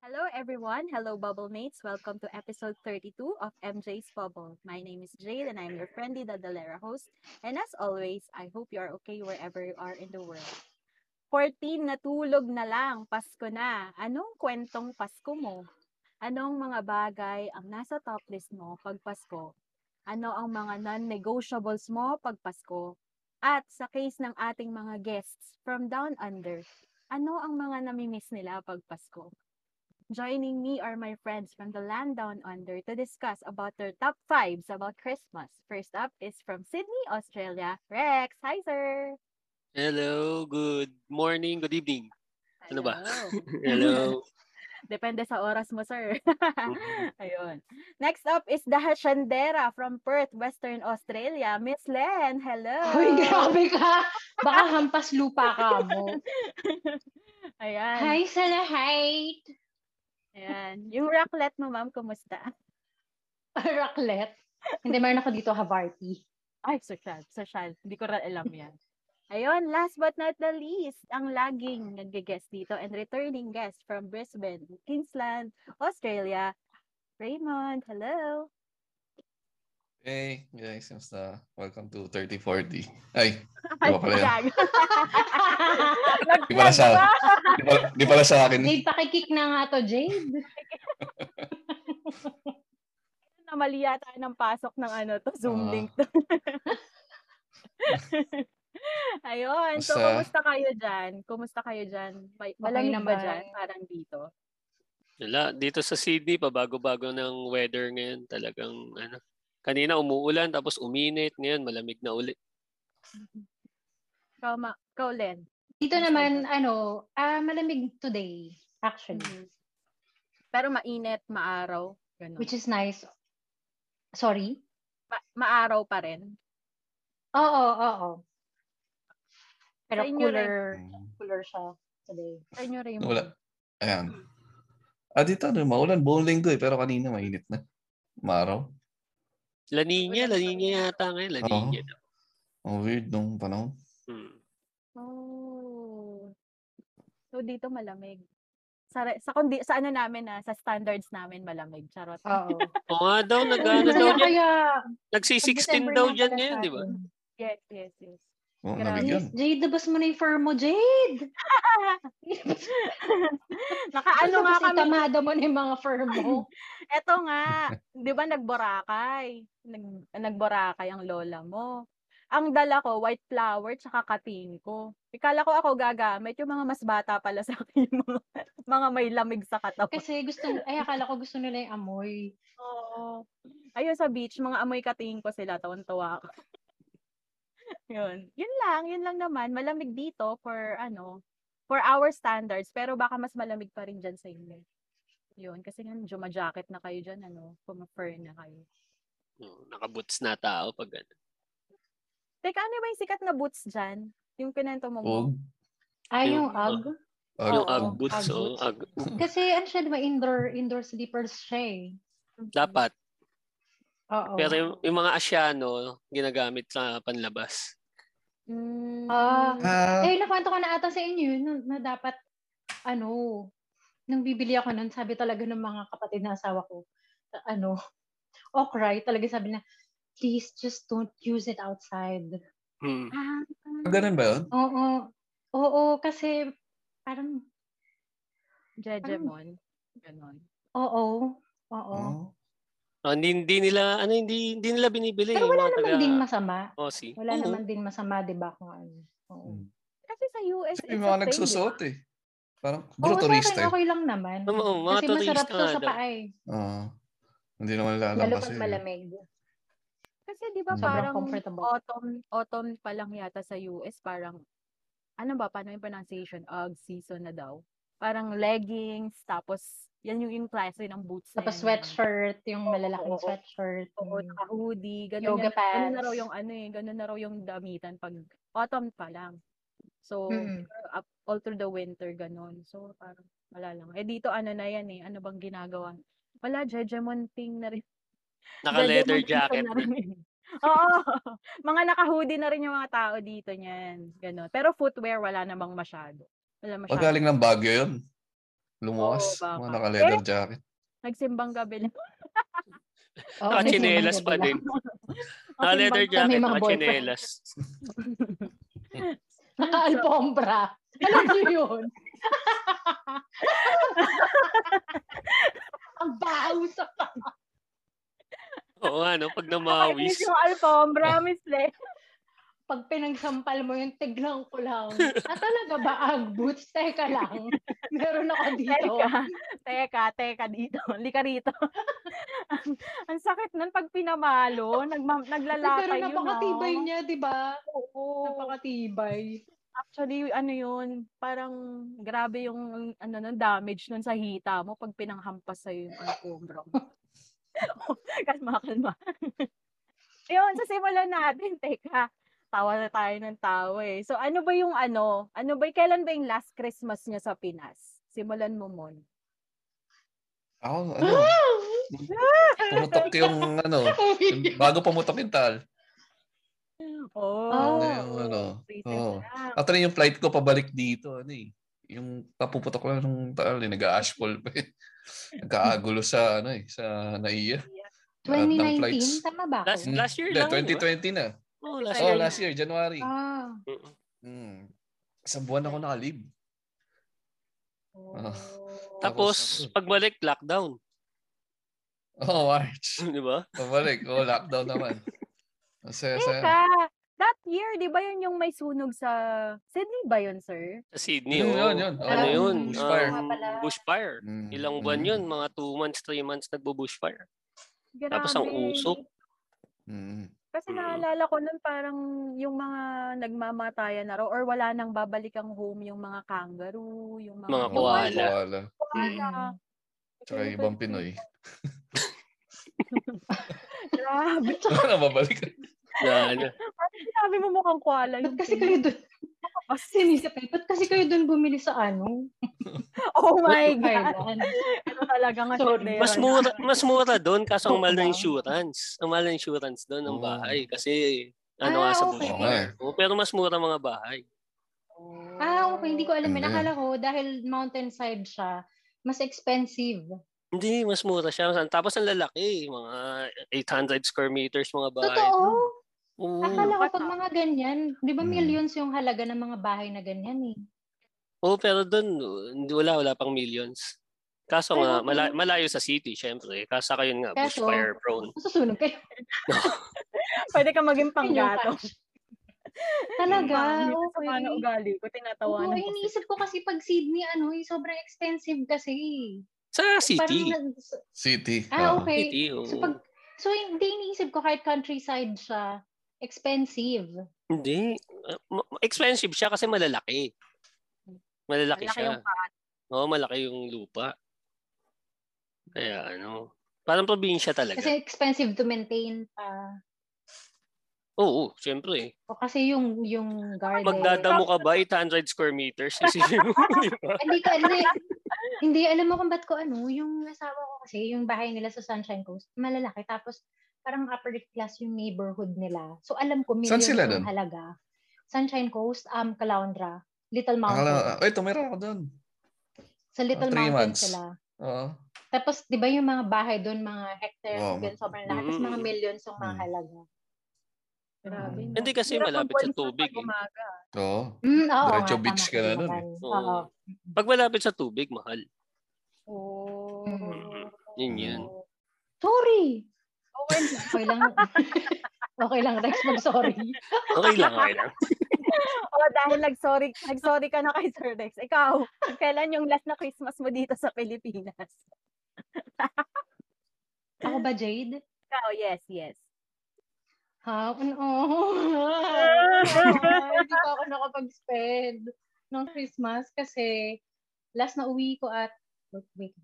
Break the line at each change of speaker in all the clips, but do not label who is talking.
Hello, everyone. Hello, Bubble Mates. Welcome to episode 32 of MJ's Bubble. My name is Jade, and I'm your friendly Dadalera host. And as always, I hope you are okay wherever you are in the world. 14 na tulog na lang, Pasko na. Anong kwentong Pasko mo? Anong mga bagay ang nasa top list mo pag Pasko? Ano ang mga non-negotiables mo pag Pasko? At sa case ng ating mga guests from Down Under, ano ang mga namimiss nila pag Pasko? Joining me are my friends from the land down under to discuss about their top fives about Christmas. First up is from Sydney, Australia, Rex. Hi, sir.
Hello, good morning, good evening. Ano ba?
Hello.
Hello.
Depende sa oras mo, sir. Ayun. Next up is the Haciendera from Perth, Western Australia, Miss Len. Hello.
Hoy, grabe ka. Baka hampas lupa ka mo.
Ayan.
Hi sa lahat.
Ayan. Yung raclette mo, ma'am, kumusta?
Raclette. Hindi, meron ako dito, Havarti.
Ay, social, social. Hindi ko rin alam yan. Ayun, last but not the least, ang laging nag-guest dito and returning guest from Brisbane, Queensland, Australia, Raymond. Hello!
Hey, guys, kamusta? Welcome to 3040. Ay,
Ay,
Iba pala yan.
lag.
di
Lag ba?
pala sa, di pala, di pala sa akin.
Jade, pakikick na nga to, Jade.
na mali yata ng pasok ng ano to, Zoom
Ah.
link to. Ayun, so
Basta-
kumusta kayo dyan? Kumusta kayo dyan? May, malamig ba
naman.
dyan? Parang dito.
Wala, dito sa Sydney, pabago-bago ng weather ngayon. Talagang, ano, kanina umuulan, tapos uminit. Ngayon, malamig na uli.
Ikaw, ma- ikaw Len.
Dito naman, ano, ah, malamig today, actually.
Mm-hmm. Pero mainit, maaraw. Ganun.
Which is nice. Sorry?
Ma- maaraw pa rin.
Oo, oo, oo. Pero
Sa inyo
cooler,
Hmm,
cooler siya today.
Sa inyo, Raymond.
Mm, Wala. Ayan. Ah, dito ano, maulan buong linggo eh, pero kanina mainit na. Maraw.
La Nina, La
Wala pa rin.
Nina yata ngayon. La
Oo.
Nina.
Ang weird nung panahon.
Hmm.
Oh. So, dito malamig. Sa, re- sa, kundi, sa ano namin na, sa standards namin malamig. Charot.
Oo.
O nga daw, nag, ano daw yan,
Kaya, kaya,
nagsi-16 daw dyan ngayon, di ba?
Yes, yes, yes.
Oh,
Grabe.
nabigyan.
Jade, labas mo na yung fur mo, Jade.
Nakaano nga
Labas
kami.
itamada mo na yung mga fur mo.
Eto nga. Di ba nagborakay? Nag, nagborakay ang lola mo. Ang dala ko, white flower, tsaka katin ko. Ikala ko ako gagamit yung mga mas bata pala sa akin. Yung mga, mga may lamig sa katawan.
Kasi gusto, ay akala ko gusto nila yung amoy.
Oo. Ayun sa beach, mga amoy katingin ko sila, tawang-tawa ako. yun. Yun lang, yun lang naman. Malamig dito for ano, for our standards, pero baka mas malamig pa rin dyan sa inyo. Yun, kasi nga jumajacket na kayo dyan, ano, pumapur na kayo.
Oh, Nakaboots na tao pag ano.
Teka, ano ba yung sikat na boots dyan? Yung kinento mo mo?
Huwag.
Ah, yung
Yung-
ug.
Ug.
Yung
Oo,
ag boots,
ug
oh,
boots.
ag,
Kasi ano siya, diba, indoor, indoor slippers siya eh.
Mhm.
dapat.
Oo.
Pero yung, yung mga asyano, ginagamit sa panlabas.
Mm.
Ah.
Ah,
eh, nakwento ko na ata sa inyo yun, na, na dapat, ano, nung bibili ako nun, sabi talaga ng mga kapatid na asawa ko, uh, ano, okray, talaga sabi na, please just don't use it outside.
Hmm.
Ah.
ganun ba yun?
Oo. Oo, kasi parang,
Jejemon. Ganon.
oo. Oo.
Oh.
Oh, hindi, hindi nila, ano, hindi, hindi nila binibili.
Pero
yung
wala
mga
naman
taga-
din masama.
Oh, si.
Wala
Oo.
naman din masama, di ba? Kung ano. Oo.
Hmm.
Kasi sa US,
Kasi
it's a
may mga
thing, di
nagsusot
ba?
eh. Parang,
Oo,
bro,
sa akin,
turista eh.
okay lang naman.
Oo, oo, mga
Kasi
turista
masarap to
nga
sa
daw.
paa eh.
Oo. Ah, hindi naman
Lalo
lalampas
pag
eh.
malamig.
Kasi di ba
Mm. Sobrang
parang
comfortable.
autumn, autumn pa lang yata sa US, parang, ano ba, paano yung pronunciation? Ugg season na daw. parang leggings, tapos yan yung, yung klase ng boots. na
Tapos
yun.
sweatshirt, yung malalaking
Oo.
sweatshirt.
Oo,
Mm.
naka hoodie, ganun, yan,
Yoga
ganun na
pants.
raw yung ano eh, ganun na raw yung damitan pag autumn pa lang. So,
Mm.
up, all through the winter, ganun. So, parang wala lang. Eh dito ano na yan eh, ano bang ginagawa? Wala, Jejemon Ping na rin.
Naka-leather
Jejemon Ping
jacket.
na rin eh. Oo. mga naka-hoodie na rin yung mga tao dito niyan. Ganun. Pero footwear, wala namang masyado. Wala masyado.
Pag galing ng Baguio yun. Lumuwas.
Oo, baka.
mga naka-leather jacket.
Nagsimbang gabi lang.
Oo,
Naka-chinelas
nagsimulan
pa
na
din.
bigla.
Naka-leather
Nagsimbang
jacket,
May mga
naka-chinelas.
Naka-alpombra. Alam niyo yun? Ang baho sa
Oo ano, pag
Nakainis
namawis.
yung alfombra, Miss Le.
pag pinagsampal mo yung tignan ko lang. Ah, talaga ba? Ang boots? Teka lang. Meron ako dito.
Teka, teka, teka dito. Hindi ka rito. ang, ang sakit nun pag pinamalo, nagma,
Pero
naglalakay yun.
napakatibay
ah.
niya, di ba?
Oo.
Napakatibay.
Actually, ano yun, parang grabe yung ano nun, damage nun sa hita mo pag pinanghampas sa'yo yung alcombra mo. kalma, kalma. yun, sa simulan natin, teka, tawa na tayo ng tawa eh. So ano ba yung ano, ano ba, kailan ba yung last Christmas niya sa Pinas? Simulan mo, Mon.
Ako, ano, pumutok yung, ano, yung bago pumutok yung tal.
Oh,
Oh.
Yung ano,
recent
oo.
lang.
Actually, yung flight ko pabalik dito, ano eh. Yung napuputok lang nung taal, eh, nag-ashfall pa eh. Nagkaagulo sa, ano eh, sa NAIA. Lahat ng flights.
2019, tama ba
Last,
ako?
Hmm.
last year
Hindi,
lang. di ba?
2020 na.
Oo, last
Oh,
year.
last year, January.
Ah,
Mm. Isang buwan ako nakalib. Ah.
Oh.
Tapos,
mm.
pagbalik, lockdown.
Oh, March.
Di ba?
Pabalik. Oh, lockdown naman. Ang saya-saya.
Teka, that year, di ba yun yung may sunog sa... Sydney ba yun, sir?
Sa Sydney.
Mm,
oo.
yun, yun.
Ano
Oo,
yun? Um,
bushfire.
Oo nga pala.
bushfire.
Mm,
Ilang buwan
mm,
yun? Mga 2 months, 3 months nagbo-bushfire. Tapos ang
Grabe.
usok.
mm.
Kasi
Mm.
naalala ko nun parang yung mga nagmamatayan na raw or wala nang babalikang home yung mga kangaroo, yung mga...
Mga
Oo,
koala.
koala.
koala.
Tsaka yung ibang Pinoy.
Grabe.
Wala na babalik.
Na, ano,
Parang sinabi mo mukhang koala.
ba't
yung
kasi
Pinoy.
kayo doon? Sinisip eh, ba't kasi kayo doon bumili sa ano?
Oh my God.
Thailand.
Ito talaga nga.
Sorry.
sundero
mas
na.
mura mas mura doon kaso ang mahal ng
Oo.
insurance. Ang mahal ng insurance doon ng
Oo.
bahay kasi ano
Ah,
nga sa
okay.
eh.
bushfire. Oo, pero mas mura mga bahay.
Ah, okay. Hindi ko alam. yun.
Hindi.
Nakala ko dahil mountainside siya, mas expensive.
Hindi, mas mura siya. Tapos ang lalaki, mga 800 square meters mga bahay.
Totoo.
Oo.
Akala ko pag mga ganyan, di ba
Hmm.
Mm.
millions yung halaga ng mga bahay na ganyan eh.
Oo, pero doon hindi wala wala pang millions. Kaso
Pero
nga
kung-
mala- malayo sa city, syempre. Kaso kayo nga
Kaso-
bushfire prone.
Masusunog kayo.
Pwede ka maging
Yun yung
panggato.
catch. Talaga,
Sa mga
okay.
ugali ko,
Oo,
tinatawanan ko.
iniisip ko kasi pag Sydney, ano, eh, sobrang expensive kasi.
Sa
eh, Parang,
city.
nag-
City.
ah,
Oo.
okay.
City. oo.
So, pag, so hindi iniisip ko kahit countryside siya, expensive.
Hindi. Uh, ma- Expensive siya kasi malalaki. Malalaki
Malaki
siya.
yung paa.
Oo, malaki yung lupa. Kaya ano, parang probinsya talaga.
Kasi expensive to maintain pa.
Oo, syempre.
O kasi yung yung garden.
Magdadamo ka ba 800 square meters? Isipin mo, di ba?
Hindi ko, hindi. hindi, alam mo kung ba't ko ano, yung asawa ko kasi, yung bahay nila sa Sunshine Coast, malalaki. Tapos, parang upper class yung neighborhood nila. So, alam ko, millions
Saan sila
yung
doon?
halaga. Sunshine Coast, um, Caloundra, Little Mountain.
Akala, ay, tumira ako doon.
sa Little
three
Mountain
months.
sila.
Oo.
Tapos, di ba yung mga bahay doon, mga hectares,
Wow.
yun, sobrang laki. Tapos, mga
Mm.
millions yung mga
Mm.
halaga.
Grabe, no?
Hindi kasi
Hirap
malapit sa
magwalis na
tubig.
pag
eh.
umaga.
Oo.
Mm, oo,
Diretso
nga,
beach
tama
ka na
din
nun eh.
naman.
Oo.
Oo.
Pag malapit sa tubig, mahal.
Oh.
Mm.
Yun yun.
Sorry!
Owen,
Okay lang. okay lang, Rex, mag-sorry.
Okay lang, okay lang.
oh, dahil nag-sorry, nag-sorry ka na kay Sir Rex. Ikaw, kailan yung last na Christmas mo dito sa Pilipinas?
Ako ba, Jade?
Ikaw, yes, yes.
Ha? Oo. Hindi pa ako nakapag-spend ng Christmas kasi last na uwi ko at, wait, wait,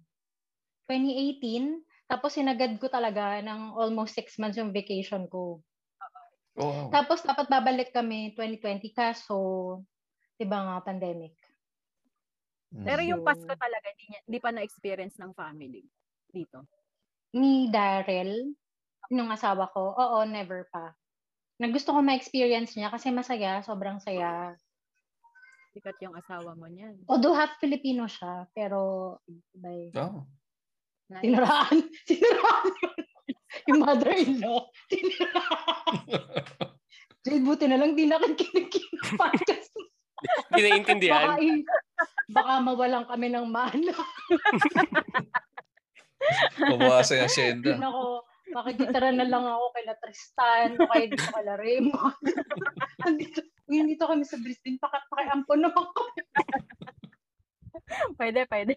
2018, tapos sinagad ko talaga ng almost six months yung vacation ko.
Oh, wow.
Tapos dapat babalik kami 2020 kaso, di ba nga, pandemic.
Mm.
Pero yung
Yun.
Pasko talaga, di, niya, di pa na-experience ng family dito.
Ni Daryl, nung asawa ko, oo, never pa. Nagusto ko ma-experience niya kasi masaya, sobrang saya.
Sikat yung asawa mo niyan.
Although half Filipino siya, pero by
Oh.
Nice.
tinuraan, tinuraan yun. yung mother-in-law. Tinuraan. Jade, buti na lang di nakikinig yung podcast.
Hindi naiintindihan.
Baka, i- baka mawalan kami ng mana.
Babawasan yung asyenda.
Nako, makikitara na lang ako kay La Tristan o kay dito kay La Raymond. Andito, uy, andito kami sa Brisbane, pakat pakiampon naman ko.
Pwede, pwede.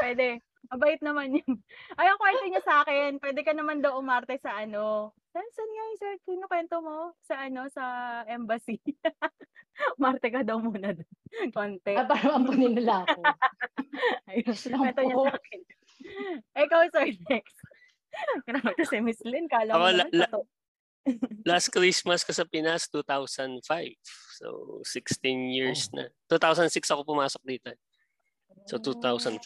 Pwede. Mabait naman yun. Ay, ang kwento niya sa akin. Pwede ka naman daw umarte sa ano. Saan, saan nga yung sir? Kinukwento mo? Sa ano? Sa embassy. umarte ka daw muna doon. Konti.
Ah, parang amponin nila ako.
Ayun.
Lang
Kwento niya
po.
sa akin. Ikaw, sir, next. Grabe kasi Miss Lynn. Kala
Ako,
mo
la-
naman
la-
totoo.
Last Christmas ko sa Pinas, 2005. So, 16 years na.
Oh.
2006 ako pumasok dito. So, 2005.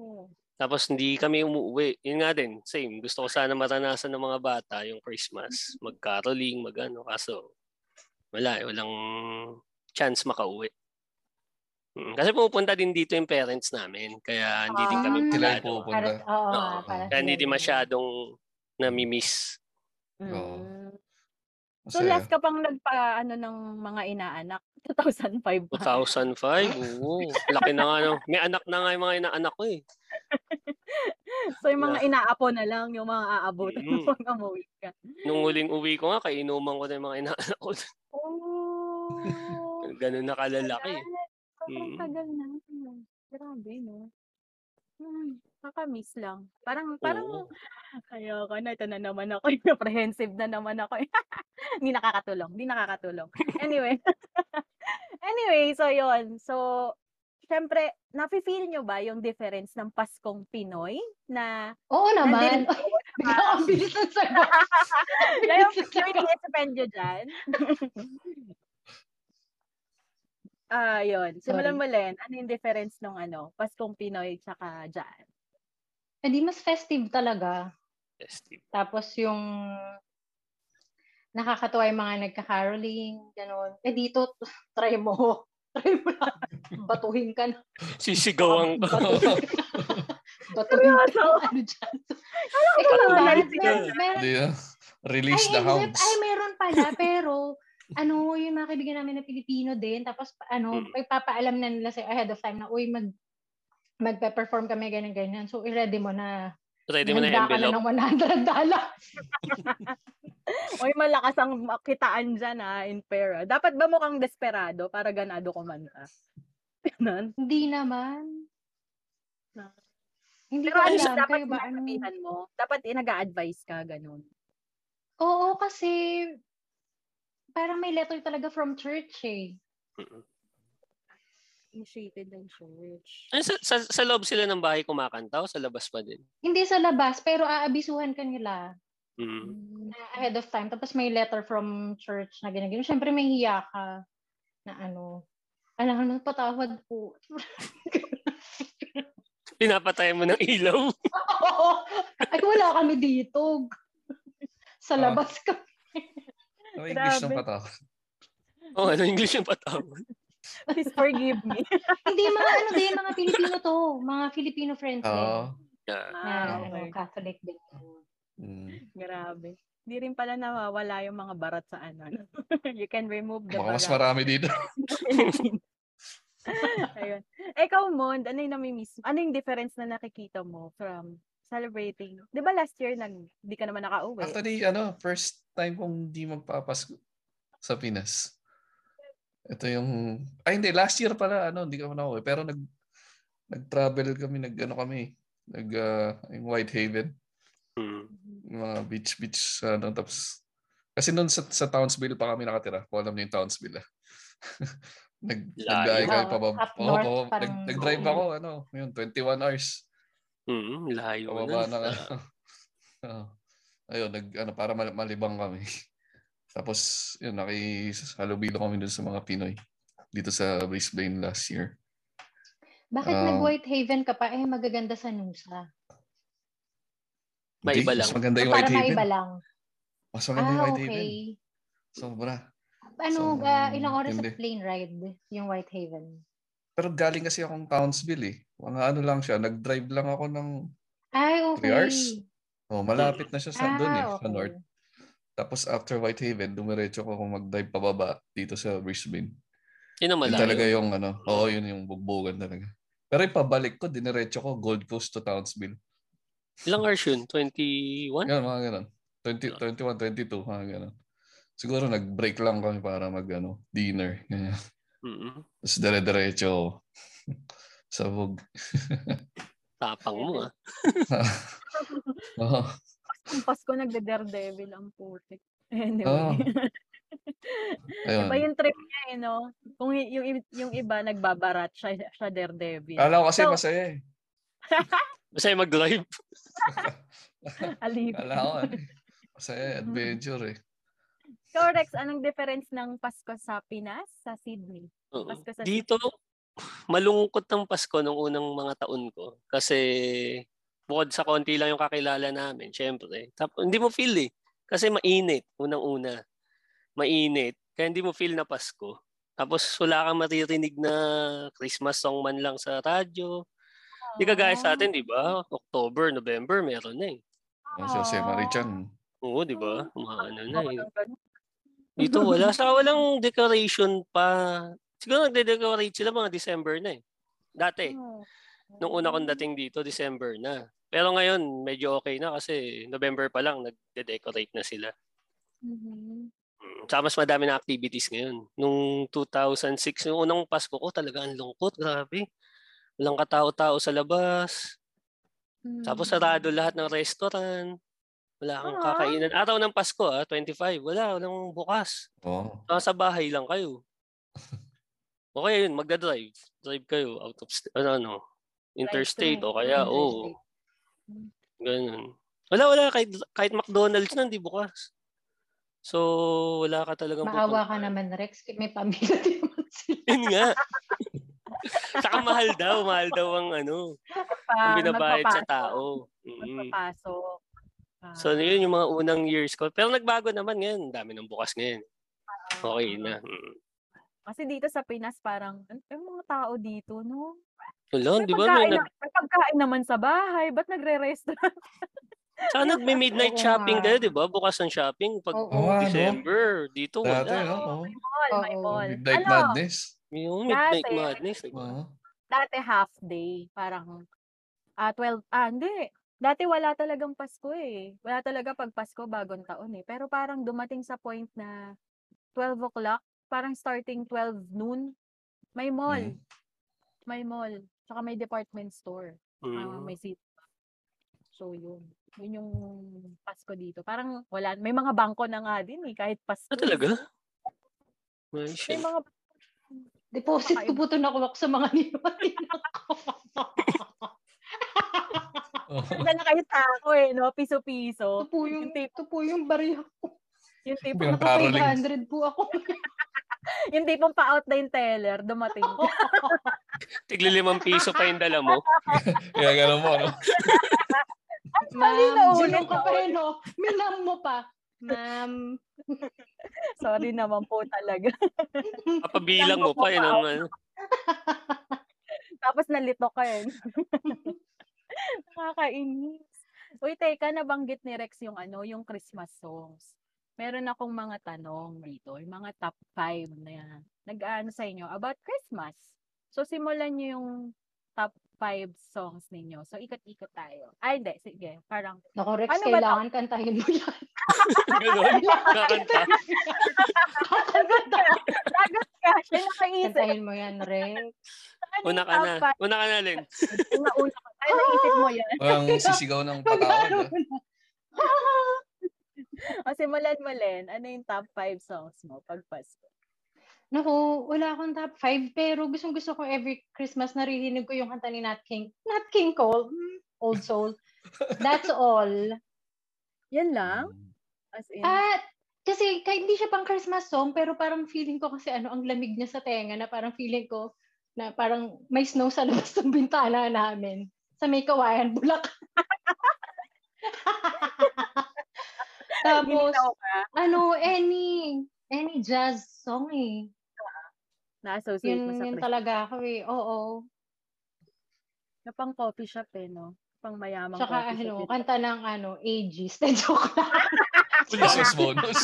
Oh.
Tapos hindi kami umuwi. Yun nga din, same. Gusto ko sana maranasan ng mga bata yung Christmas. Mag-caroling, mag ano. Kaso, wala. eh, Walang chance makauwi. Mm, Kasi pumupunta din dito yung parents namin. Kaya hindi din kami
Ah.
Sila
masyado.
yung pupunta.
Para, oo,
Oo.
nga, para
Kaya hindi
sila
din
yun.
masyadong nami-miss.
Oo.
Mm.
Kasi,
So, last ka pang nagpa, ano, ng mga inaanak. 2005 pa.
2005, oo. Laki na nga. No. May anak na nga yung mga inaanak ko eh.
So, yung mga inaapo na lang, yung mga aabutan
Mm.
mm. pag umuwi ka.
Nung huling uwi ko nga, kainuman ko na yung mga inaanak ko.
Oh!
Ganun na kalalaki. eh.
Sobrang
Mm.
tagal na. Grabe, no? Hmm, kakamiss lang. Parang, parang,
Oo.
ayoko na, ito na naman ako. Comprehensive na naman ako. Hindi nakakatulong. Hindi nakakatulong. Anyway. anyway, so yon So, syempre, nafe-feel nyo ba yung difference ng Paskong Pinoy na
Oo naman.
Nandito-
Bigla ko ang bilis ng sagot. Ang
Kaya
bilis ng
may
sagot.
ina-spend nyo dyan. Ah, yun. Simulan mo, Len. Ano yung difference nung ano, Paskong Pinoy tsaka dyan?
Hindi, Eh, mas festive talaga.
Festive.
Tapos yung nakakatuwa yung mga nagka-caroling, gano'n. Eh dito, try mo. Try mo lang. Batuhin ka na.
Sisigawan ko.
Batuhin ka na. Batuhin ka na. Ano dyan? Ikaw
Batuhin
ba?
na rin sila.
Meron, meron,
di na.
ay,
Release
ay,
the
except,
hounds.
ay, meron pala, pero ano, yung mga kaibigan namin na Pilipino din, tapos ano,
Mm.
ipapaalam na nila sa'yo ahead of time na, uy, mag, magpe-perform kami, ganyan, ganyan. So, i-ready mo na.
Ready mo na yung
Handa ka
envelope.
ng 100 dollars.
Uy, malakas ang kitaan dyan, ha, in pera. Dapat ba mukhang desperado para ganado ah? kumanta? Ganun.
Hindi naman.
Na-
Hindi
Pero
ko
ano
alam.
siya, dapat
kayo ba? Ano?
sinasabihan mo? Dapat inaga-advise ka, ganun.
Oo, kasi parang may letter talaga from church eh.
Mm-mm.
Initiated ng church.
Ano, sa, sa, sa loob sila ng bahay kumakanta o sa labas pa din?
Hindi sa labas, pero aabisuhan ka nila
Mm.
na ahead of time. Tapos may letter from church na ginagano. Siyempre may hiya ka na ano. Alam mo, patawad po.
Pinapatay mo ng ilaw.
Ay, wala kami dito. Sa
Ah.
labas ka.
Ano English ng
Grabe.
patak?
oh, ano English yung patawag?
Please forgive me.
Hindi, mga ano din, mga Pilipino to. Mga Filipino friends
Oo.
din.
Yeah.
Na,
Ah,
ano,
okay.
Catholic din.
Mm.
Grabe. Hindi rin pala nawawala yung mga barat sa ano. no? you can remove the
Baka mas
barat.
marami dito.
Philippines. Ayun. Ikaw, Mond, ano yung namimiss? Ano yung difference na nakikita mo from celebrating? Di ba last year, nang, di ka naman nakauwi?
Actually, ano, first time kong di magpapasko sa Pinas. Ito yung... Ay, hindi. Last year pala, ano, hindi ko na Pero nag, nag-travel kami, nag, ano kami, nag, ah, yung Whitehaven,
Mm.
mga beach, beach, ano, tapos... Kasi noon sa, sa Townsville pa kami nakatira. Kung alam niyo yung Townsville, ah. Nag,
Layo.
nag-drive
Oo,
pa ba?
up north, parang-
nag-drive ako, ano, yun, 21 hours.
Mm, layo
Pababa na
nun.
ka. Oo. Ayun, nag, ano, para mal- malibang kami. Tapos, yun, nakihalubilo kami dun sa mga Pinoy. Dito sa Brisbane last year.
Bakit
Ah.
nag-Whitehaven ka pa? Eh, magaganda sa Nusa.
May
Hindi,
iba lang.
Mas maganda yung
Ah, para
Whitehaven.
maiba lang.
Mas maganda yung
Ah,
Whitehaven.
okay.
Sobra.
Ano,
So, mm,
ah, ilang oras
hindi.
sa plane ride yung Whitehaven?
Pero galing kasi akong Townsville eh. Mga ano lang siya, nag-drive lang ako ng...
Ay, okay.
Three hours? Oh, malapit na siya sa doon eh,
Ah,
sa north.
okay.
Tapos after Whitehaven, dumiretso ko kung mag-dive pababa dito sa Brisbane.
Yun ang
Yun
malayo.
talaga yung ano, oo, yun yung bugbogan talaga. Pero yung pabalik ko, diniretso ko Gold Coast to Townsville.
Ilang hours yun?
Ano?
21?
Yan, mga ganun. 20, 21, 22, mga ganun. Siguro nag-break lang kami para mag ano, dinner. Ganyan.
Mm-mm.
Tapos dire-diretso ako. sa bug.
Tapang mo ah.
Oo.
Ang Pasko nagde-daredevil ang putik. Anyway.
Oo. Ayun.
Iba yung trip niya eh, no? Kung y- yung, i- yung iba nagbabarat, siya, siya daredevil.
Kala ko kasi
So-
masaya eh.
Masaya mag-drive.
Alip.
Kala ko ano eh. Masaya eh, adventure eh.
Ikaw, Rex, anong difference ng Pasko sa Pinas sa Sydney?
Oo.
Pasko sa-
Dito, malungkot ng Pasko nung unang mga taon ko. Kasi bukod sa konti lang yung kakilala namin, syempre. Tap, hindi mo feel eh. Kasi mainit, unang-una. Mainit. Kaya hindi mo feel na Pasko. Tapos wala kang maririnig na Christmas song man lang sa radyo. Hindi kagaya
Ah.
sa atin, di ba? October, November, meron na eh.
Oh, si Jose Marichan.
Oo, di ba? Mga ano na
Ako
eh.
lang ganun.
Dito wala. Sa walang decoration pa. Siguro nagde-decorate sila mga December na eh. Dati,
Oo.
nung una kong dating dito, December na. Pero ngayon, medyo okay na kasi November pa lang nagde-decorate na sila.
Mhm.
Mm, Tsaka mas madami na activities ngayon. Nung 2006, nung unang Pasko ko, talaga ang lungkot. Grabe. Walang katao-tao sa labas. Tapos
Hmm.
Mm.
sarado lahat ng restaurant. Wala kang
Ah.
kakainan. Araw ng Pasko ah, 25. Wala, walang bukas.
Oo.
Ah, sa bahay lang kayo. Okay, yun, magda-drive. Drive kayo out of st- ano, ano, interstate
Drive-thru.
o kaya oo. Ganun. Wala wala kahit kahit McDonald's na hindi bukas. So, wala ka talagang
Maawa ka
pupuntahan.
naman, Rex. May pamilya din naman sila.
Yun nga. Saka mahal daw, mahal daw ang ano, ang
Pa-
binabayad sa
Ah, magpapasok.
tao. Mm.
Magpapasok. Ah,
So, yun yung mga unang years ko. Pero nagbago naman ngayon. Ang dami ng bukas ngayon. Okay na. Mm.
Um, Kasi dito sa Pinas, parang, "An- yung mga tao dito, no?
Wala, Oh,
May
di ba? May,
pagkain,
nag,
na- may pagkain naman sa bahay. Ba't nagre-restaurant?
saka nagme-midnight
Oo
shopping
nga.
kayo, di ba? Bukas ang shopping. Pag
Oo.
Oo, ano?
December, dito wala.
Dati, no? Oo.
Mall, may
Oo.
mall.
Midnight
ano,
Madness.
Yung midnight
Dati.
madness. di ba?
Oo.
dati half day. Parang, ah, 12, ah, hindi. Dati wala talagang Pasko eh. Wala talaga pag Pasko, bagong taon eh. Pero parang dumating sa point na 12 o'clock, parang starting 12 noon, may mall.
Mm.
May mall. Tsaka may department store. Ah,
Mm.
may seat. So, yun. Yun yung Pasko dito. Parang wala. May mga bangko na nga din eh, kahit Pasko.
Ah,
eh.
talaga? Ay,
May
shit.
mga
Deposit ko po ito nakuha ko sa mga ninuwanan ko.
Oo.
dala kayo tao eh, no? Piso-piso.
Ito po yung,
Yung tip-
ito po yung barya ko.
Yung tipong,
Pinang-
Naka
Caroling.
500 po ako.
yung tipong pa-out na yung teller, dumating.
Tiglilimang piso pa yung dala mo.
Kaya ganun mo, ano? no?
na
Ma'am,
ulit
sinong
na
ka pa eh, no? Minam mo pa. Ma'am.
Sorry naman po talaga.
Papabilang mo pa. Yun ang, ano.
Tapos nalito ka eh. Nakakainis. Uy, teka, nabanggit ni Rex yung ano, yung Christmas songs. Meron akong mga tanong dito, yung mga top 5 na nag-ano sa inyo about Christmas. So, simulan nyo yung top 5 songs ninyo. So, ikot-ikot tayo. Ay, hindi. Sige, parang
Naku, Rex,
Ano ba Ano to?
kailangan kantahin mo yan.
Ganun. Kakanta.
Sagot ka. Siya nakaisip.
kantahin mo yan, Rex.
Ano
Una
yung
ka na.
top five?
Una ka na, Len.
Yung nauna ka. Ay, naisip mo yun.
Parang sisigaw ng
Pagkaroon
patawad. ah.
na.
O, simulan mo, Len. Ano yung top 5 songs mo pag Pasko?
Naku, wala akong top 5 pero gustong gusto ko every Christmas naririnig ko yung kanta ni Nat King. Nat King Cole, mm, old soul. That's all.
Yan lang? As in,
At kasi kahit hindi siya pang Christmas song pero parang feeling ko kasi ano ang lamig niya sa tenga na parang feeling ko na parang may snow sa labas ng bintana namin sa may kawayan bulak. Tapos
nilinaw ka,
ano any any jazz song eh.
na-associate mo
Yun,
sa
yun
Christmas.
talaga ako eh. Oo.
Na pang coffee shop eh, no? Pang mayamang
Tsaka
coffee
ano,
shop.
kanta ng ano, ages. Na joke lang.
Christmas bonus.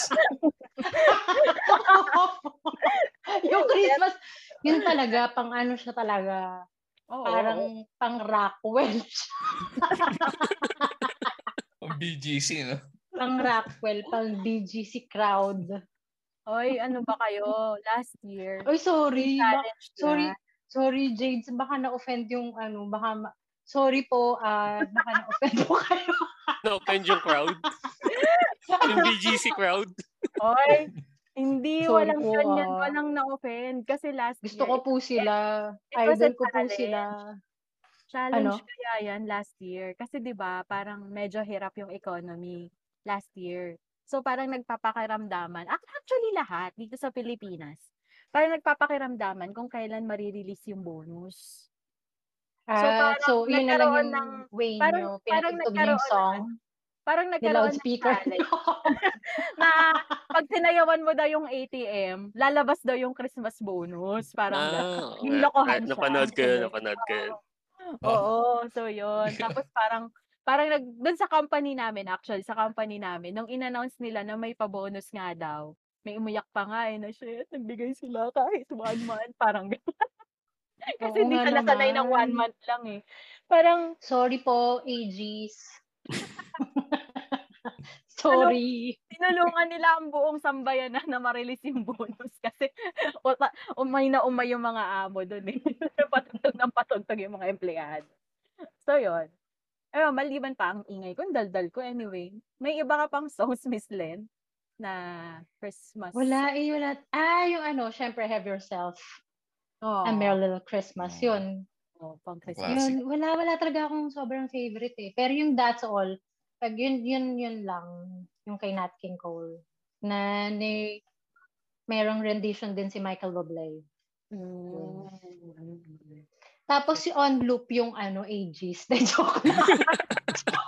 Yung
yung Christmas, yun talaga, pang ano siya talaga.
Oo,
Parang
oo.
pang Rockwell siya.
Ang BGC, no?
Pang Rockwell, pang BGC crowd.
Oy, ano ba kayo? Last year.
Oy, sorry. ba-
challenge na.
sorry, sorry, Jades. Baka na-offend yung ano, baka ma- Sorry po, ah baka na-offend po kayo.
Na-offend yung crowd. yung BGC crowd.
Oy, hindi,
Sorry
walang
po,
ganyan.
ah.
Walang na-offend. Kasi last
Gusto
year,
ko po sila.
It was a
Idol ko po
challenge.
sila.
Challenge
Ano?
kaya yan last year. Kasi 'di ba parang medyo hirap yung economy last year. So parang nagpapakaramdaman. ac- Actually lahat dito sa Pilipinas. Parang nagpapakiramdaman kung kailan marirelease yung bonus. So,
Ah,
parang
so, yun na lang
nagkaroon
yung
ng-
way
parang-
nyo.
parang
Pinatugtog niyo yung
nagkaroon
song.
Parang
Ni
nagkaroon ng
loudspeaker.
challenge na pag tinayawan mo daw yung ATM, lalabas daw yung Christmas bonus. Parang ganun.
Ah,
Yung
okay.
lokohan siya.
Napanood ko yun,
Tuloy.
napanood ko yun.
Oo, so yun. Tapos parang, parang nag, dun sa company namin actually, sa company namin, nung in-announce nila na may pa-bonus nga daw, may umuyak pa nga eh, na shit, nagbigay sila kahit one month, parang ganun. Kasi
Oo
hindi
nga
sila sanay ng one
naman.
month lang eh. Parang,
Sorry po, AGs.
Ano?
Sorry.
tinulungan nila ang buong sambayan na, na ma-release yung bonus kasi uta- umay na umay yung mga amo doon eh. patugtog ng patugtog yung mga empleyado. So, yun. Eh, maliban pa ang ingay ko, ang daldal ko anyway. May iba ka pang songs, Miss Len, na Christmas.
Wala eh, wala. Ah, yung ano, syempre, have yourself.
Oh,
A Merry Little Christmas.
Oo.
Yun.
oh, pang Christmas.
Classic.
Yun, wala, wala talaga akong sobrang favorite eh. Pero yung That's All, pag yun, yun, yun lang, yung kay Nat King Cole, na ni, merong rendition din si Michael Bublé.
Mm.
Tapos si On Loop yung ano, ages. Na joke lang.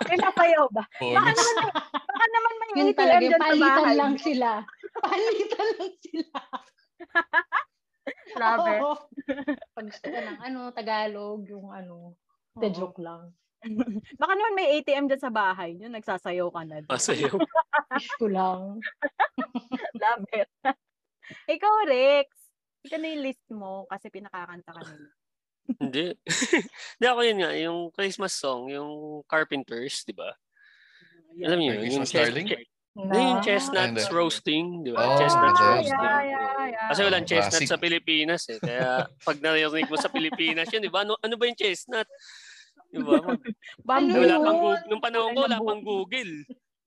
Eh, napayaw ba? Baka
Bonus.
naman, baka naman may
Yun
ATM
talaga,
dyan sa
palitan
bahay
lang
niyo.
sila. Palitan lang sila.
Grabe.
Oo. Pag gusto ko ng ano, Tagalog, yung ano, the
Oo.
joke lang.
Baka naman may ATM dyan sa bahay niyo, nagsasayaw ka na. dun.
Masayaw.
Wish ko lang.
Love it. Ikaw, Rex. Ikaw na yung list mo kasi pinakakanta ka nila.
Hindi. Hindi ako yun nga, yung Christmas song, yung Carpenters, di ba? Alam niyo yun, yung,
Christmas
chest,
Darling?
che- hindi, yung chestnuts
Hindi.
roasting, di ba?
Oh,
chestnuts
yeah,
roasting.
Diba? yeah, yeah, yeah.
Kasi walang
Oh,
chestnut
classic.
sa Pilipinas eh. Kaya pag narinig mo sa Pilipinas yun, di ba? Ano, ano ba yung chestnut? Di ba? Mag- eh,
Bamboo.
wala
Ayun.
pang Google. Nung panahon ko,
Wala
wala
ng
pang Google.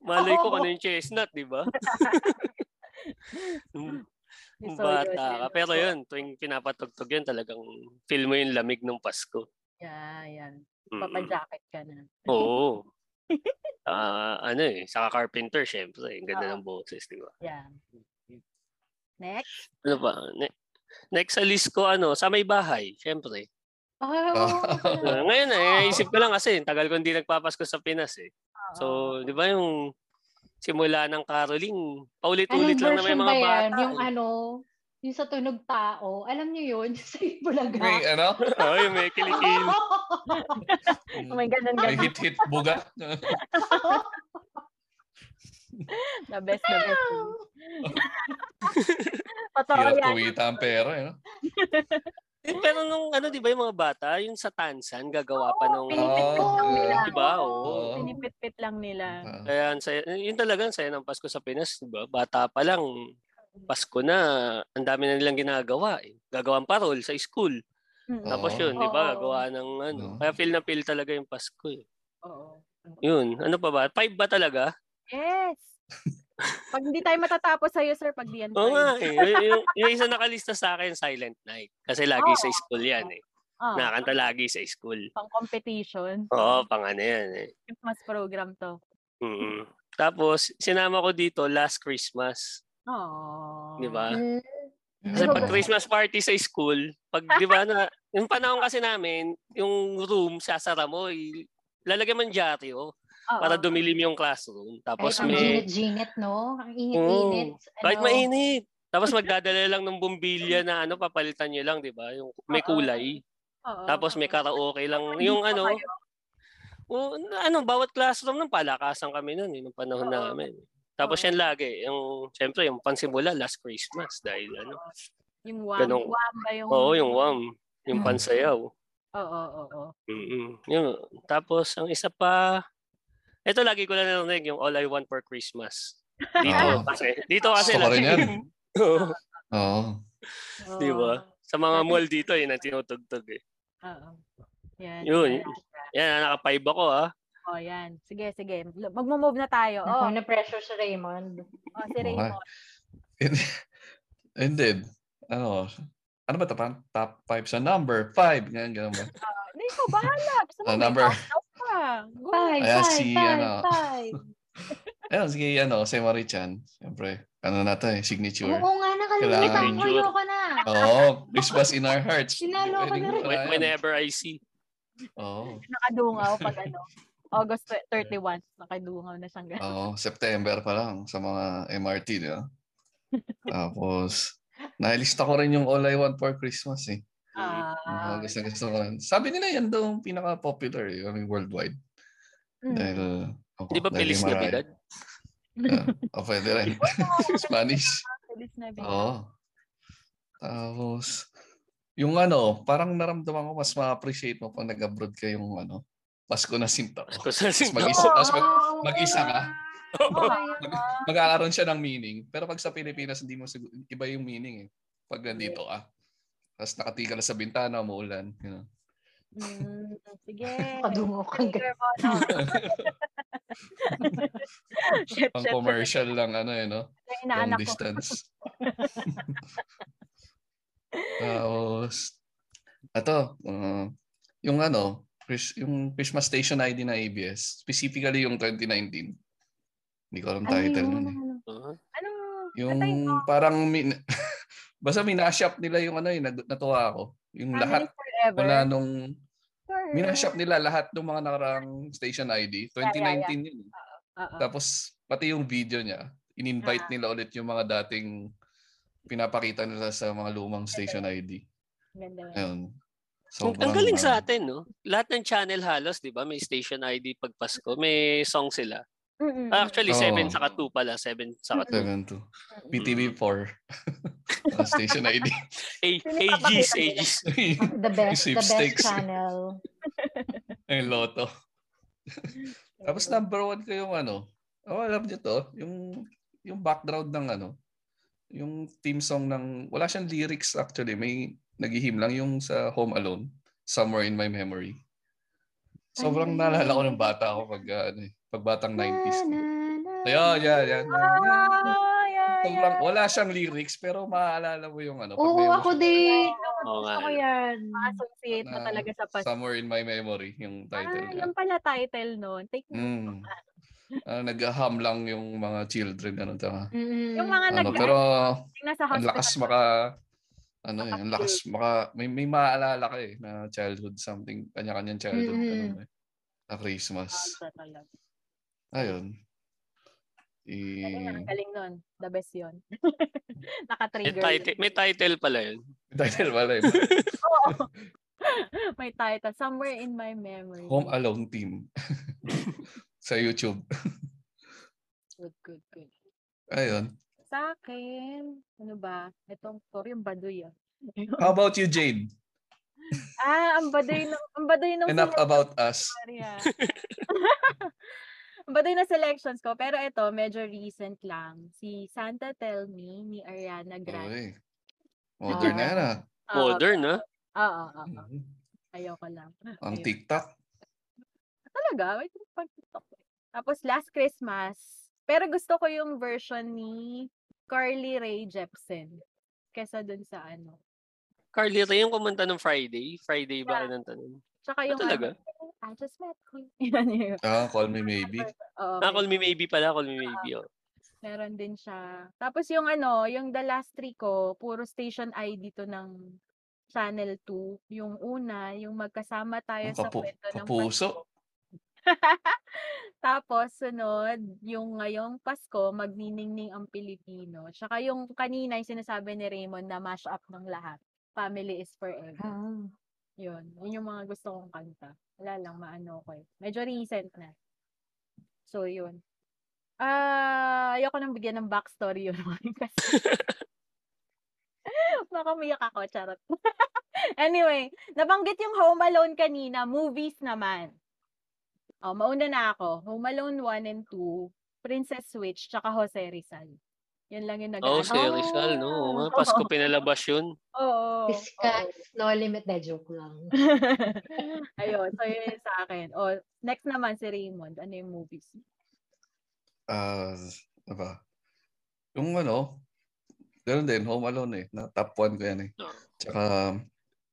Malay ko
Oo.
kung ano yung chestnut, di ba? Nung nung
So, yun, yun.
bata ka. Pero yun, tuwing pinapatugtog yun, talagang feel mo yung lamig ng Pasko.
Yeah, yeah.
Mm.
Papajacket ka na.
Oo. Ah, ano eh, saka carpenter, syempre. Ang ganda ng boses, di ba?
Yeah. Next.
Ano ba? Ne- next sa list ko, ano, sa may bahay, syempre.
Ah, oo nga
Ah,
pala.
ngayon na, eh, isip ko lang kasi, tagal ko hindi nagpapasko sa Pinas eh.
Oo.
So,
Ah.
di ba yung simula ng Caroling, paulit-ulit
Anong
lang na may
version
mga
ba yan?
bata. eh.
Yung ano, yung sa tunog tao. Alam niyo yun? Yung sa
May
Ibulaga.
ano?
eh. Ay, may kilikil.
oh my God, Oh, ang
May
ganda.
hit-hit buga.
The best, the best. yun. Totoo
Hirap
yan.
kuwita ang pera. Eh, no?
Eh, Pero nung ano, di ba yung mga bata, yung sa Tansan, gagawa pa
Oh,
nung...
Pinipit lang
Oo,
nila.
di ba?
Oo.
Pinipit lang nila.
Ah,
Kaya, ang saya, yun talaga, ang saya ng Pasko sa Pinas, di ba? Bata pa lang, Pasko na, ang dami na nilang ginagawa. Eh. Gagawang parol sa school.
Mm.
Oo.
Tapos yun, di ba?
Oo.
Gawa ng ano.
Oo.
Kaya feel na feel talaga yung Pasko. Eh.
Oo.
Yun, ano pa ba? Five ba talaga?
Yes. Pag hindi tayo matatapos sa'yo, sir, pag di yan
Oo
tayo.
nga eh. Y- yung, yung isa nakalista sa akin, Silent Night. Kasi lagi sa school yan eh.
Oo,
Nakakanta lagi sa school.
pang competition.
Oo, pang ano yan eh.
Christmas program to.
Mm. Tapos, sinama ko dito last Christmas.
Oh.
Di ba?
Mm.
Kasi
Ano
pag
ba?
Christmas party sa school, pag di ba na, yung panahon kasi namin, yung room, sasara mo, i- lalagyan mo ng dyaryo para dumilim yung classroom. Tapos
Kahit ang
may,
init-init, no? Ang init-init. ano,
kahit mainit. Tapos magdadala lang ng bumbilya na ano, papalitan nyo lang, di ba? Yung may
Oo.
kulay. Tapos may karaoke lang. Yung ano, o, ano, bawat classroom ng palakasan kami nun, eh, nung panahon
Oo.
namin. Tapos
Oo.
yan lagi, yung, syempre, yung pansimula, last Christmas, dahil ano,
Yung wam,
ganong-
wam ba yung...
oo, yung wam, yung
Mm.
pansayaw.
Oo, oo, oo.
Mm-mm. Yun. Tapos, ang isa pa, ito lagi ko lang narinig, yung All I Want for Christmas. Dito
Ah.
kasi, dito kasi
Gusto ko rin yan.
Oo,
Oo.
Oo.
Di ba? Sa mga mall dito, yun ang tinutugtog eh.
Oo. Yan.
Yun.
yan.
Yan, naka-five ako ah.
Oh, yan. Sige, sige. Magmo-move na tayo.
Naku,
Oh,
Mhm.
na-pressure si Raymond.
oh si Raymond.
And then, ano, ano ba tapan? Top 5 sa number 5. Ganyan, ganyan ba?
Hindi ko bahala. Gusto mo
Ah,
may
number-
countdown pa. Go.
Five,
Ayan,
five,
si,
five,
ano.
five.
Ayun, sige, ano, si Marichan. Siyempre, ano natin, signature.
Oo nga, nakalimutan
Kailangan
ko.
yun.
Ayoko na.
Oo, Christmas in our hearts.
Sinalo ko na rin.
When- Whenever I see.
Oo,
Nakadungaw pag ano. August 31. Nakadungaw na siyang gano'n.
oo, September pa lang sa mga MRT, di ba? Tapos, nailista ko rin yung All I Want for Christmas eh.
Ah,
gusto, gusto ko rin. Sabi nila yan daw ang pinaka-popular eh, I mean, worldwide.
Hmm.
mm.
Dahil, ako,
Di ba
dahil
Feliz
yung Mariah.
Navidad?
Yeah. Oh, pwede rin. Spanish.
Feliz Navidad.
Oo. Tapos, yung ano, parang naramdaman ko mas ma-appreciate mo pag nag-abroad ka yung ano, Pasko na sinta.
Ako sa sinto.
mag-isa- tapos mag-
Oo,
mag-isa ka.
Oo.
Magkakaroon siya ng meaning. Pero pag sa Pilipinas, hindi mo siguro, iba yung meaning eh. Pag nandito ka. Tapos nakatika na sa bintana, umuulan. You know.
Mm, sige.
Nakadungaw ka.
Trigger mo, no? Shit,
Pang
shit,
commercial lang, ano eh, no?
shit.
Long
Inaanak ko.
distance. Tapos, ato, uh, yung ano, Chris- yung Christmas Station ID na ABS, specifically yung 2019. Hindi ko alam title nun. eh.
Ano?
Yung
Patay mo.
parang, min- basta minashop nila yung ano eh, nag- natuwa ako. Yung
Family Mm.
lahat,
forever.
wala nung,
Sure.
minashop nila lahat ng mga nakarang Station ID. 2019 yun. eh.
Oo.
Tapos, pati yung video niya,
Ah.
in-invite nila ulit yung mga dating pinapakita nila sa mga lumang Station ID.
Ganda yan.
Ayun.
Ang, ang
Sobrang,
galing sa
ano,
atin, no? Lahat ng channel halos, di ba? May station ID pag Pasko. May song sila.
Mm-mm.
Ah, Actually,
Oo.
7 saka 2 pala. 7 saka 2.
7-2.
Mm.
PTV4. Mga Station ID.
A-
Pinapabakita
AGs,
nila.
AGs.
The best, the best
Sweepstakes.
channel.
Ang loto. Tapos number one ko yung ano. Oh, alam niyo to. Yung, yung background ng ano. Yung theme song ng... Wala siyang lyrics actually. May naghihim lang yung sa Home Alone. Somewhere in my memory. Sobrang naalala ko ng bata ako pag, uh, ano, eh, pag batang 90s. Ayun, yan, yan.
Ah, yeah,
Sobrang,
yeah.
wala siyang lyrics pero maaalala mo yung ano. pag
Oo,
may
ako din.
Oo nga.
Gusto ko
Mm.
yan.
Ma-associate mo
Na-
talaga sa pas.
Somewhere in my memory yung title
Ah,
niya.
yun pala title nun. Take note.
Mm. Ah, nag-aham lang yung mga children ano ta.
Mm-mm.
Yung mga
Ano
nag-
pero
nasa
ang
hospital.
lakas maka ano eh, ang lakas maka may may maaalala ka eh na childhood something kanya-kanyang childhood
Mm-mm.
ano eh. Na Christmas.
Ah, talaga.
Ayun. I
Galing, ah, galing nun. The best yun.
May
Naka-trigger.
title, may title pala yun.
title wala eh.
Oo. May title. Somewhere in my memory.
Home Alone Team sa YouTube.
Good, good, good.
Ayun.
Sa akin, ano ba? Itong, sorry, yung baduy ah.
How about you Jade?
ah, ang baduy ng, ang baduy ng
Enough about us.
Maria. Baday na selections ko. Pero ito, medyo recent lang. Si Santa Tell Me ni Ariana Grande.
Oy. Modern na yan ah.
Oo,
Modern, ha?
Oo, oo, oo. Ayoko Ah, lang.
Ang
Ayun.
TikTok.
Talaga? Wait, pag- Tapos last Christmas, Pero gusto ko yung version ni Carly Rae Jepsen kesa dun sa ano.
Carly, ito yung kumanta ng Friday. Friday ba kinanta nun?
Tsaka yung
talaga?
ano, I just met you. Yan yun.
Ah, call me maybe.
Oo,
Ah, Call
may-
Me Maybe pala. Call Me Maybe. Oh.
meron din siya. Tapos yung ano, yung The Last Three ko, puro station ID to ng Channel 2. Yung una, yung magkasama tayo
Ang
sa
kapu-
kwento ng
kapuso.
Tapos, sunod, yung ngayong Pasko, magniningning ang Pilipino. Tsaka yung kanina, yung sinasabi ni Raymond na mash up ng lahat. Family is forever.
Ah.
Yun. Yun yung mga gusto kong kanta. Wala lang, maano ko eh. Medyo recent na. So, yun. Ah, ayoko nang bigyan ng backstory yun. kasi baka umiyak ako, charot. anyway, nabanggit yung Home Alone kanina, movies naman. Oh, mauna na ako. Home Alone 1 and 2, Princess Switch, tsaka Jose Rizal. Yan lang yung nag
Oh, si
Oo.
Oh.
Rizal, no? Oo nga, Pasko pinalabas yun.
oo,
The sky
oo.
is no limit. De, joke lang.
Ayun, so yun yung sa akin. Oh, next naman si Raymond. Ano yung movies?
Ah, ano ba? Yung ano, ganun din, Home Alone eh. Na top 1 ko yan eh.
Ah.
Oo.
Tsaka,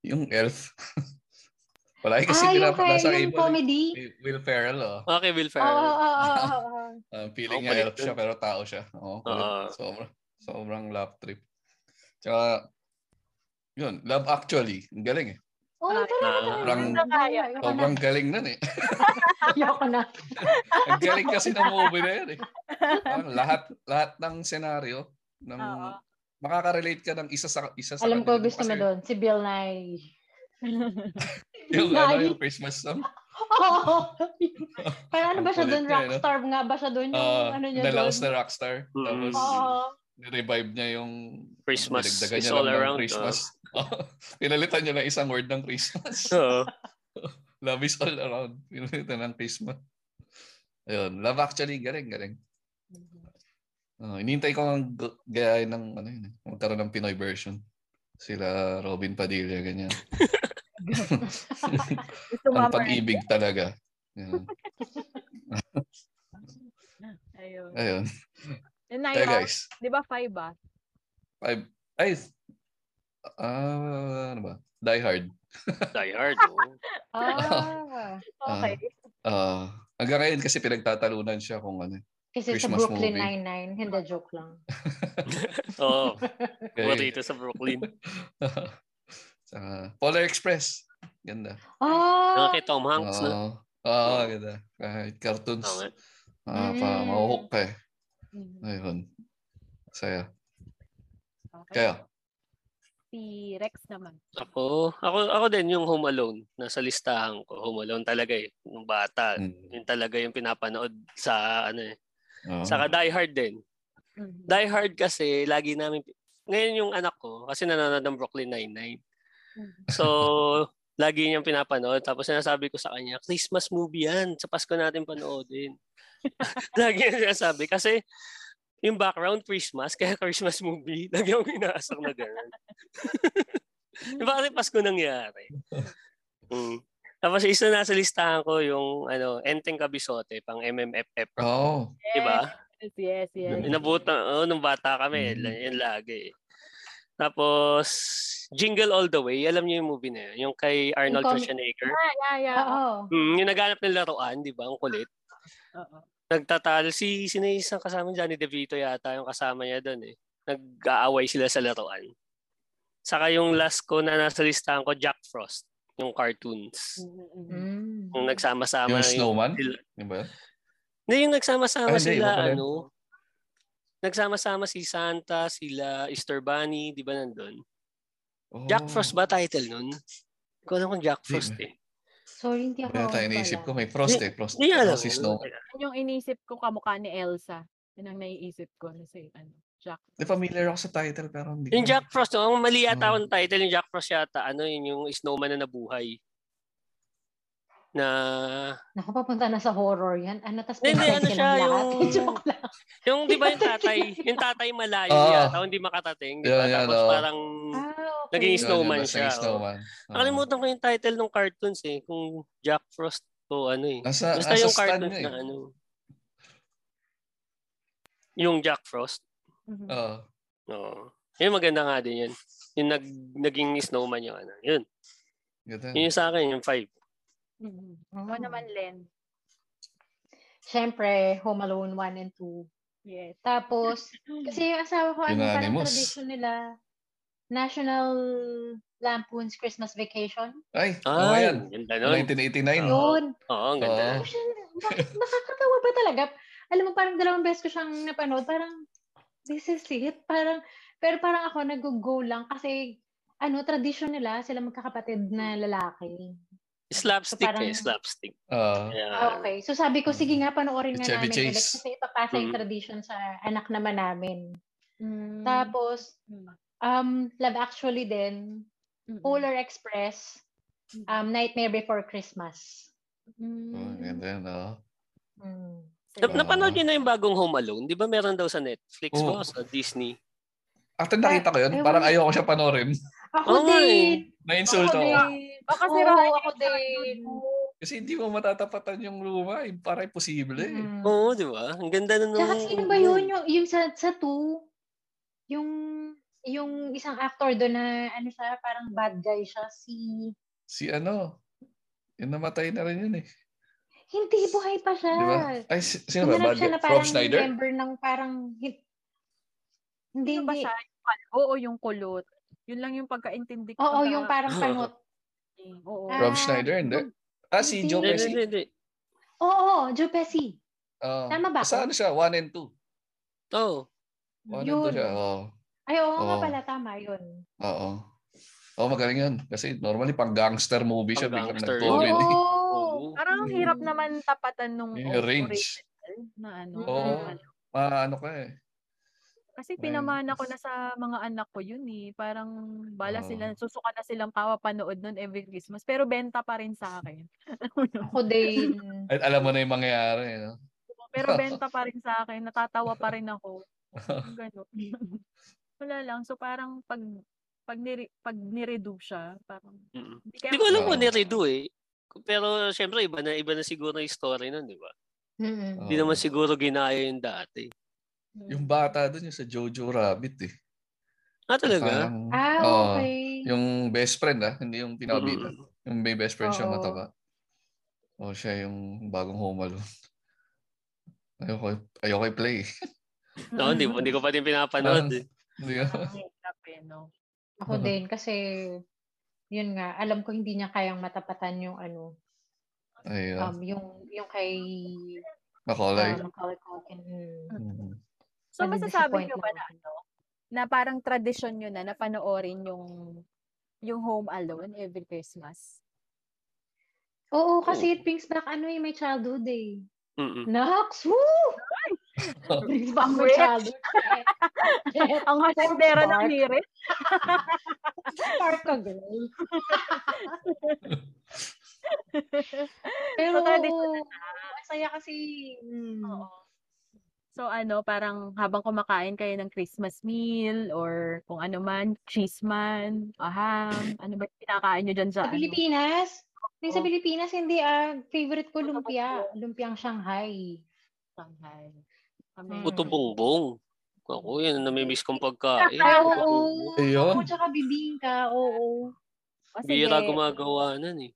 yung Elf. Wala eh, kasi
ah, yung, kay,
pinapala sa
yung
cable. eh.
comedy.
Will- Will Ferrell, oh.
Okay, Will
Oo, oo,
Ferrell.
oo, oo, oo.
Ah,
Ako
feeling niya
kulit
elf siya
yun.
pero tao siya. Oo, kulit.
Oo.
sobrang, sobrang love trip. Tsaka, yun, Love Actually. Ang galing eh.
Oo,
Ah,
talaga,
ah,
talaga.
parang-
Ang galing, Ayoko na.
Sobrang galing nun eh.
Ayoko na.
Ang galing kasi ng movie na yun eh. Parang lahat, lahat ng senaryo ng
Oo.
makaka-relate ka ng isa sa isa sa
Alam ko,
kanila.
gusto mo
Kasi
doon. Si Bill Nye.
Yung, ano,
Nani?
yung Christmas song.
Oo. Parang ano ba siya
Ang
doon?
kulit niya, no?
Rockstar nga ba siya doon? Yung
Ah,
ano niya
the
doon?
Lost na Rockstar.
Mm.
Tapos,
Oo.
nirevive niya yung
Christmas
Dinagdagan
is
niya
all
lang ng
around. oh.
Christmas. Pinalitan niya lang isang word ng Christmas.
Oo.
Love is all around. Pinalitan ng Christmas. Ayun. Love actually, galing, galing. Uh, inintay ko ang g- gayahin ng ano yun, eh, magkaroon ng Pinoy version. Sila Robin Padilla, ganyan.
Gusto mo
ang pag-ibig talaga. Ayun.
Ayun.
Ayun.
Yun na
Hey
yun.
Eh, guys.
Di ba five ba?
Five. Ay. ah, ano ba? Die Hard.
Die Hard. oh.
Ah.
Okay.
Ah, hanggang ngayon kasi pinagtatalunan siya kung ano.
Kasi sa
Christmas
Brooklyn
movie.
Nine-Nine, hindi joke lang.
Oo.
Galing.
Burrito sa Brooklyn.
Sa Polar Express. Ganda.
Oh,
Nakakay Tom Hanks na.
Oo. Oo, ganda. Kahit cartoons.
Oo nga.
Ah, pa,
Mm.
mahuhook ka eh.
Mm,
Ayun. Saya.
okay.
Kaya,
Si Rex naman.
Ako, ako, ako din yung Home Alone. Nasa listahan ko. Home Alone talaga eh. Nung bata.
mm, Ah.
Yun talaga yung pinapanood sa ano eh.
oo.
Saka Die Hard din.
Mhm.
Die Hard kasi lagi namin ngayon yung anak ko kasi nanonood ng Brooklyn Nine-Nine.
Mhm.
So, lagi niyang pinapanood. Tapos sinasabi ko sa kanya, Christmas movie yan. Sa Pasko natin panoodin. lagi niya sinasabi. Kasi yung background Christmas, kaya Christmas movie. Lagi akong inaasak na gano'n. diba kasi Pasko nangyari? Mm. Tapos isa na sa listahan ko yung ano, Enteng Kabisote, pang MMFF.
Oo.
Diba?
Yes, yes, yes.
Yun.
Inabutan, oh, nung bata kami,
Mm.
la- yun lagi. Tapos, Jingle All the Way, alam niyo yung movie na yun, yung kay Arnold
com-
Schwarzenegger.
Yeah, yeah, yeah.
oo.
Mm, yung naghanap ng laruan, di ba? Ang kulit.
Oo.
Nagtatalo si sino yung isang kasama ni Johnny DeVito yata yung kasama niya doon eh. Nag-aaway sila sa laruan. Saka yung last ko na nasa listahan ko, Jack Frost, yung cartoons.
Mm, mm, mm.
Mm.
Yung nagsama-sama.
Yung Snowman?
sila-
Yun ba? yun?
Hindi, yung nagsama-sama
Ay, hindi,
sila,
iba pala yun.
ano, nagsama-sama si Santa, sila Easter Bunny, di ba nandun?
Oo.
Jack Frost ba title nun? Hindi ko alam kung Jack Frost eh.
Sorry, hindi ako
Kaya tayo naisip ko, may Frost eh. Frost.
Hindi alam.
Oh, si Snow.
Yun yung inisip ko kamukha ni Elsa. Yun ang naiisip ko na si ano, Jack.
Di familiar ako sa title pero hindi.
Yung
ko-
Jack Frost, no? ang mali yata
Oo.
ang title yung Jack Frost yata, ano yun, yung snowman na nabuhay. Na,
Naku, papunta na sa horror yan. Ano, tas
Hindi,
pinatay
ano
silang
siya,
lahat.
yung-
Joke lang.
yung di ba yung tatay, yung tatay malayo
Oo.
yata, hindi makatating, di ba?
Yan, yan,
Tapos
Ah. oo.
parang,
Ah, okay.
Naging
Yun, yun,
snowman
nasa
siya,
Snowman. Oo.
nakalimutan ko yung title ng cartoons eh, kung Jack Frost o ano eh.
Nasa, eh.
Basta
nasa
yung ano.
stand
cartoons
niya eh.
na ano. Yung Jack Frost.
Mhm.
Oo.
Oo. Yung maganda nga din yun. Yung nag, naging snowman yung ano. Yun.
Ganda.
Yun yung sa akin, yung five.
Mhm.
Oh.
Ako naman, Len.
Siyempre, Home Alone 1 and 2.
Yes.
Tapos, kasi yung asawa ko, ano, parang
Unanimous.
tradition nila, National Lampoon's Christmas Vacation.
Ay, oo
Ay,
Ah, yan.
ganda nun. Oo.
1989.
Yun.
Oo, ang ganda.
Oo.
Ano siya, nak- nakakatawa ba talaga? Alam mo, parang dalawang beses ko siyang napanood. Parang, this is it. Parang, pero parang ako nag-go lang kasi ano, tradition nila, sila magkakapatid na
Hmm.
lalaki.
Slapstick
So,
eh,
parang-
slapstick.
Oo.
Yeah.
Ah, okay. So sabi ko, sige nga, panoorin nga
Chevy
namin
Chase. Hmm.
ulit kasi ipapasa yung
Mm.
tradition sa anak naman namin.
Mm.
Tapos,
Mm.
um, Love Actually din,
Mm-mm.
Polar Express,
Mm.
um, Nightmare Before Christmas.
Mm.
Oo, ganda yan, oo.
Mm.
Nap-
Sige.
napanood niyo na yung bagong Home Alone? Di ba meron daw sa Netflix ba? O
Oo.
Sa Disney?
After nakita ko yun,
Ewan
parang
ko.
ayoko siya panoorin.
Ako
Oo nga
din!
Na-insulto
Ako
ako.
din!
Baka
Oo,
sirain
ako
yung childhood
din.
mo.
Kasi hindi mo matatapatan yung luma. Eh. Parang imposible eh.
Hmm.
Mm.
Oo, di ba? Ang ganda na nung...
Tsaka sino ba yun? Yung, yung sa, sa two, yung, yung isang actor doon na, ano siya, parang bad guy siya, si,
Si ano, yun namatay na rin yun eh.
hindi, buhay pa siya.
Di ba? Ay, si- sino ba?
Hinanap
Bad
siya
guy?
na
Rob
parang
Schneider?
member ng parang, hi- hindi,
Sino ba
hindi.
siya? Yung kalbo o yung kulot? Yun lang yung pagkaintindi ko.
Oo,
sa-
yung parang panot.
Eh, Oo.
Ah,
Ah, Rob Schneider, hindi. Ah, si Joe
Hindi, hindi,
Pesci.
hindi, hindi.
Oo, Joe Pesci.
Oo.
Tama ba
Sa
ako?
ano siya? One and two.
Oo.
One and
Yun.
two Oh, siya. Oh. Oo.
Ay, oo nga
Oo.
pala, tama yun.
Oo. Oo, magaling yun. Kasi normally pag gangster movie siya,
Pang
biglang
gangster.
Oo.
nag-COVID. eh.
Oo.
Parang ang hirap naman tapatan nung
Hmm. Yung range.
rated L na ano.
Oo.
na ano.
Maano ka eh.
Kasi
Ayun.
pinamana ko na sa mga anak ko yun eh. Parang bala
Oo.
sila, susuka na silang papapanood nun every Christmas. Pero benta pa rin sa akin. Alam mo
Ako din.
At alam mo na yung mangyayari. No?
Pero benta pa rin sa akin. Natatawa pa rin ako. Ganun. Wala lang. So parang pag pag nire, pag nireduce siya, parang
Mm.
hindi
Hindi
kaya
ko alam
Oo.
kung niredo eh. Pero syempre, iba na, iba na siguro yung story nun, di ba?
Mm-mm.
Hindi
Oo.
naman siguro ginaya yung dati.
Yung bata dun yung sa Jojo Rabbit eh.
Ah, talaga?
Parang,
Ah,
oo.
okay.
Yung best friend ah, hindi yung pinakabida.
Mm-mm.
Yung may best friend siya
Oo.
mataba. O siya yung bagong Home Alone. Ayoko, ayoko i-play. eh.
Oo, hindi, hindi ko pa din pinapanood
Parang-
eh.
Hindi ka.
Ang hirap eh, no?
Ako din kasi yun nga, alam ko hindi niya kayang matapatan yung ano,
Ay, ah,
um yung yung kay
Macaulay.
uh, Macaulay Culkin. Mm.
Mhm.
So
Nadi-disappoint
masasabi niyo
lang
ba na
ako.
ano? Na parang tradisyon niyo na na panoorin yung yung Home Alone every Christmas.
Oo, kasi it brings back ano eh, my childhood eh.
Mm-mm.
Nox! Woo! brings back my
Rich.
childhood. eh. Jet,
Ang hasendera ng
Bark.
hirit.
Spark ka, girl. Pero,
So, tradisyon na
oo, masaya kasi. Mm.
Oo. So ano, parang habang kumakain kayo ng Christmas meal or kung ano man, cheese man, aham, ano ba yung pinakain nyo dyan sa
Sa
ano?
Pilipinas, yung
Oh.
sa
Oo.
Pilipinas, hindi ah, favorite ko
Ano ba
lumpia.
po?
Lumpiang Shanghai.
Shanghai.
Mm.
Puto bongbong. Ako, yun, namimiss kong pagkain.
Ah,
Puto
oo.
bongbong.
Ayun.
Ako tsaka bibingka, oo.
O sige,
Bira gumagawa nun eh.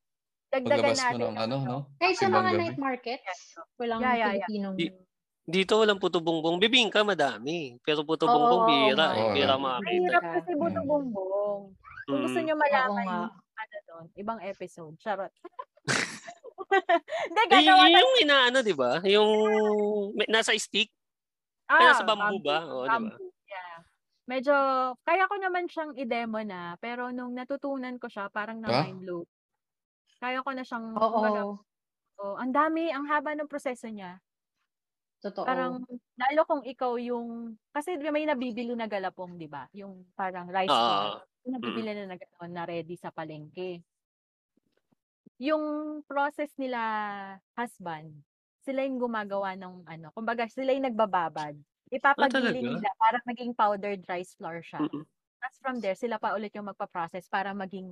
dagdagan
Paglabas mo
natin.
ng ano, no?
Kahit sa
Simbang
mga
gabi.
night markets, walang
Yeah, yeah, yeah.
Pilipinong.
Di- Dito walang puto bongbong. Bibingka madami. Pero puto
Oo,
bongbong
oo,
bira.
nga.
eh.
Oo,
Bira
nga.
makakita.
Mahirap kasi buto
Mm.
bumbong. Kung gusto
Mm.
nyo
Oo
malaman
nga.
yung ano doon, ibang episode. Charot. Hindi,
Eh,
gagawa
y-
tayo.
yung inaano, di ba? Yung may- nasa stick.
Ah,
nasa bamboo ba? Oo, di ba?
bamboo, yeah. Medyo, kaya ko naman siyang i-demo na, pero nung natutunan ko siya, parang
Ha?
na-mind blow. Kaya ko na siyang, kumbaga, oh,
Oo,
ang dami, ang haba ng proseso niya.
totoo.
Parang, lalo kung ikaw yung, kasi may nabibili na galapong, di ba? Yung parang rice
Ah,
flour. Yung nabibili na na, ganun, na ready sa palengke. Yung process nila, husband, sila yung gumagawa ng ano, kumbaga sila yung nagbababad.
Ah,
Ipapagiling
talaga?
nila para maging powdered rice flour siya.
mm-mm.
Tapos from there, sila pa ulit yung magpa-process para maging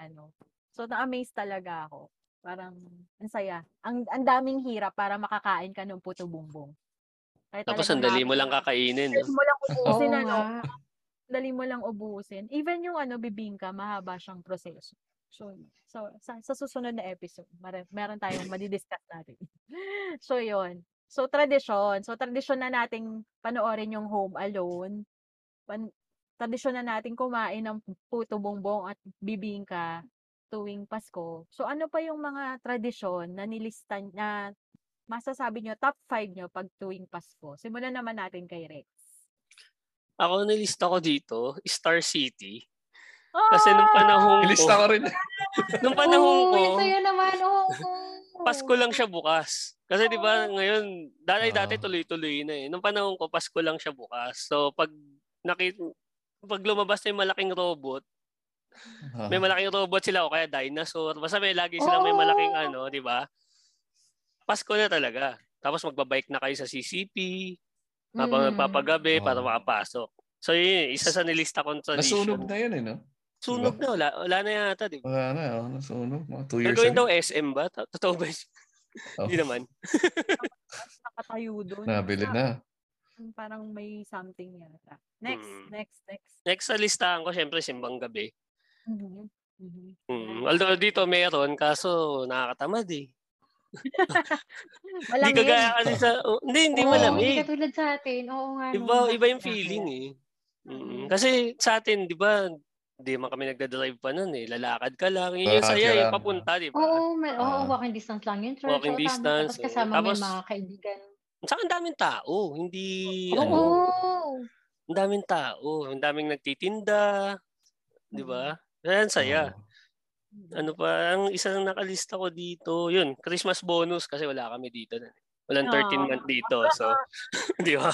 ano. So na-amaze talaga ako. Parang ang saya. Ang ang daming hirap para makakain ka ng puto bumbong. Ay,
Tapos
talagang
ang dali mo
napaka-
lang kakainin.
Dali
No?
mo lang
Oo
ubusin, ano?
nga.
Dali mo lang ubusin. Even yung ano, bibingka, mahaba siyang proseso. So, so sa, sa susunod na episode, mar- meron tayong madidiscuss natin. so, yon So, tradisyon. So, tradisyon na nating panoorin yung Home Alone. Pan- tradisyon na nating kumain ng puto bongbong at bibingka tuwing Pasko. So, ano pa yung mga tradisyon na nilistan na masasabi nyo, top 5 nyo pag tuwing Pasko? Simulan naman natin kay Rex.
Ako nilista ko dito, Star City.
Oh!
Kasi nung panahon ko,
Ilista ko rin. eh.
nung panahon
Oo,
ko,
yung sa'yo naman. Oo.
Pasko lang siya bukas. Kasi di ba ngayon, dati dati
Ah.
tuloy-tuloy na eh. Nung panahon ko, Pasko lang siya bukas. So pag nakit pag lumabas na yung malaking robot,
Ah.
may malaking robot sila o kaya dinosaur. Basta may lagi silang may
Oo.
malaking ano, di ba? Pasko na talaga. Tapos magbabike na kayo sa CCP, habang
Mm.
nagpapagabi para
Oo.
makapasok. So yun, isa sa nilista kong tradition.
Nasunog na yun eh, no?
Sunog na, wala, wala na yata, di ba?
Wala na, oh, nasunog. Mga two years
Gagawin daw
ago.
SM ba? To- Totoo ba? yun?
Oh,
Hindi naman.
nakatayo doon.
Nabili na.
Parang may something yata. Next,
Mm.
next, next.
Next sa listahan ko, syempre, simbang gabi.
Mhm. Mhm.
Mm. Although dito meron, kaso nakakatamad eh. Hindi
Malamig.
kagaya kasi sa... oh, hindi, hindi
Oo, Hindi
malamig.
katulad sa atin. Oo nga. no,
Iba, iba yung
nakakaya.
feeling eh. Mm.
Mm.
Kasi sa atin, di ba, hindi man kami nagdadrive pa nun eh. Lalakad ka lang. Yun yung
Lalakad
saya
ka
eh,
lang.
papunta, di ba?
Oo, may, oo,
Ah.
walking distance lang yun. Church,
Walking
oo, tama.
distance,
Tapos
oo.
kasama mo
Tapos-
yung mga kaibigan.
Saka ang daming tao. Hindi, ano,
Oo.
ang daming tao. Ang daming nagtitinda. Di ba? Kaya ang saya.
Oh. Mm.
ano pa, ang isa na nakalista ko dito, yun, Christmas bonus kasi wala kami dito. nun. eh. Walang 13
Ah.
month dito. So, di ba?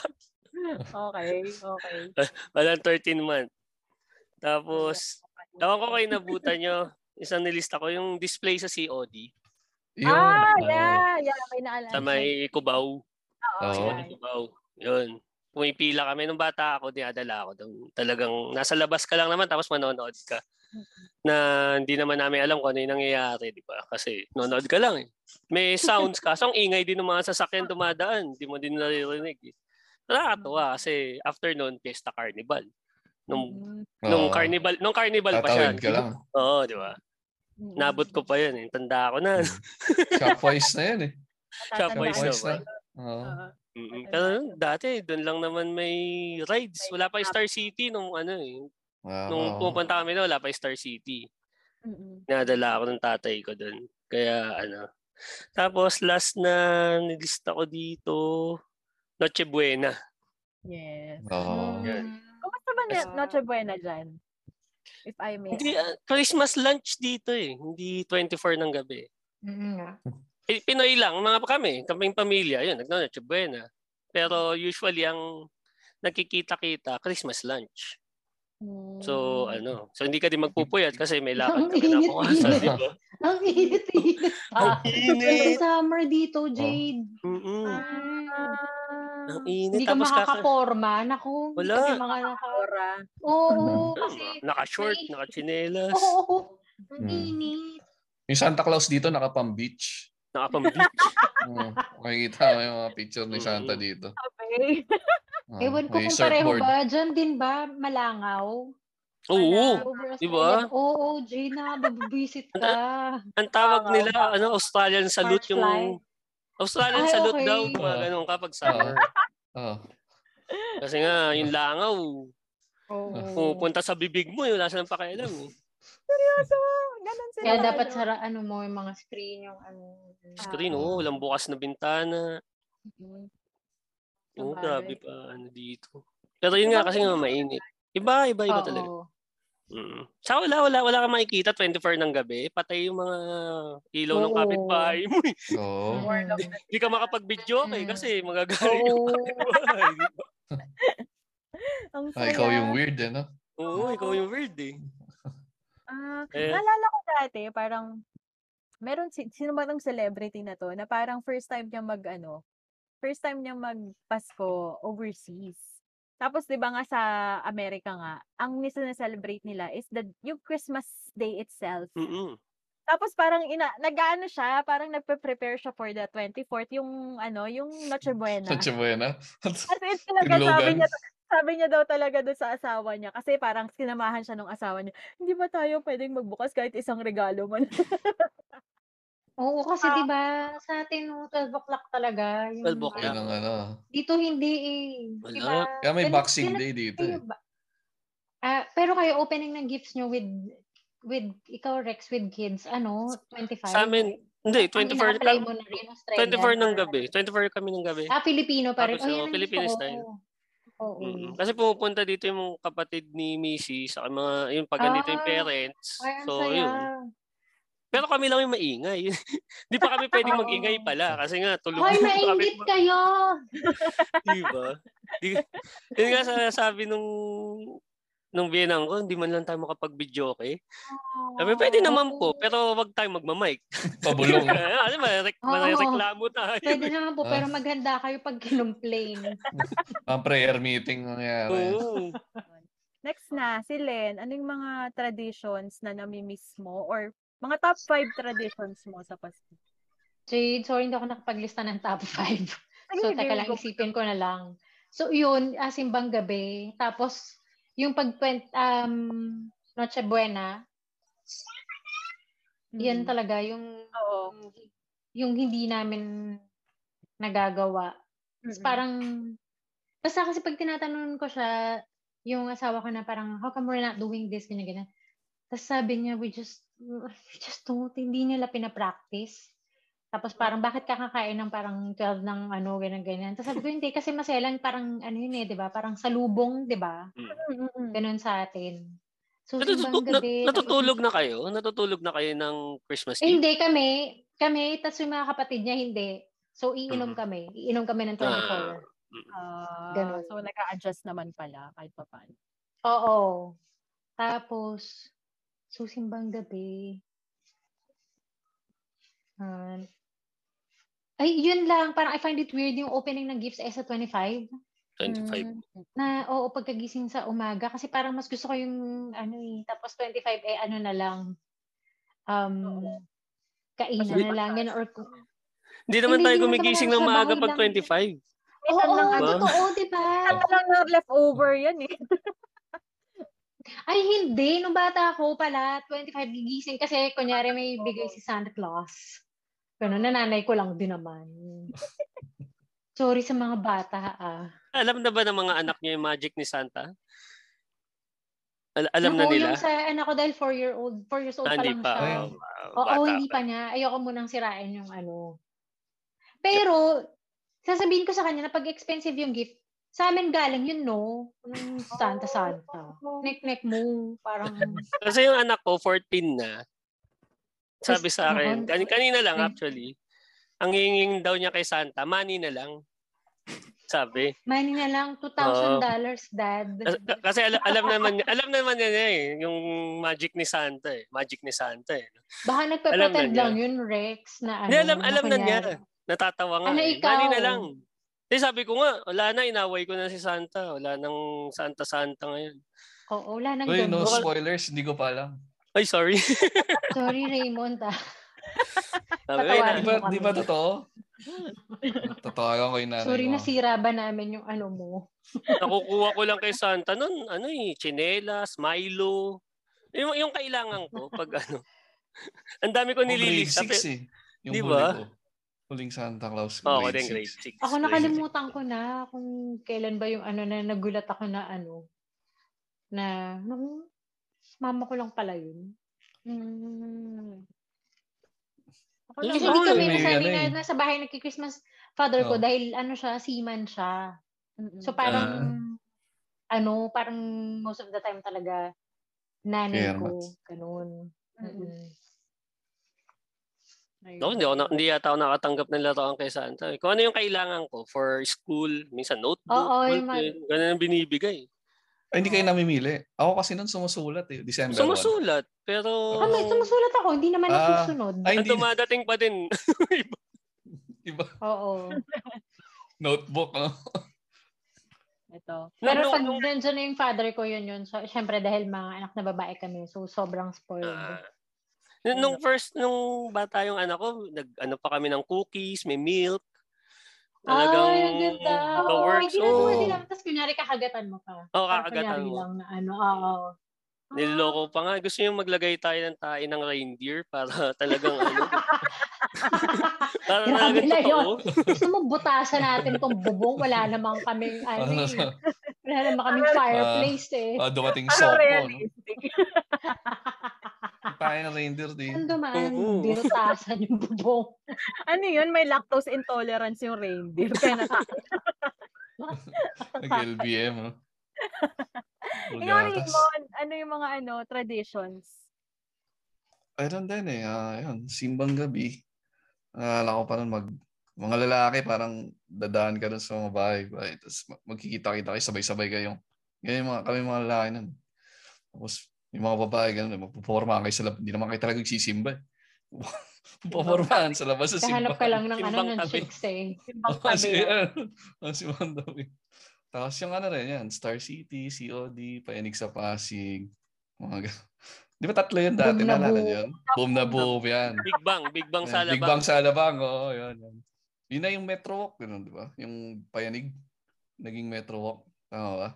Okay, okay.
Walang 13 month. Tapos, ewan ko kayo nabutan nyo, isang nilista ko, yung display sa COD
Yun. oh.
Ah,
Oo.
yeah, yeah, may naalala.
sa may Cubao.
Oo,
Oo.
Sa may Cubao. Yun. Pumipila kami. Nung bata ako, dinadala ako doon. Talagang nasa labas ka lang naman tapos manonood ka. Na hindi naman namin alam kung ano yung nangyayari, di ba? Kasi nanonood ka lang eh. May sounds ka. So ang ingay din ng mga sasakyan dumadaan. Hindi mo din naririnig. Eh. Nakakatuwa kasi after noon, Fiesta Carnival. Nung,
Mhm.
nung
Oo.
carnival, nung carnival pa siya.
Oh. Tatawid ka lang.
Oo, di ba?
Mm-hmm.
Nabot ko pa yun. Eh. Tanda ko na.
Shopwise na yun eh. Oh.
Natatandaan
Shopwise
ko
na.
yun.
Oo.
Oo.
Mm, Pero nun, dati, doon lang naman may rides. Wala pa yung Star City nung ano eh.
Wow.
Nung pumunta kami doon, wala pa yung Star City.
Mhm.
Nadala ako ng tatay ko doon. Kaya ano. Tapos last na nilista ko dito, Noche Buena.
Yes.
Oo.
Yan.
Kumusta ba ni
Kasi-
Noche Buena dyan? If I may.
Hindi, ah, Christmas lunch dito eh. Hindi 24 ng gabi.
Mm, nga.
Eh, Pinoy lang, mga pa kami, kaming pamilya. Yun, nagno Noche Buena. Pero usually ang nakikita-kita, Christmas lunch.
Mm.
So,
Ah.
ano, so hindi ka din magpupuyat kasi may lakad
Ang
ka na bukasan,
init-init.
di ba?
Ang init-init.
Ang
Ang
init! Oh.
summer dito, Jade.
Mm-mm.
Mm.
Ah,
Ang init.
Hindi ka
Tapos kaka-
makakaporma. Naku.
Wala.
Kasi mga naka...
Aura.
Oo, kasi...
Ano, Naka-short,
May-
naka-chinelas,
Oo, oo. Ang
Mm.
init.
Yung Santa Claus dito nakapang-beach.
naka-pang-beach.
Mm. Makikita mo yung mga picture ni Santa
Mm.
dito.
Okay.
Oo.
Ewan ko
Ah, May
kung pareho
surfboard.
ba. Diyan din ba malangaw?
Oo,
Over
di ba?
Australia. Oo, Jade, nakababwisit ka.
ang tawag nila, ano, Australian salute yung...
Firefly.
Australian
Ay,
salute
okay.
daw, mga
Ah.
ganun kapag summer.
Oo.
Kasi nga, yung langaw,
Hmm. Oo.
pupunta sa bibig mo, yung wala silang pakialam. Eh.
Seryoso. Ganun sila.
Kaya dapat
ano.
sara ano mo yung mga screen yung ano.
Screen, oo, walang bukas na bintana.
Mhm.
Oo,
Sabagay.
grabe pa, ano dito. Pero yun nga, kasi nga mainit. Iba, iba, iba talaga.
Oo.
Mm. Sa wala, wala, wala kang makikita 24 ng gabi. Patay yung mga ilaw ng
Oo.
kapitbahay mo. eh.
Oo.
Warlock
Mm.
na
Hindi ka makapag-video eh,
Mm.
kasi magagaling
Oo.
Ang
Ah,
saya.
ikaw yung weird, ano?
Oo, ikaw yung weird eh.
Ah,
Eh.
naalala ko dati, parang, meron, si, sino ba tong celebrity na to, na parang first time niya mag, ano, first time niya magpasko overseas. Tapos, di ba nga sa Amerika nga, ang nisa na celebrate nila is the, yung Christmas Day itself.
Mm-mm.
Tapos parang ina, nag-ano siya, parang nagpe-prepare siya for the 24th, yung ano, yung Noche Buena.
Sa Chibuena.
As in, talaga sabi niya, sabi niya daw talaga doon sa asawa niya. Kasi parang sinamahan siya nung asawa niya. Hindi ba tayo pwedeng magbukas kahit isang regalo man?
Oo, kasi
Ah.
'di ba sa atin no, 12 o'clock talaga. Yung,
12 o'clock.
Yun ang ano.
Dito hindi eh. 'Di
Wala.
ba?
Kaya may
Ganun-
boxing
ganun
day dito
kayo
eh.
ba? Ah, pero kayo opening ng gifts nyo with with ikaw Rex with kids ano 25
Sa amin, hindi, 24
na
kami.
mo na rin Australian
24 ng
or- ano.
gabi. 24 kami ng gabi.
ah Filipino pa rin
Tapos, oo,
oh, yan ang gusto
Filipino
ko.
style.
oo
Mm. Kasi pumupunta dito yung mga kapatid ni Missy sa mga yung pag nandito yung
Ah,
parents.
ay ang
So,
saya
yun. Pero kami lang yung maingay. Hindi pa kami pwedeng
Oo.
magingay pala kasi nga tulog.
Hoy,
kami-
maingit kayo!
Diba? Di, yun nga sasabi nung nung bienang ko, hindi man lang tayo makapag-video okay. Sabi, pwede
Ah,
naman po, pero wag tayong magmamic.
eh. Pabulong.
Kasi marek,
Oo.
mareklamo tayo.
Pwede naman po,
Ah.
pero maghanda kayo pag kinumplain.
Ang prayer meeting nangyari.
Oo.
Next na, si Len, ano yung mga traditions na namimiss mo or mga top 5 traditions mo sa Pasko?
Jade, sorry, hindi ako nakapaglista ng top 5.
Sige,
So, teka
there
lang,
you go.
isipin ko na lang. So, yun, ah, simbang gabi. Tapos, yung pag um, Noche Buena, yan
Mm.
talaga yung,
Oo.
yung hindi namin nagagawa. Tapos
Mm-mm.
parang, basta kasi pag tinatanong ko siya, yung asawa ko na parang, how come we're not doing this, ganyan, ganyan. Tapos sabi niya, we just, we just don't, hindi nila pinapractice. Tapos parang, bakit kakakain ng parang 12 ng ano, ganyan, ganyan. Tapos sabi ko, hindi, kasi maselan parang, ano yun eh, di ba? Parang salubong, di ba?
Mm-mm.
Ganun sa atin. So, simbang
Natutu- nat-
gabi.
natutulog na kayo? Natutulog na kayo ng Christmas
Eh,
Eve?
hindi kami. Kami, tapos yung mga kapatid niya, hindi. So, iinom
Mhm.
kami. Iinom kami ng 24.
Ah.
Ah,
Ganun.
so nag-a-adjust naman pala kahit pa paano.
Oo. Tapos, susimbang gabi. Yan. Ay, yun lang. Parang I find it weird yung opening ng gifts ay sa 25.
25.
Mm.
Na, oo, pagkagising sa umaga. Kasi parang mas gusto ko yung, ano eh. Tapos 25, eh, ano na lang. Um,
Oo.
kainan
Kasi-
na lang. Ganun, or kung-
Hindi naman
Hindi
tayo
naman
gumigising
tayo
ng maaga
sabahin
pag
lang.
25.
Ito
Oo,
lang eh.
ano.
totoo, di ba?
Ito lang na leftover yan eh.
Ay, hindi. Nung bata ako pala, 25 gigising kasi kunyari may bigay si Santa Claus. Pero nananay ko lang din naman. Sorry sa mga bata, ah.
Alam na ba ng mga anak niyo yung magic ni Santa? Al- alam na
Naku,
nila?
Yung sa anak ko dahil 4 year old, 4 years old
Ah,
pa
Hindi
lang
pa.
siya.
Ayun.
Oh, wow,
Oo,
bata
hindi
pa.
pa niya. Ayoko munang sirain yung ano. Pero, sasabihin ko sa kanya na pag expensive yung gift, sa amin galing yun, no? Anong Santa-Santa. Nek-nek mo. Parang,
Kasi yung anak ko, 14 na. Sabi
Tapos,
sa akin,
naku,
kan- kanina lang
eh.
actually, ang hinging daw niya kay Santa, money na lang. Sabi.
money na lang, $2,000, dad.
Kas- ka- Kasi alam, alam naman niya- alam naman niya na eh, yung magic ni Santa eh. Magic ni Santa eh.
Baka nagpe-pretend
niya.
lang yun, Rex, na ano.
Hindi, alam- alam na niya.
kunyari.
Natatawa nga.
Ano,
eh. Money na
ikaw?
lang. Kasi sabi ko nga, wala na, inaway ko na si Santa. Wala nang Santa-Santa ngayon.
Oo, wala nang
Uy, no
ganun.
spoilers. Hindi ko pa alam.
Ay, sorry.
Sorry, Raymond, ah.
Sabi, na,
Patawarin
Di ba,
mo kami.
di ba totoo? Totoo ako kay nanay
Sorry,
mo.
nasira ba namin yung ano mo?
nakukuha ko lang kay Santa nun, ano eh, chinelas, Milo. Yung, yung kailangan ko pag ano. Ang dami ko
Ako grade
nililista.
6
pe-
eh. Yung
Di
huli
ba?
ko. Huling Santa Claus ko,
Oo, ako
grade
din
6.
grade 6.
Ako nakalimutan ko na kung kailan ba yung ano na nagulat ako na ano na nung mama ko lang pala yun. Hmm.
Mm. Ako
Yun
Kasi
yung
naman.
Ay,
hindi kami
may
nasanay
ano
na
eh.
nasa bahay nagki-Christmas father ko
Oh.
dahil ano siya, seaman siya.
Mm-mm.
So parang
Ah.
ano, parang most of the time talaga nanay
Kaya
ko. Ganun.
Mm-mm.
Mm-mm.
Ayun.
No, hindi, ako, na- hindi yata ako nakatanggap ng laruan kay Santa. eh. Kung ano yung kailangan ko for school, minsan notebook,
Oo, yung
ballpen, ganun ang binibigay.
Ay, hindi kayo namimili. Ako kasi nun sumusulat eh. December 1.
Sumusulat, pero
Ah, may sumusulat ako. Hindi naman
Ah.
nasusunod.
ang
Ay, hindi.
dumadating pa din.
Iba.
Oo.
Notebook, oh. no?
Ito.
Pero
Nung-
pag
nung-
nandiyan na yung father ko, yun yun. So, syempre dahil mga anak na babae kami, so sobrang spoiled.
Ah. Nung, nung first, nung bata yung anak ko, nag, ano pa kami ng cookies, may milk. Talagang
Ay, ang ganda.
the
Oo,
works.
ginagawa
Oo.
nila. Tapos kunyari kakagatan mo pa.
Oo,
Para
kakagatan
kunyari
mo.
lang na ano, oo. Ah.
Niloloko pa nga. Gusto niyo maglagay tayo ng tae ng reindeer para talagang ano. para
Grabe
talagang
na
totoo.
Gusto mo butasan natin tong bubong. Wala namang kaming, ano
Ano
eh.
sa-
Wala namang kaming fireplace eh.
ah, dumating
Parang
sopo. No?
realistic.
Tayo ng reindeer din.
Ang dumaan,
Oo.
binutasan yung bubong.
ano yun? May lactose intolerance yung reindeer. Kaya nasa
Nag-LBM. No?
Ikaw, Raymond, ano yung mga ano, traditions?
Ayun din eh. ah, ayun, simbang gabi. Naalala ko pa nun mag... Mga lalaki, parang dadaan ka dun sa mga bahay-bahay. Tapos mag- magkikita-kita kayo, sabay-sabay kayong... Ganyan yung mga, kami mga lalaki nun. Tapos yung mga babae, ganun, eh, magpuporma kayo sa labas. Hindi naman kayo talaga nagsisimba. eh. Pupormahan sa labas sa simbahan.
Kahanap ka lang ng ano,
Simbang
ng
tabi.
chicks eh.
Simbang
Oo, si,
tabi.
oh, si Mandawi. Tapos yung ano rin yan, Star City, COD, Painig sa Pasig, mga gan- Di ba tatlo yun dati?
Boom na
na
boom.
yun? Boom na boom, yan.
Big Bang, Big Bang
Yan,
sa
Eh, Big
labang.
Bang sa Alabang, oo, yun, yun. Yun na yung Metro Walk, yun, di ba? Yung Payanig, naging Metro Walk. Tama ba?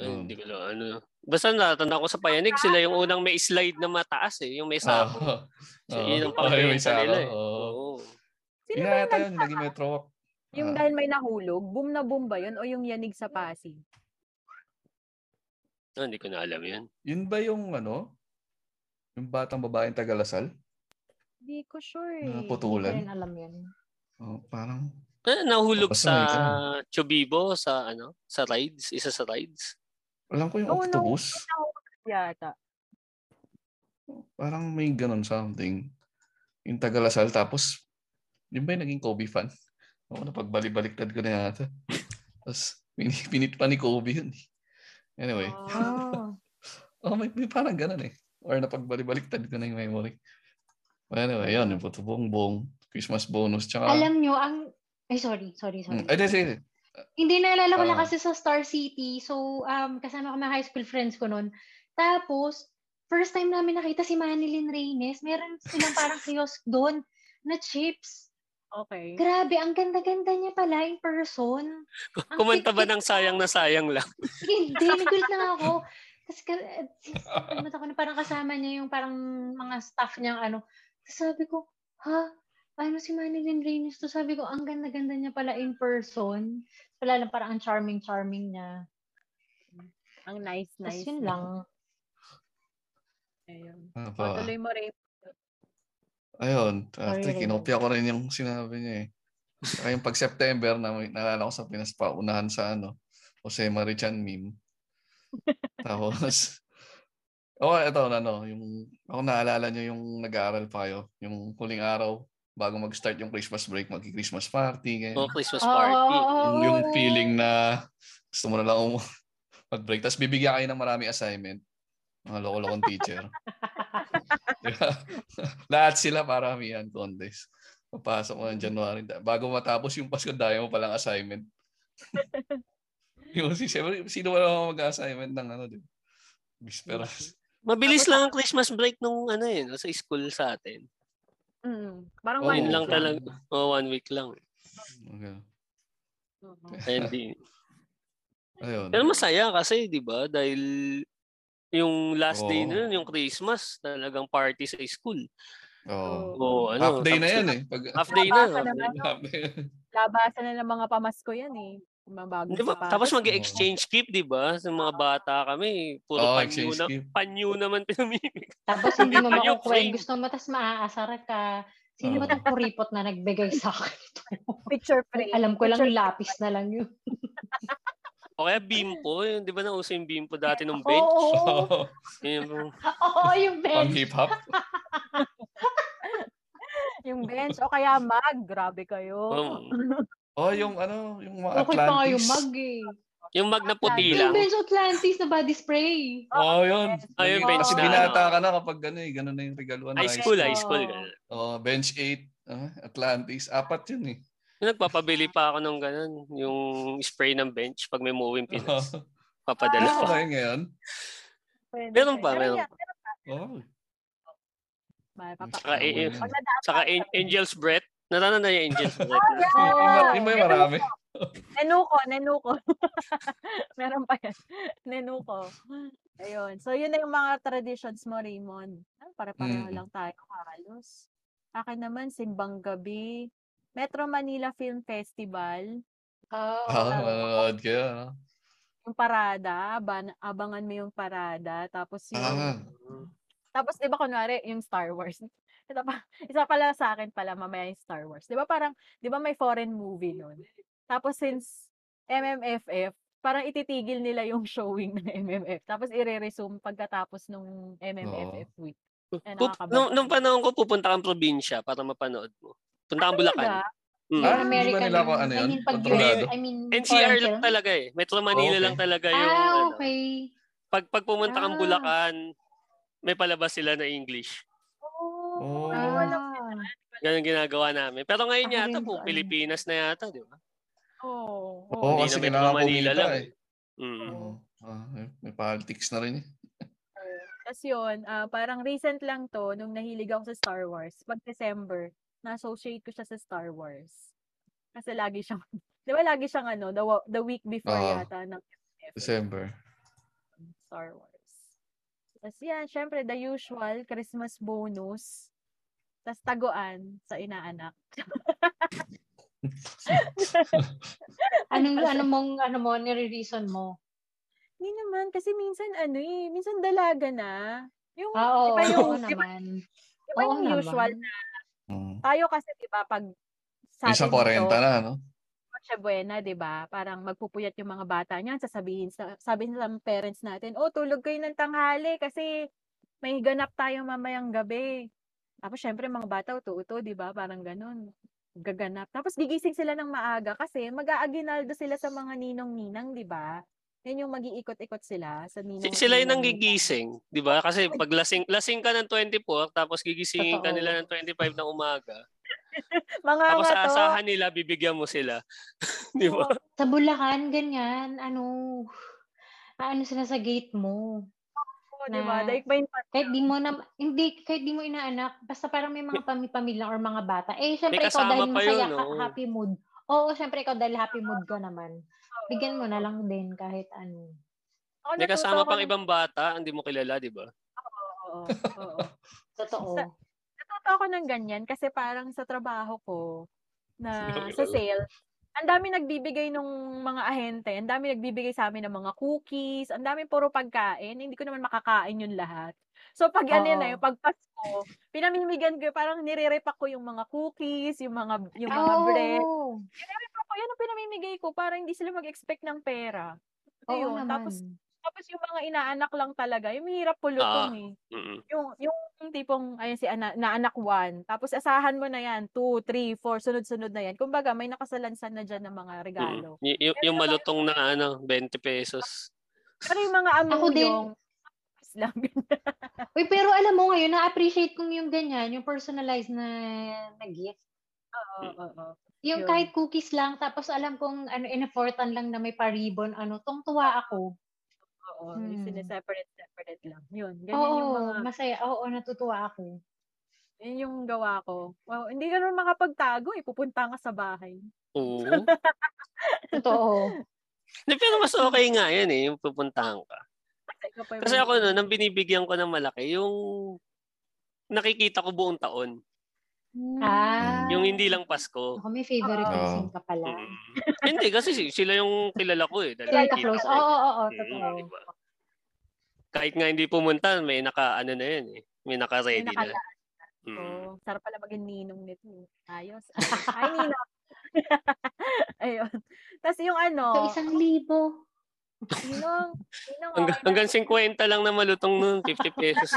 Ay,
Yun.
hindi ko alam, ano. Basta natatanda ko sa payanig, sila yung unang may slide na mataas eh. Yung may sako.
Oo.
So,
Oo.
yun ang
Ah, oh. Ay, may
pangkayenta
sako, oh.
nila eh.
oo.
Oo.
Sino
Yun
ba
yata
yung,
yun, naging Metro Walk.
yung
Ah,
dahil may nahulog? Boom na boom ba yun? O yung yanig sa Pasig?
Ah, hindi ko na alam yun.
yun ba yung ano? Yung batang babaeng tagalasal?
Hindi ko sure eh.
Hindi
Na
ko
putulan?
rin alam yun.
Oh, parang
Ah, nahulog
Basta
sa
may ganun.
Chubibo, sa ano, sa rides, isa sa rides.
Alam ko yung
No, no.
octopus.
Nahulog yata.
Parang may ganun something. Yung tagalasal. Tapos, yun ba yung naging Kobe fan? Ako na pagbalik-baliktad ko na yata. Tapos, pin- pinit pa ni Kobe yun. eh. Anyway.
Oh.
Oh, may, may parang ganun eh. Or napagbalik-baliktad ko na yung memory. But anyway, yun. Yung puto buong buong Christmas bonus. Tsaka,
alam nyo, ang... Ay, sorry, sorry, sorry.
Mm, Ay, di, di, di.
Hindi naalala ko lang
Ah.
kasi sa Star City. So, um, kasama ko mga high school friends ko noon. Tapos, first time namin nakita si Manilyn Reynes. Meron silang parang kiosk doon na chips.
Okay.
Grabe, ang ganda-ganda niya pala in person. Ang
Kumanta ba
cute-cute
ng sayang na sayang lang?
Hindi, nagulat na ako. Kasi, ka- eh, sis, nalimut ako na parang kasama niya yung parang mga staff niyang ano. Tapos Sabi ko, ha? Ano si Manilyn Reyes to? Sabi ko, ang ganda-ganda niya pala in person. Wala lang, parang ang charming-charming niya.
Ang nice,
Tapos
nice.
yun lang.
Ayun.
Ano
Ah.
O,
pa?
tuloy mo, Ray.
Ayun,
Sorry,
ate,
Raymond.
kinopia ko rin yung sinabi niya eh. Saka yung pag September na may- naalala ko sa Pinas pa unahan sa ano, Jose Marichan meme. Tapos Oh, ito na no, yung ako naalala niyo yung nag-aaral pa kayo, yung huling araw bago mag-start yung Christmas break, magki-Christmas party ganyan.
Oh, Christmas
Oo, oo,
party.
oo, eh.
Yung, yung
oo.
feeling na gusto mo na lang um- mag-break. Tapos bibigyan kayo ng marami assignment. Mga loko-lokong teacher. Diba? Lahat sila paramihan contest. Papasok mo ng January. Da- Bago matapos yung Pasko, dahil mo palang assignment. yung si siyempre, sino wala naman mag-assignment ng ano, di ba? Bisperas.
Mabilis
Tapos-
lang ang Christmas break nung ano yun, sa school sa atin.
Mm, parang
Oo.
Yun
one week
lang
lang.
talaga. Oh, one week lang.
Okay.
Oo.
Hindi.
Ayun.
Pero masaya kasi, di ba? Dahil yung last day
Oo.
nun, yung Christmas, talagang party sa school.
Oo.
Oo, ano.
Half day na
tapos
yan eh. Pag,
Half day na.
Labasan
half day.
naman.
half day.
Labasan na ng mga pamasko yan eh. Mabago
Di ba? Tapos mag-exchange gift, di ba? Sa mga bata kami, puro
Oo,
panyo,
exchange
na,
gift.
panyo naman pinamimik.
Tapos hindi mo
Yung yung
makukuha.
frame.
Gusto mo, tapos maaasar ka. Sino
Oo.
ba itong kuripot na nagbigay sa akin?
Picture frame.
Alam ko lang,
Picture-
lapis na lang yun.
O kaya bimpo, yun, di ba nauso yung bimpo dati nung
Oo,
bench?
oo, oo.
Yun,
Oo, yung
Pang
bench.
hip-hop.
Yung bench. O kaya mag. Grabe kayo.
um,
Oh, yung ano, yung mga
Okay
Atlantis.
pa nga yung mag eh.
yung mag na puti
Yung
lang.
Benzo Atlantis na body spray.
Oh, yun.
Ah, yung bench
Kasi
na,
binata ka na kapag gano'n eh. Ganun na yung regaluan. ng
High school, high
Oo.
school. ganun.
Oh, bench 8. Atlantis. Apat yun eh.
Yung Nagpapabili pa ako ng ganun, yung spray ng bench pag may moving Pinas.
Oh.
Papadala
Meron
pa.
ba yun ngayon?
Pwede,
Meron
pwede.
pa,
Pero
meron
yan,
Oh.
Saka,
Mapapakain.
Ano
eh, eh,
Pag nadaan
saka
tayo
An-
sa-
Angel's Breath. Natanan na yung Angel's Breath.
Oh, yeah.
Yung, ma- yung may marami.
Nenuko, nenuko. Meron pa yan. Nenuko. Ayun. So, yun na yung mga traditions mo, Raymond. Ah, Para-pareho
Mm.
lang tayo halos. Akin naman, Simbang Gabi, Metro Manila Film Festival,
Oh,
Ah, manonood kayo, ano?
yung parada, aban- abangan mo yung parada, tapos yung,
Ah,
tapos di ba kunwari, yung Star Wars. Ito pa, isa pala sa akin pala, mamaya yung Star Wars. Di ba parang, di ba may foreign movie nun? Tapos since MMFF, parang ititigil nila yung showing ng MMF. Tapos ire-resume pagkatapos nung MMFF week. Eh,
Pup-
nakakabasa.
nung, nung panahon ko, pupunta kang probinsya para mapanood mo. Punta kang Bulacan.
Talaga?
Mm.
Ah,
American.
hindi ba nila ako, ano
I
yun?
mean, pag
Kontrolado?
I mean,
NCR
foreign
lang
film.
talaga eh. Metro Manila
okay.
lang talaga yung
Ah,
ano.
okay.
Pag, pag pumunta kang
Ah.
Bulacan, may palabas sila na English.
Oo.
Oh.
Hindi ko alam.
Ah.
Ganun ginagawa namin. Pero ngayon
Ako
yata,
rin
buong
po, ano.
Pilipinas na yata, di ba?
Oo.
Oo,
Oo.
Hindi
kasi
na Metro
kailangan
Manila
kumita
lang
eh.
Mm.
Oo.
Oo. Ah, may- may politics na rin eh.
Tapos yun, ah, parang recent lang to, nung nahilig ako sa Star Wars, pag December, na-associate ko siya sa Star Wars. Kasi lagi siyang, di ba lagi siyang ano, the, wa- the week before
Oo.
yata ng FF,
December.
Star Wars. Tapos yan, syempre, the usual Christmas bonus. Tapos taguan sa inaanak.
Anong, ano mong, ano mo, nire-reason mo?
Hindi naman, kasi minsan ano eh, minsan dalaga na. Yung,
Ah, oo,
di ba yung,
oo
di ba,
naman.
di ba
Oo
yung usual
naman.
na,
Mm.
tayo kasi di ba, pag sa atin
Isang
dito,
40 na, ano? no?
Noche Buena, 'di ba? Parang magpupuyat yung mga bata niyan, sasabihin sa sabihin sa parents natin, "Oh, tulog kayo ng tanghali kasi may ganap tayo mamayang gabi." Tapos syempre mga bata uto-uto, 'di ba? Parang ganun. Gaganap. Tapos gigising sila ng maaga kasi mag-aaginaldo sila sa mga ninong-ninang, 'di ba? Yan yung mag-iikot-ikot sila sa ninong
Si- Sila yung
ninang-
nanggigising, di ba? Kasi pag lasing, lasing ka ng 24, tapos gigisingin ka
Totoo.
nila ng 25 ng umaga.
Mga
Tapos
ngato.
aasahan nila, bibigyan mo sila. di ba?
Sa Bulacan, ganyan, ano, ano sila sa gate mo.
Oo, 'di ba?
Na- Eh,
Daig pa yun pa.
Kahit di mo na, hindi, kahit di mo inaanak, basta parang may mga pami- pamilya or mga bata. Eh, syempre ikaw
kasama
dahil
pa
masaya
yun,
ka,
oo.
happy mood. Oo, syempre ikaw dahil happy mood ka naman. Bigyan mo na lang din kahit ano.
Ako
May
natuto
kasama
ako
pang
ng-
ibang bata, hindi mo kilala, di ba?
Oo, oo.
Totoo.
natuto ako ng ganyan kasi parang sa trabaho ko na
Sino
sa
kilala?
sales, ang dami nagbibigay nung mga ahente, ang dami nagbibigay sa amin ng mga cookies, ang dami puro pagkain, hindi ko naman makakain yun lahat. So pag ano na
Oo.
yung pagpasko, pinamimigan ko, parang nire-repack ko yung mga cookies, yung mga yung mga
Oo.
bread. Nire-repack ko, yun ang pinamimigay ko para hindi sila mag-expect ng pera.
Oo
Ayun,
naman.
tapos tapos yung mga inaanak lang talaga, yung hirap pulutin eh
Mm-mm.
yung yung tipong ayun si ana, na anak 1 tapos asahan mo na yan 2 3 4 sunod-sunod na yan kumbaga may nakasalansan na diyan ng mga
Mm-mm.
regalo
Y- y- yung malutong na ano, 20 pesos.
pero yung mga
Ako din.
amuyong lang
Uy, pero alam mo ngayon, na-appreciate kong yung ganyan, yung personalized na, na gift.
oo oo oo
Yung
Yun.
kahit cookies lang, tapos alam kong ano, in-effortan lang na may paribon, ano, tungtuwa ako.
oo
Hmm.
sineseparate separate lang yun ganyan
Oo,
yung mga
masaya. Oo, natutuwa ako.
yun yung gawa ko wow hindi ka naman makapagtago eh pupunta ka sa bahay
Oo.
Totoo.
Di, Pero mas okay nga yan eh, yung pupuntahan ka.
kasi, ikaw pa yung
Kasi
may-
ako noon, ang binibigyan ko ng malaki, yung nakikita ko buong taon.
Hmm.
ah.
Yung hindi lang Pasko.
Ako, may favoritism
Oo.
ka pala.
Mm. Hindi, kasi si- sila yung kilala ko eh. dahil
Santa
nakikita
Claus.
ko eh.
Oo, oo, oo,
Mm,
totoo.
diba? Kahit nga hindi pumunta, may naka ano na yun eh. May
may
naka-ready na.
nakala
Mm.
Oo. Sarap pala maging ninong nito. eh. Ayos. Ay, ninong. Ayun. Tapos yung
So,
ano,
isang libo.
ninong, ninong
Hanggang,
okay na.
hanggang 50 lang na malutong noon, 50 pesos.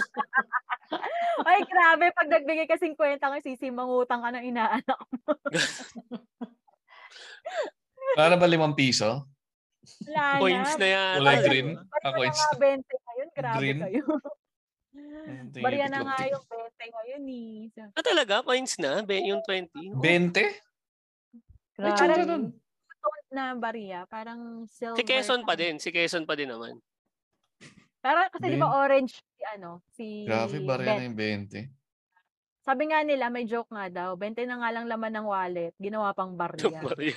Ay, grabe. Pag nagbigay ka 50, ngayon sisi, mangutang ka ng inaanak.
Wala na ba limang piso?
Wala na.
Coins na yan.
Kulay
Ay,
green?
Ba't
Ah,
wala
coins.
nga 20 ngayon? Grabe
Green?
kayo.
Tingin
Barya na
ipiklop
nga
tik-
yung 20 ngayon ni eh.
Ah, talaga? Coins na? Be, yung 20? Oh.
20?
Ay,
Grabe.
parang Stone na barya. Parang silver.
Si Quezon pa
something.
din. Si Quezon pa din naman.
Parang kasi di ba
Ben-
orange si ano, si
Grabe, barya na
Ben.
yung 20.
Sabi nga nila, may joke nga daw, 20 na nga lang laman ng wallet, ginawa pang barya.
Maria.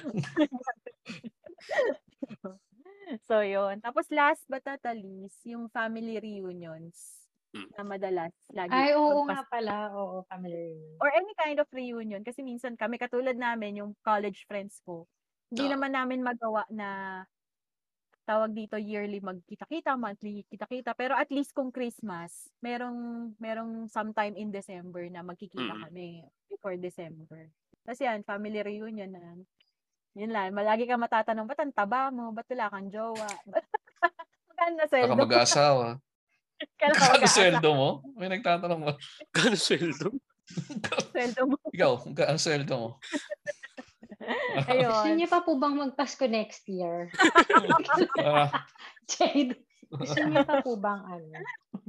so, yun. Tapos last but not the least, yung family reunions
Mm.
na madalas. Lagi
Ay, oo
magpas-
nga pala. Oo, family reunion.
Or any kind of reunion. Kasi minsan kami, katulad namin, yung college friends ko, hindi
Ah.
naman namin magawa na tawag dito yearly magkita-kita, monthly kita-kita. Pero at least kung Christmas, merong, merong sometime in December na magkikita
Mm.
kami before December. Tapos yan, family reunion na. Yun lang, malagi ka matatanong, ba't ang taba mo? Ba't wala kang jowa? Magkano na
Baka
sweldo?
mag-aasawa.
Kailan ka
Kano
mag-aasa?
sweldo mo? May nagtatanong mo.
Kano sweldo?
Sweldo mo.
Ikaw, kano sweldo mo?
Ayun.
Gusto niyo pa po bang magpasko next year?
Ah,
Jade, gusto niyo pa po bang ano?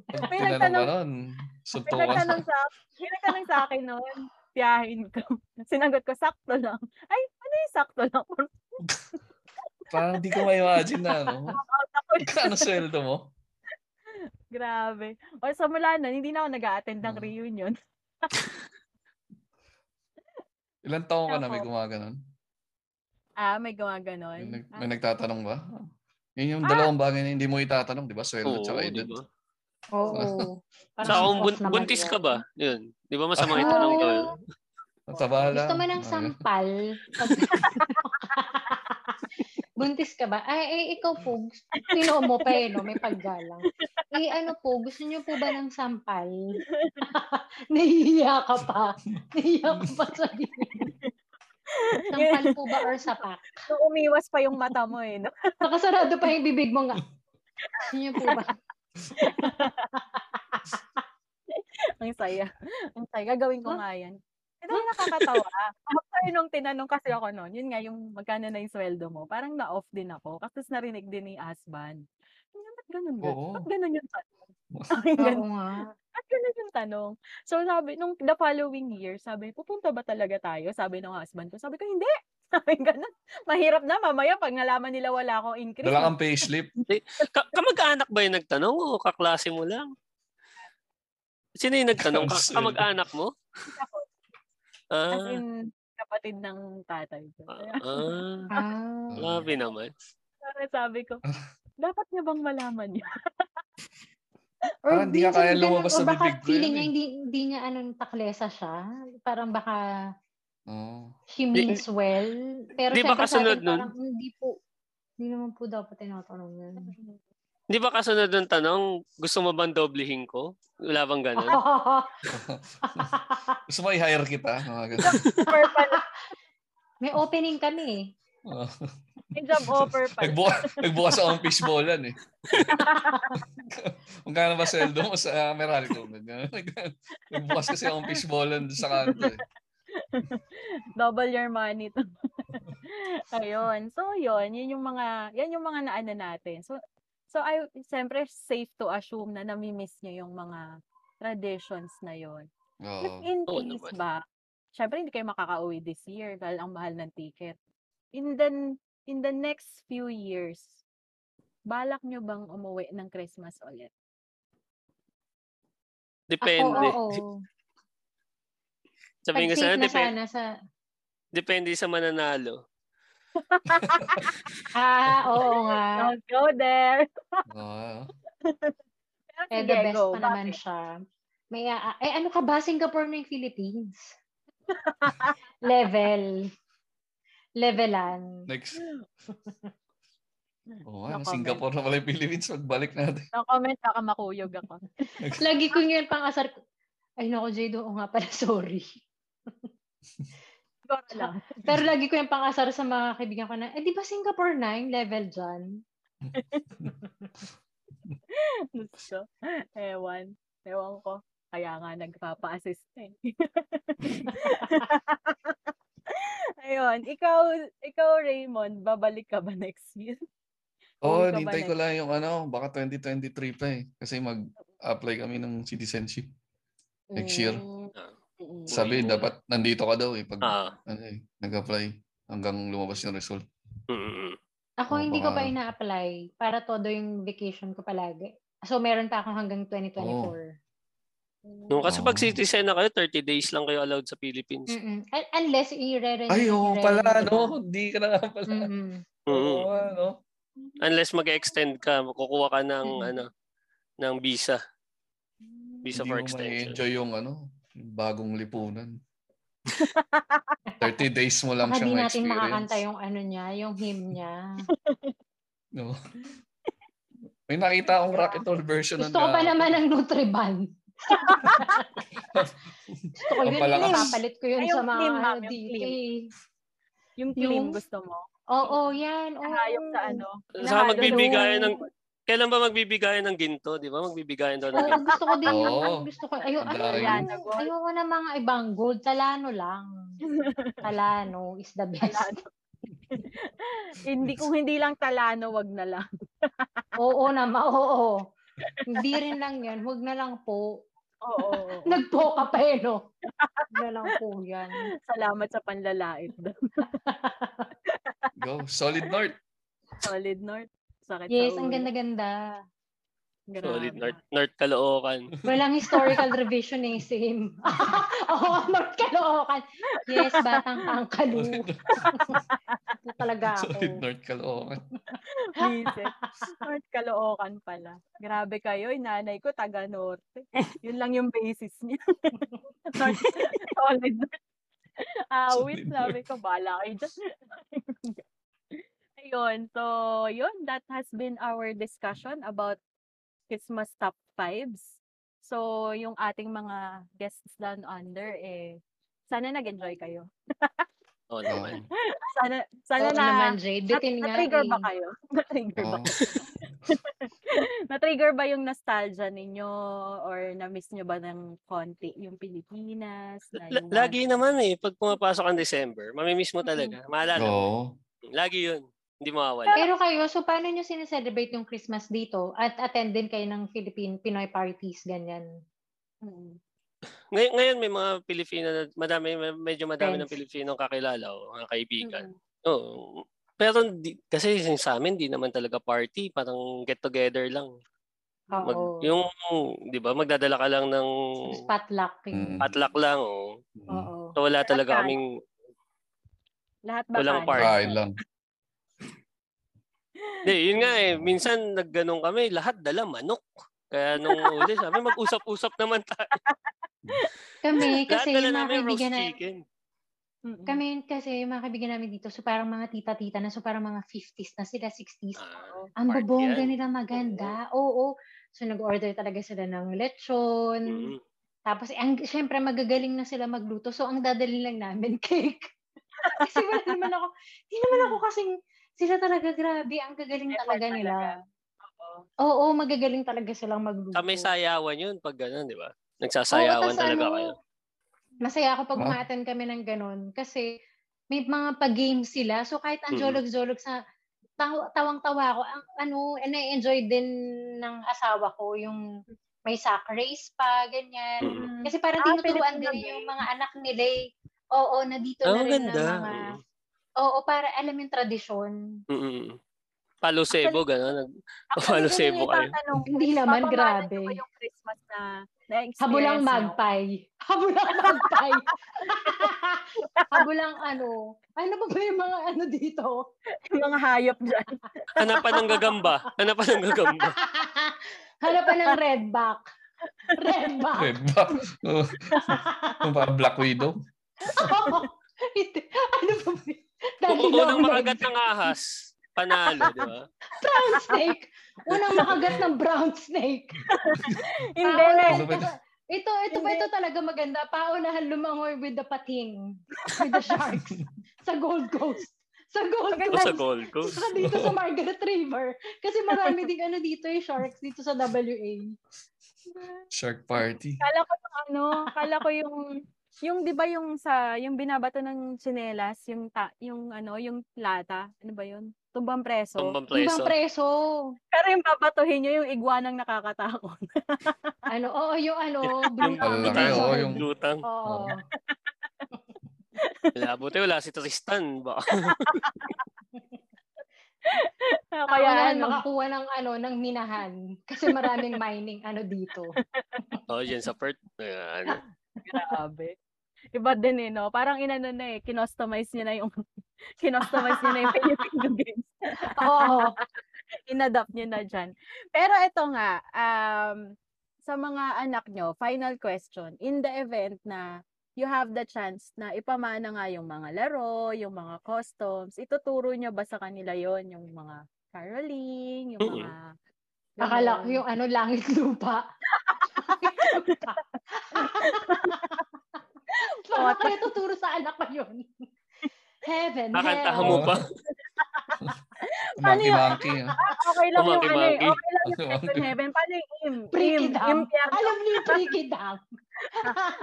pag
May
tinanong ka
nagtanong-
nun,
May
suntukan.
nagtanong sa, may nagtanong sa akin noon, biyahin ko. Sinagot ko, sakto lang. Ay, ano yung sakto lang?
Parang di ko ma-imagine na, no?
Out ako.
Kano sweldo mo?
Grabe. O sa mula nun, hindi na ako nag-a-attend ng
Mm.
reunion.
Ilan taong ka na may
Ako.
gumaganon?
Ah, may gawa
May,
ganon.
nag-
Ah,
may nagtatanong ba? Yun yung dalawang bagay na hindi mo itatanong, di ba? Sweldo
Oo,
tsaka
di
edad.
ba?
Oo.
Sa
ang
akong bun-
off naman
buntis
yun.
ka ba? Yun. Di ba masama
Ah.
itanong ko yun?
Oo.
Ang taba lang.
Gusto mo ng
Ah,
sampal? Pag... Buntis ka ba? Ay, ay, ikaw po. Pinuo mo pa eh, no? May paggalang. Eh, ano po? Gusto niyo po ba ng sampal? Nahihiya ka pa. Nahihiya ka pa sa Sampal po ba or sapak?
so, umiwas pa yung mata mo eh. No?
Nakasarado pa yung bibig mo nga. Gusto niyo po ba?
Ang saya. Ang saya. Gagawin ko nga yan. Ito yung nakakatawa. After nung tinanong kasi ako noon, yun nga yung magkano na yung sweldo mo, parang na-off din ako. Kasi narinig din ni Asban. Ano, ba't ganun yun?
Oo.
Ba't ganun yung tanong? Ang
Oo nga.
At ganun yung tanong. So sabi, nung the following year, sabi, pupunta ba talaga tayo? Sabi ng husband ko, sabi ko, hindi. Sabi ganun. Mahirap na, mamaya pag nalaman nila wala akong increase. eh,
Dala kang payslip.
Ka- kamag-anak ba yung nagtanong o kaklase mo lang? Sino yung nagtanong? Ka-
Kaklase.
kamag-anak mo?
Ako.
Ah,
As in, kapatid ng tatay ko. Kaya,
ah,
Ah.
grabe naman.
parang sabi ko, dapat niya bang malaman yun?
Parang hindi ka
minsan
kaya
ganun,
lumabas
or
sa
baka
bibig ko
feeling
yun
niya
eh.
hindi, hindi niya anong taklesa siya. Parang baka
Oo.
she means well. Pero
Di ba
syempre sa
kasunod
atin,
nun?
parang hindi po, hindi naman po dapat tinatanong yun.
Di ba kasunod ng tanong, gusto mo bang doblehin ko? Wala bang ganun?
Gusto mo i-hire kita? Mga ganun.
Offer pala.
May opening kami
Oo.
May job offer pala.
Nagbuka, nagbuka sa akong fishball yan eh. Kung kano ba sweldo mo sa uh, Meralco. Nagbukas kasi akong fishballan doon sa kanto eh.
Double your money. to. Ayun. So, yun. Yun yung mga, yan yung mga naano natin. So, so I, siyempre, safe to assume na namimiss nyo yung mga traditions na yun. If
Oo.
in
Oo
case
naman.
ba, syempre hindi kayo makakauwi this year dahil ang mahal ng ticket. In the, in the next few years, balak nyo bang umuwi ng Christmas ulit?
eh. Ako,
Depende.
oo.
Sabihin ko
Pag
sana,
safe na
depende,
sana sa...
depende sa mananalo.
Ah, oo nga.
Don't go there!
Oo.
Pero
Eh,
sige,
the best
go.
pa naman
Bakit?
siya. May, aa- eh, ano ka ba? Singapore na yung Philippines. Level. Levelan.
Next. Oo,
No
ano,
comment.
Singapore na pala yung Philippines. Magbalik natin.
No comment, baka makuyog ako.
Lagi ko yun pang asar ko. Ay, nako, Jade, oo nga pala, sorry.
Siguro lang.
Pero lagi ko yung pang asar sa mga kaibigan ko na, eh, di ba Singapore na yung level dyan?
Gusto. Ewan. Ewan ko. Kaya nga nagpapa-assist eh. Ayun. Ikaw, ikaw Raymond, babalik ka ba next year?
Oo, oh,
Uuwi ka ba
nintay ko
next-
lang yung ano, baka 2023 pa eh. Kasi mag-apply kami ng citizenship. Next year.
Mm,
Ah.
mm.
Sabi,
Uy, uy.
dapat nandito ka daw eh. Pag
Ah,
ano, eh, nag-apply hanggang lumabas yung result.
mm, mm, mm.
Ako,
Oo,
hindi ko pa
baka-
ina-apply para todo yung vacation ko palagi. So, meron pa ako hanggang 2024.
No, kasi pag
Oo.
citizen na kayo, 30 days lang kayo allowed sa Philippines.
Mm-mm. Un- Unless i-re-renew.
Ay, oo
i-re-renew,
pala,
diba?
no? Hindi ka na nga pala.
Mm-mm.
Mm-mm.
Oo, ano?
Unless mag-extend ka, kukuha ka ng
Mm.
ano ng visa, visa
Hindi
for
mo
extension.
ma-enjoy yung ano, yung bagong lipunan. 30 days mo lang
Baka
siya
di
ma-experience.
natin makakanta yung ano niya, yung hymn niya.
Ano No. May nakita akong rock and roll version
Gusto ko pa
na-
naman ng Nutriban. Gusto ko yun.
Ang palakas.
Ipapalit ko yun
Ay,
sa
yung
mga
clean, ma'am,
ano,
yung
dito
clean.
eh.
Yung claim
Yung-
gusto mo.
Oo, yan. oo.
Nahayop sa ano.
Saka
Nahalo
magbibigayan ng
doon.
kailan ba magbibigayan ng ginto, 'di ba? Magbibigayan daw ng
Oo,
ginto.
gusto ko din yun.
Oo.
Gusto ko. Ayo, ano,
Dahil-
ano, ayoko na mga ibang gold. Talano lang. Talano is the best.
Talano. hindi kung hindi lang talano, wag na lang.
oo naman, oo. Hindi rin lang yan. Huwag na lang po.
Oo.
Nagpo ka pa eh, no? Huwag na lang po yan.
Salamat sa panlalait.
Go, solid north.
Solid North. Sakit sa
Yes, ang
ulo.
ganda-ganda.
Grabe.
Solid North, North Caloocan.
Walang historical revision eh, same. Oo, oh, North Caloocan. Yes, batang angkalu.
Solid,
Ito talaga
solid
ako.
north Caloocan.
Visit. North Caloocan pala. Grabe kayo, yung nanay ko taga Norte. Yun lang yung basis niya. North, solid North. Awit,
Solid
sabi ko, bala kayo dyan. Ayun, so yun, that has been our discussion about Christmas top fives. So, yung ating mga guests down under, eh, sana nag-enjoy kayo.
Oo
Oo.
naman.
Sana, sana
Oo
Ano na,
naman, Jade. Bitin
na,
nga
trigger
eh.
ba kayo? Na-trigger ba
Oo.
Na-trigger ba yung nostalgia ninyo or na-miss nyo ba ng konti yung Pilipinas? Na
L-
yung mga-
lagi naman eh, pag pumapasok ang December, mamimiss mo talaga. Maalala mo.
Oo.
Lagi yun. Hindi mawawala.
Pero kayo, so paano nyo sineselebrate yung Christmas dito? At attend din kayo ng Philippine Pinoy parties, ganyan.
Mm.
Ngay- ngayon may mga Pilipino, na, madami, may- medyo madami ng
Friends.
Pilipino kakilala o mga kaibigan.
Mm.
Oo. Pero di, kasi yung sa amin, di naman talaga party. Parang get-together lang. Mag,
Oo.
Yung, di ba, magdadala ka lang ng
Tapos potluck.
Mm.
yun.
patlak lang. Oh.
Oo.
So, wala
Lahat
talaga
tayo.
kaming,
Lahat ba
walang
kayo?
party.
Kain lang.
Hindi, yun nga eh. Minsan nagganong kami, lahat dala manok. Kaya nung uli, sabi, mag-usap-usap naman tayo.
Kami,
Lahat
kasi
dala
yung mga
namin roast
kaibigan na,
chicken.
Mm-mm.
kami kasi yung mga kaibigan namin dito, so parang mga tita-tita na, so parang mga 50s na sila, 60s.
Ah,
Oo.
Ang
party
bubongga
yan.
nila maganda. Oo. So nag-order talaga sila ng lechon.
Mm.
Tapos eh, ang syempre magagaling na sila magluto. So ang dadali lang namin cake. Kasi wala naman ako, hindi naman ako kasing sila talaga grabe, ang gagaling
Effort
talaga
talaga.
nila.
Oo.
Oo, magagaling talaga silang magluto.
Sa may sayawan yun pag gano'n, di ba?
Oo,
Nagsasayawan
tas
talaga
ano,
kayo.
Masaya ako pag
Wow.
umaattend kami ng ganun kasi may mga pa-games sila. So kahit ang
Mm.
jolog-jolog sa taw- tawang-tawa ako. Ang ano, and I enjoy din ng asawa ko yung may sack race pa, ganyan.
Mm.
Kasi parang
Ah,
tinuturuan
Filipino
din yung
game.
mga anak nila. eh. Oo, na dito
Ah,
na
ang
rin ng
ganda.
mga... Oo, para alam yung tradisyon.
Mm-mm. Palo sebo, gano'n.
ano
Palo
Actually, yun
sebo
yung
kayo.
itatanong ko.
Hindi naman,
Papamana
grabe.
nyo ba yung Christmas na na-experience
Habulang
nyo?
magpie. Habulang magpie. Habulang ano. Ano ba ba yung mga ano dito?
Yung mga hayop dyan.
Hanapan ng gagamba. Hanapan ng gagamba.
Hanapan ng red back. Red back.
Okay, ba? Oo. Yung parang Black Widow.
Oo. Hindi. ano ba? ba yun?
Kung
Daddy
unang
long
makagat
leg.
ng ahas, panalo, di ba?
Brown snake. Unang makagat ng brown snake.
Hindi na.
Paunahan
Ano ba
ka- Ito, ito ba
Hindi.
ito talaga maganda? Paunahan lumangoy with the pating. With the sharks. sa Gold Coast. Sa Gold
Maganda
O sa
Coast.
Gold Coast.
Saka dito sa Margaret River. Kasi marami ding ano dito eh, sharks dito sa WA.
Shark party.
Kala ko yung ano, kala ko yung yung 'di ba yung sa yung binabato ng tsinelas, yung ta, yung ano, yung lata, ano ba 'yun? Tumbang preso.
Tumbang
Ibang
preso.
preso.
Pero yung babatuhin niyo yung iguanang nakakatakot.
Ano, oo, yung ano,
Yung
blue- blue
Malaki,
lutang.
oo,
sword.
yung-
Lutang.
Oo.
Oo.
Wala, buti wala si Tristan. Ba?
Kaya
Kaya
ano,
makakuha ng ano, ng minahan. Kasi maraming mining ano dito.
O, Oh, dyan sa Perth. Kaya ano,
Grabe. Iba din eh, no? Parang inano na eh, kinostomize niya na yung, kinostomize niya na yung Filipino games.
Oo.
Inadapt niya na dyan. Pero ito nga, um, sa mga anak nyo, final question, in the event na you have the chance na ipamana nga yung mga laro, yung mga customs, ituturo nyo ba sa kanila yon yung mga caroling, yung
Mm-mm.
mga...
Akala ko
ganun?
yung ano, langit lupa. Paano ko tuturo sa anak ko yun? Heaven,
kakantahan
hell.
mo pa.
Ano
Paano yun?
Monkey-monkey. ah.
Okay lang yung ano eh,
Tumangki-mangki.
okay lang yung Sex in Heaven. Paano yung im?
Break
Im,
it down.
im, pierdo.
Alam niyo yung Tricky Dam.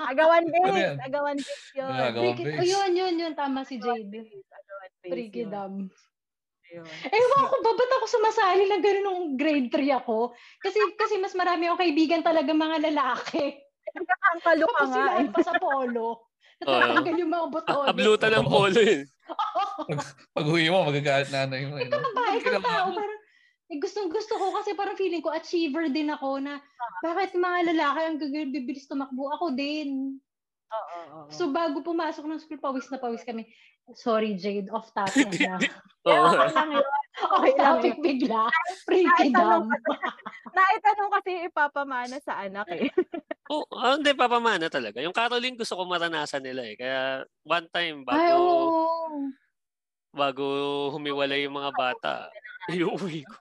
Agawan
Ano yan?
base, agawan base yun.
Agawan
Tricky,
base.
oh, yun, yun, yun. Tama si JB.
Agawan base
Tricky
yun.
Dam.
Ayun.
Ewan ko, ba, ba't ako sumasali ng gano'n nung grade 3 ako? Kasi kasi mas marami akong kaibigan talaga mga lalaki.
Ang kalo ka nga. eh.
Tapos sila ay pa sa polo. Natatanggal yung mga botones.
Ablutan ng polo yun.
Pag huwi mo, magagalit nanay mo. Ano?
Bakit ang tao? Parang, eh, gustong gusto ko kasi parang feeling ko achiever din ako na
Ah.
bakit mga lalaki ang gagawin bibilis tumakbo ako din.
Oo, oo, oo.
So bago pumasok ng school, pawis na pawis kami. Sorry Jade, off topic na.
Kaya
Oo.
okay lang yun.
off
Okay lang
topic bigla. Pretty
ano
Naitanong,
dumb.
naitanong kasi yung ipapamana sa anak eh.
Oh, ah, hindi, papamana talaga. Yung caroling gusto ko maranasan nila eh. Kaya one time bago,
Ay, oo.
bago humiwalay yung mga bata, iuwi ko.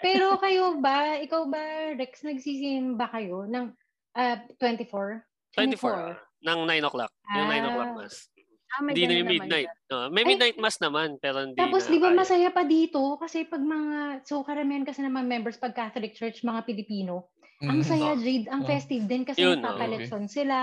Pero kayo ba, ikaw ba, Rex, nagsisim ba kayo ng ah, 24?
24. Nang 9 o'clock. Yung 9 o'clock
Ah.
mass.
Ah, may
Hindi na
ganun
yung
naman
midnight.
dyan.
No, may
Ay.
midnight mass naman, pero hindi
Eh, Tapos
na
di ba
kaya.
masaya pa dito? Kasi pag mga, so karamihan kasi naman members pag Catholic Church, mga Pilipino.
Mm.
Ang saya, Jade, ang
Oh.
festive din kasi
Mm-hmm. Yun, Mm-hmm.
nagpapalekson sila.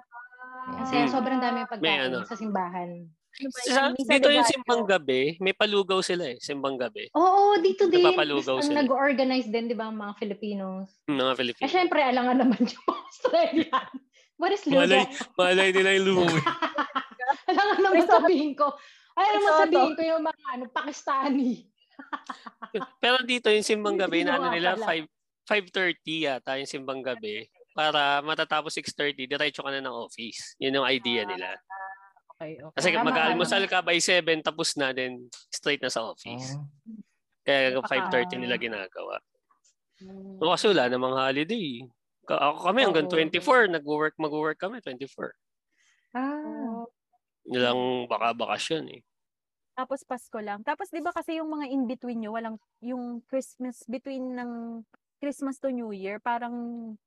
Ah.
Ang
Mm.
saya, sobrang dami ang
May
pagkain
ano.
sa simbahan.
Ano ba
Hmm. Sa,
yun? Misa
dito
de
yung
Gallo.
simbang gabi, may palugaw sila eh, simbang gabi.
Oo, dito din.
Nagpapalugaw
Ang
sila.
nag-organize din, di ba, ang mga Filipinos.
Yung Mga
Eh,
Filipino.
syempre, alangan naman yung Australian. What is
Malay,
lugaw?
malay nila yung luwi.
Alam mo naman
Risotto.
sabihin ko. Alam mo
Risotto.
sabihin ko yung mga ano, Pakistani.
Pero dito yung simbang gabi, na ano
Ginawa
nila,
pala.
5, 5.30 yata yung simbang gabi. Para matatapos 6.30, diretso ka na ng office. Yun yung idea nila.
Okay, okay.
Kasi
Ah, Tama,
mag-almusal ka by 7, tapos na, then straight na sa office. Kaya
Baka-
5.30
ano.
nila ginagawa.
Mm.
O, Kasi wala namang holiday. Ka- Ako kami hanggang
Hmm. Oo.
24, nag-work, mag-work kami, 24.
Ah.
Oo.
Nilang
Hmm.
baka bakasyon eh.
Tapos Pasko lang. Tapos 'di ba kasi yung mga in between nyo, walang yung Christmas between ng Christmas to New Year, parang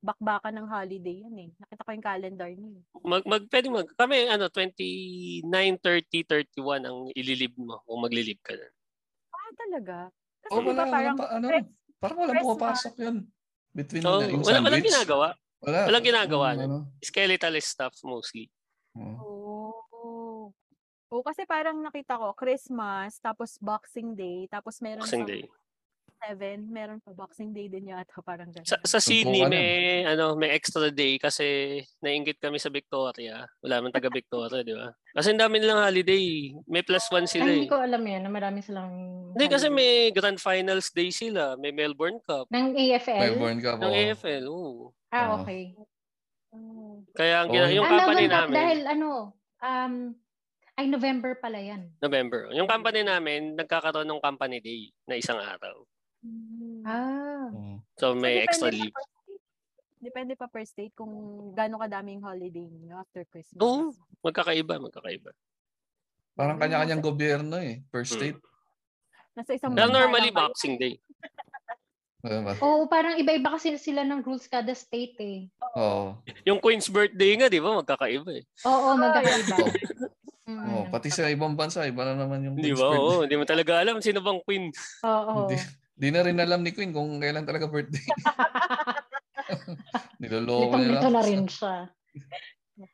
bakbakan ng holiday yan eh. Nakita ko yung calendar eh. niyo.
Mag, mag, pwede mag, kami ano, 29, 30, 31 ang ililib mo kung maglilib ka na.
Ah, talaga? Kasi
Oh,
di ba
wala,
parang
walang pa, ano,
Rex,
parang walang
Christmas.
pumapasok yun. Between
So,
na, yung
wala, walang
sandwich.
ginagawa.
Wala.
walang ginagawa
Yung
nun.
ano,
Skeletal stuff mostly.
oh.
Oo. Oo, Oh. kasi parang nakita ko, Christmas, tapos Boxing Day, tapos meron
Boxing
sa
Day.
Seven, meron pa Boxing Day din yata, parang ganun.
Sa, sa Sydney
Suntukan
may ano, may extra day kasi nainggit kami sa Victoria. Wala man taga Victoria, di ba? Kasi ang dami nilang holiday. May plus one
Ay,
sila
hindi
eh.
ko alam yan, na marami silang...
Hindi kasi
Ano?
holiday.
may grand finals day sila. May Melbourne Cup.
Ng AFL?
May born ka po.
Ng AFL, oo.
Ah,
Oo.
okay.
Oo.
Kaya ang
Oo,
gina-
yun.
yung
ah,
company
Melbourne Cup
namin,
dahil ano, um, ay November pala yan.
November. Yung company namin, nagkakaroon ng company day na isang araw.
Mm.
Ah.
Oo.
So
So,
may
depende
extra
pa
leave.
per state. Depende pa per state kung gaano kadaming holiday nyo after Christmas.
Oo, magkakaiba, magkakaiba.
Hmm.
Parang
Mm,
kanya-kanyang
nasa-
gobyerno eh. Per
Mm.
state.
Nasa isang
Pero
bansa
normally
lang kayo.
Boxing Day.
Diba?
Oo, parang iba-iba kasi sila ng rules kada state eh.
Oo.
Yung Queen's birthday nga, di ba? Magkakaiba eh.
Oo, magkakaiba.
Oo.
Mm.
Oo, Pati sa ibang bansa, iba na naman yung
Di
Queen's
ba?
birthday.
Oo, di mo talaga alam sino bang queen.
Oo.
Hindi, di na rin alam ni Queen kung kailan talaga birthday.
Litong
Niloloko niya
lito
lang.
na rin siya.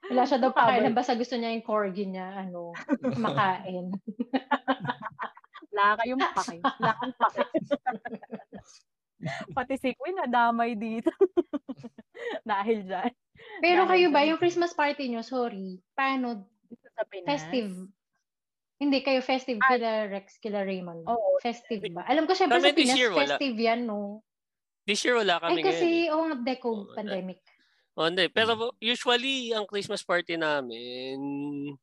Wala siya daw pakailan basta gusto niya yung corgi niya, ano, makain.
Wala kayong pake. Wala kang pake. Pati si Queen nadamay dito. Dahil dyan.
Pero
Dahil
kayo ba,
dun-
yung Christmas party nyo, sorry, paano,
Dito sa Pinas.
festive? Hindi, kayo festive
Ah.
kila Rex, kila Raymond.
Oo.
Festive ba? Alam ko syempre
Kami
sa
this
Pinas,
year, wala.
festive yan, no?
This year wala
Ay,
kami
kasi,
ngayon. eh.
oo nga, deco,
Oo,
pandemic.
Oh, hindi.
Mm.
Pero usually, ang Christmas party namin,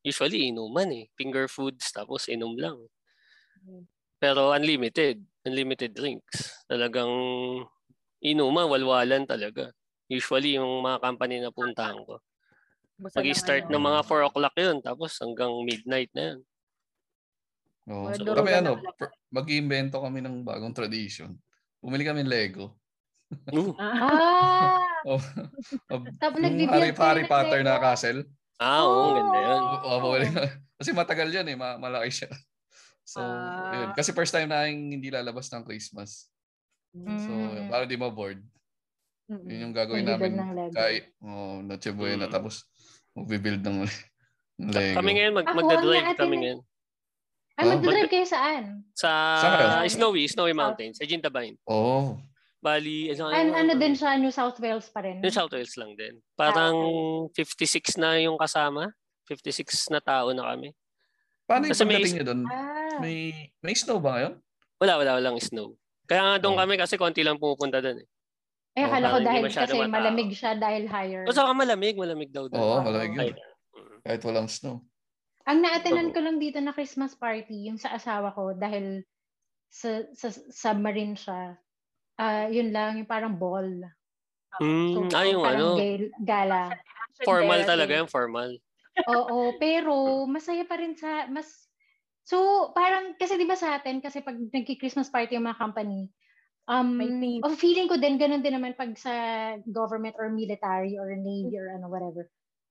usually inuman eh. Finger foods, tapos inom lang.
Mm.
Pero unlimited. Unlimited drinks. Talagang inuman, walwalan talaga. Usually, yung mga company na puntahan ko.
Busa
Mag-start
ng
ng mga 4 o'clock yun, tapos hanggang midnight na yun.
Oo.
Mga
durugan
kami
na
ano,
malapit.
per- mag-iimbento kami ng bagong tradition. Bumili kami ng Lego.
Ooh.
Ah,
Ah!
Oh,
Tapos
yung
nagbibuild
Harry, Harry
kayo ng
Potter Hmm. na
Lego.
castle.
Ah, oo, ang ganda yun.
Oh.
Oo, bumili na. Kasi matagal yun eh, ma- malaki siya. So,
Ah.
yun. Kasi first time na hindi lalabas ng Christmas. So,
Mm.
para di ma-board.
mm-mm.
Yun yung gagawin
Mag-build
namin.
ng Lego.
Kahit, oh, Noche Buena.
Mm.
Tapos, magbibuild ng Lego.
Kami ngayon, mag-
Oh. Ako, ang
magdadrive
naatin
kami
na-
ngayon.
Ay,
Ah,
magdadrive kayo saan?
Sa
Saan kayo?
Snowy, Snowy Mountain, sa Gintabine.
Oh.
Bali, ano,
An, ano din siya, New South Wales pa rin.
Yung South Wales lang din.
Ah,
Parang 56 na yung kasama. 56 na tao na kami.
Paano yung
Kasi may
pagdating niya doon?
Ah.
May, may snow ba ngayon?
Wala, wala, walang snow. Kaya nga doon
Oh.
kami kasi konti lang pumupunta doon eh.
Eh,
Oh,
akala ko
parang hindi
dahil
masyado Oh,
kasi
matao.
malamig siya dahil higher.
O saka malamig, malamig daw doon.
Oo,
Oo.
malamig yun.
Kaya- Mm.
Kahit walang snow.
Ang naatinan
Oh.
ko lang dito na Christmas party, yung sa asawa ko, dahil sa, sa submarine siya, Ah, yun lang, yung parang ball.
Mm, ah, yung ano,
parang gal- gala.
Action
formal
therapy.
talaga yung formal.
Oo, pero masaya pa rin sa mas So, parang kasi 'di ba sa atin kasi pag nagki-Christmas party yung mga company, um
May theme.
oh, feeling ko din ganun din naman pag sa government or military or navy or ano whatever.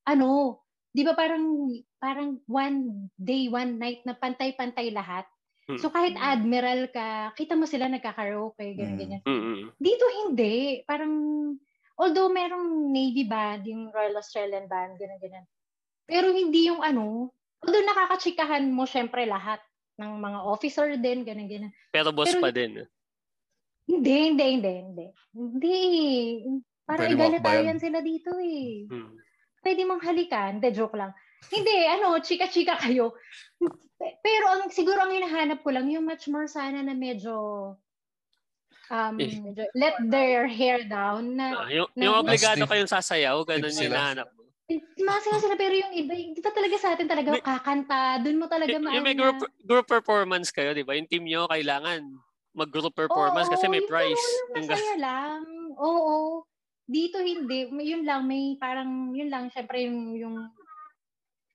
Ano, 'di ba parang parang one day, one night na pantay-pantay lahat. So kahit
Mm.
admiral ka, kita mo sila nagkakaraoke, ganun
Mm.
ganyan.
Mm-mm.
Dito hindi. Parang, although merong Navy band, yung Royal Australian band, ganun, ganun. Pero hindi yung ano, although nakakachikahan mo syempre lahat ng mga officer din, ganun, ganun.
Pero boss
Pero-
pa din. eh.
Hindi, hindi, hindi, hindi. Hindi. Parang
Pwede
egalitarian
makbayan.
sila dito eh.
Mm.
Pwede mong halikan. Hindi, joke lang. Hindi, ano, chika-chika kayo. Pe- Pero ang siguro ang hinahanap ko lang, yung much more sana na medyo um,
Eh.
Medyo
let their hair down na
Ah, yung,
Na-
yung obligado
Nasty.
kayong sasayaw, ganun
Sip
yung
sila.
hinahanap mo.
Masaya sila pero yung iba, di ba talaga sa atin talaga
May-
kakanta, doon mo talaga
Y-
maano
yung may
na-
group, group performance kayo, di ba? Yung team nyo, kailangan mag-group performance
Oo,
kasi may
yung
prize.
ganun lang,
Yung gan-
masaya lang. Oo, Dito hindi, May- yun lang may parang yun lang syempre yung yung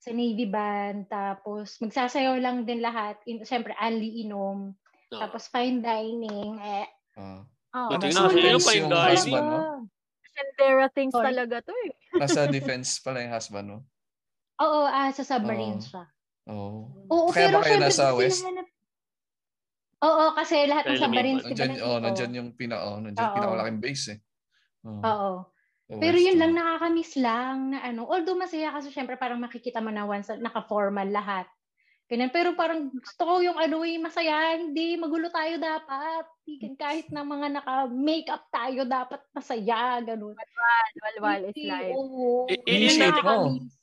sa Navy band tapos magsasayaw lang din lahat. In, syempre anli inom,
No.
tapos fine dining. Eh,
Ah.
Oh,
Buti
nga,
yun
yung
lang
fine
Ah,
talaga.
dining, no?
action therapy things
Sorry.
talaga to eh.
nasa defense pala yung husband mo.
Oo, ah, sa submarine
Oo.
siya.
Oh.
Oo,
Kaya
pero
ba kayo
syempre
nasa
kasi
West?
nahanap- Oo, kasi lahat ng
Kaya
submarines, di ba?
Nandiyan, oh,
nandito?
nandiyan yung pina, oh, nandiyan
Oo.
pinakamalaking base eh. Oo.
Oo.
Sa
Pero
West,
yun
oh.
lang, nakakamiss lang na ano. Although masaya kasi syempre parang makikita mo na once na naka-formal lahat. Ganyan. Pero parang gusto ko yung ano eh, masaya. Hindi, magulo tayo dapat. Hindi, Kahit na mga naka-makeup tayo, dapat masaya. Ganun.
Walwal is
Hindi,
life.
Oo.
I- i-
Yun
yun
lang
dati ko.
nakakamiss.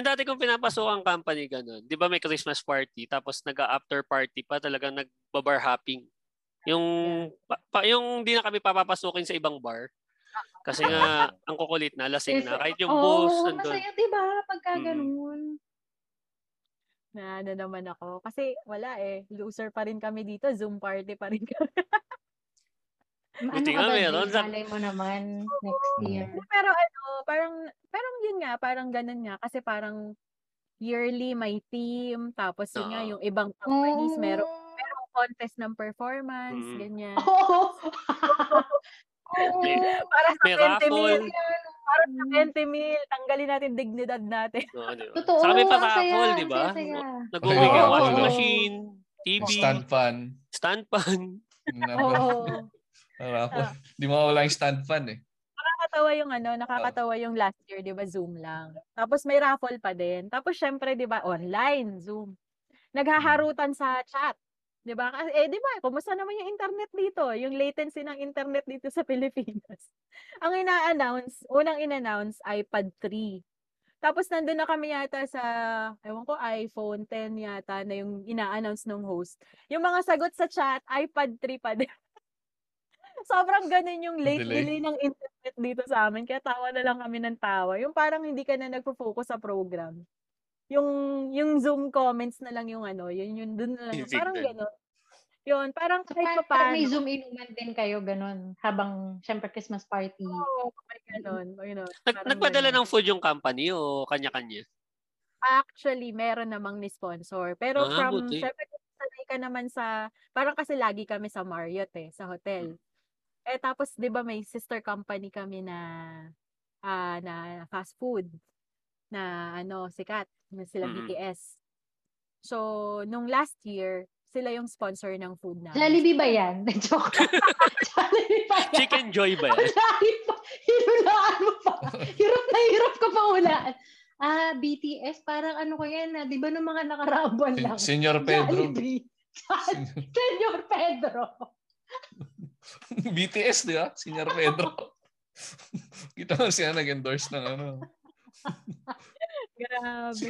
Yung dati kong pinapasok ang company ganun, di ba may Christmas party, tapos nag-after party pa, talagang nagbabar hopping. Yung, pa- pa, yung di na kami papapasukin sa ibang bar. Kasi nga, ang kukulit na, lasing na. Kahit yung
Oo,
boss, andun.
masaya, di ba? Pagka
Mm.
ganun.
Na ano naman ako. Kasi wala eh. Loser pa rin kami dito. Zoom party pa rin kami.
Ano
Buti
ka
nga
ba,
meron.
Jay? Malay mo naman next
Oo.
year.
Pero ano, parang, parang yun nga, parang ganun nga. Kasi parang yearly may team. Tapos yun nga,
Oo.
yung ibang companies, meron
Oo.
merong contest ng performance,
Mm.
ganyan.
Oo.
May-
Para sa
may
20 mil,
raffle.
para sa 20 mil, tanggalin natin dignidad natin.
Oo, oh, di ba?
Totoo.
Sa kami pa
ang saya,
raffle, di
ang
ba?
saya-saya.
Nag-uwi ng
Oo,
washing
oo.
machine, TV,
Yung stand fan. Ano
stand pan.
Number,
Oo. Ah.
Harapon. Di mawawala yung stand fan eh.
Nakakatawa yung ano, nakakatawa yung last year, 'di ba, Zoom lang. Tapos may raffle pa din. Tapos syempre, 'di ba, online, Zoom. Naghaharutan sa chat. 'Di ba? Kasi eh 'di ba, kumusta naman yung internet dito? Yung latency ng internet dito sa Pilipinas. Ang ina-announce, unang in-announce iPad 3. Tapos nandun na kami yata sa, ewan ko, iPhone 10 yata na yung ina-announce ng host. Yung mga sagot sa chat, iPad 3 pa din. Sobrang ganun yung late delay.
Delay.
ng internet dito sa amin. Kaya tawa na lang kami ng tawa. Yung parang hindi ka na nagpo-focus sa program. Yung yung Zoom comments na lang yung ano, yun yun dun na lang.
Yung feed
Parang
din.
ganun. Yun, parang
So,
kahit pa
parang, parang
paano.
may Zoom inuman din kayo, ganun. Habang, syempre, Christmas party.
Oo, may ganun. may ganun.
Nag,
Parang
nagpadala ng
ganun.
food yung company o kanya-kanya?
Actually, meron namang ni-sponsor. Pero
Ah,
from,
buti.
syempre, kung sanay ka naman sa, parang kasi lagi kami sa Marriott eh, sa hotel.
Hmm.
Eh, tapos, di ba may sister company kami na, ah, na fast food, na ano, sikat, na sila
Mm.
BTS. So, nung last year, sila yung sponsor ng food na.
Jollibee ba yan? Joke. Jollibee ba yan?
Chicken Joy ba
Ang
yan?
lalim pa. Hinulaan mo pa. Hirap na hirap ka pa hulaan. Ah, BTS, parang ano ko yan, ah, di ba nung mga nakaraang buwan lang?
Senyor Pedro.
Jollibee. Jol- Senyor Pedro.
BTS, di ba? Senyor Pedro. Kita mo siya nag-endorse ng ano.
Grabe.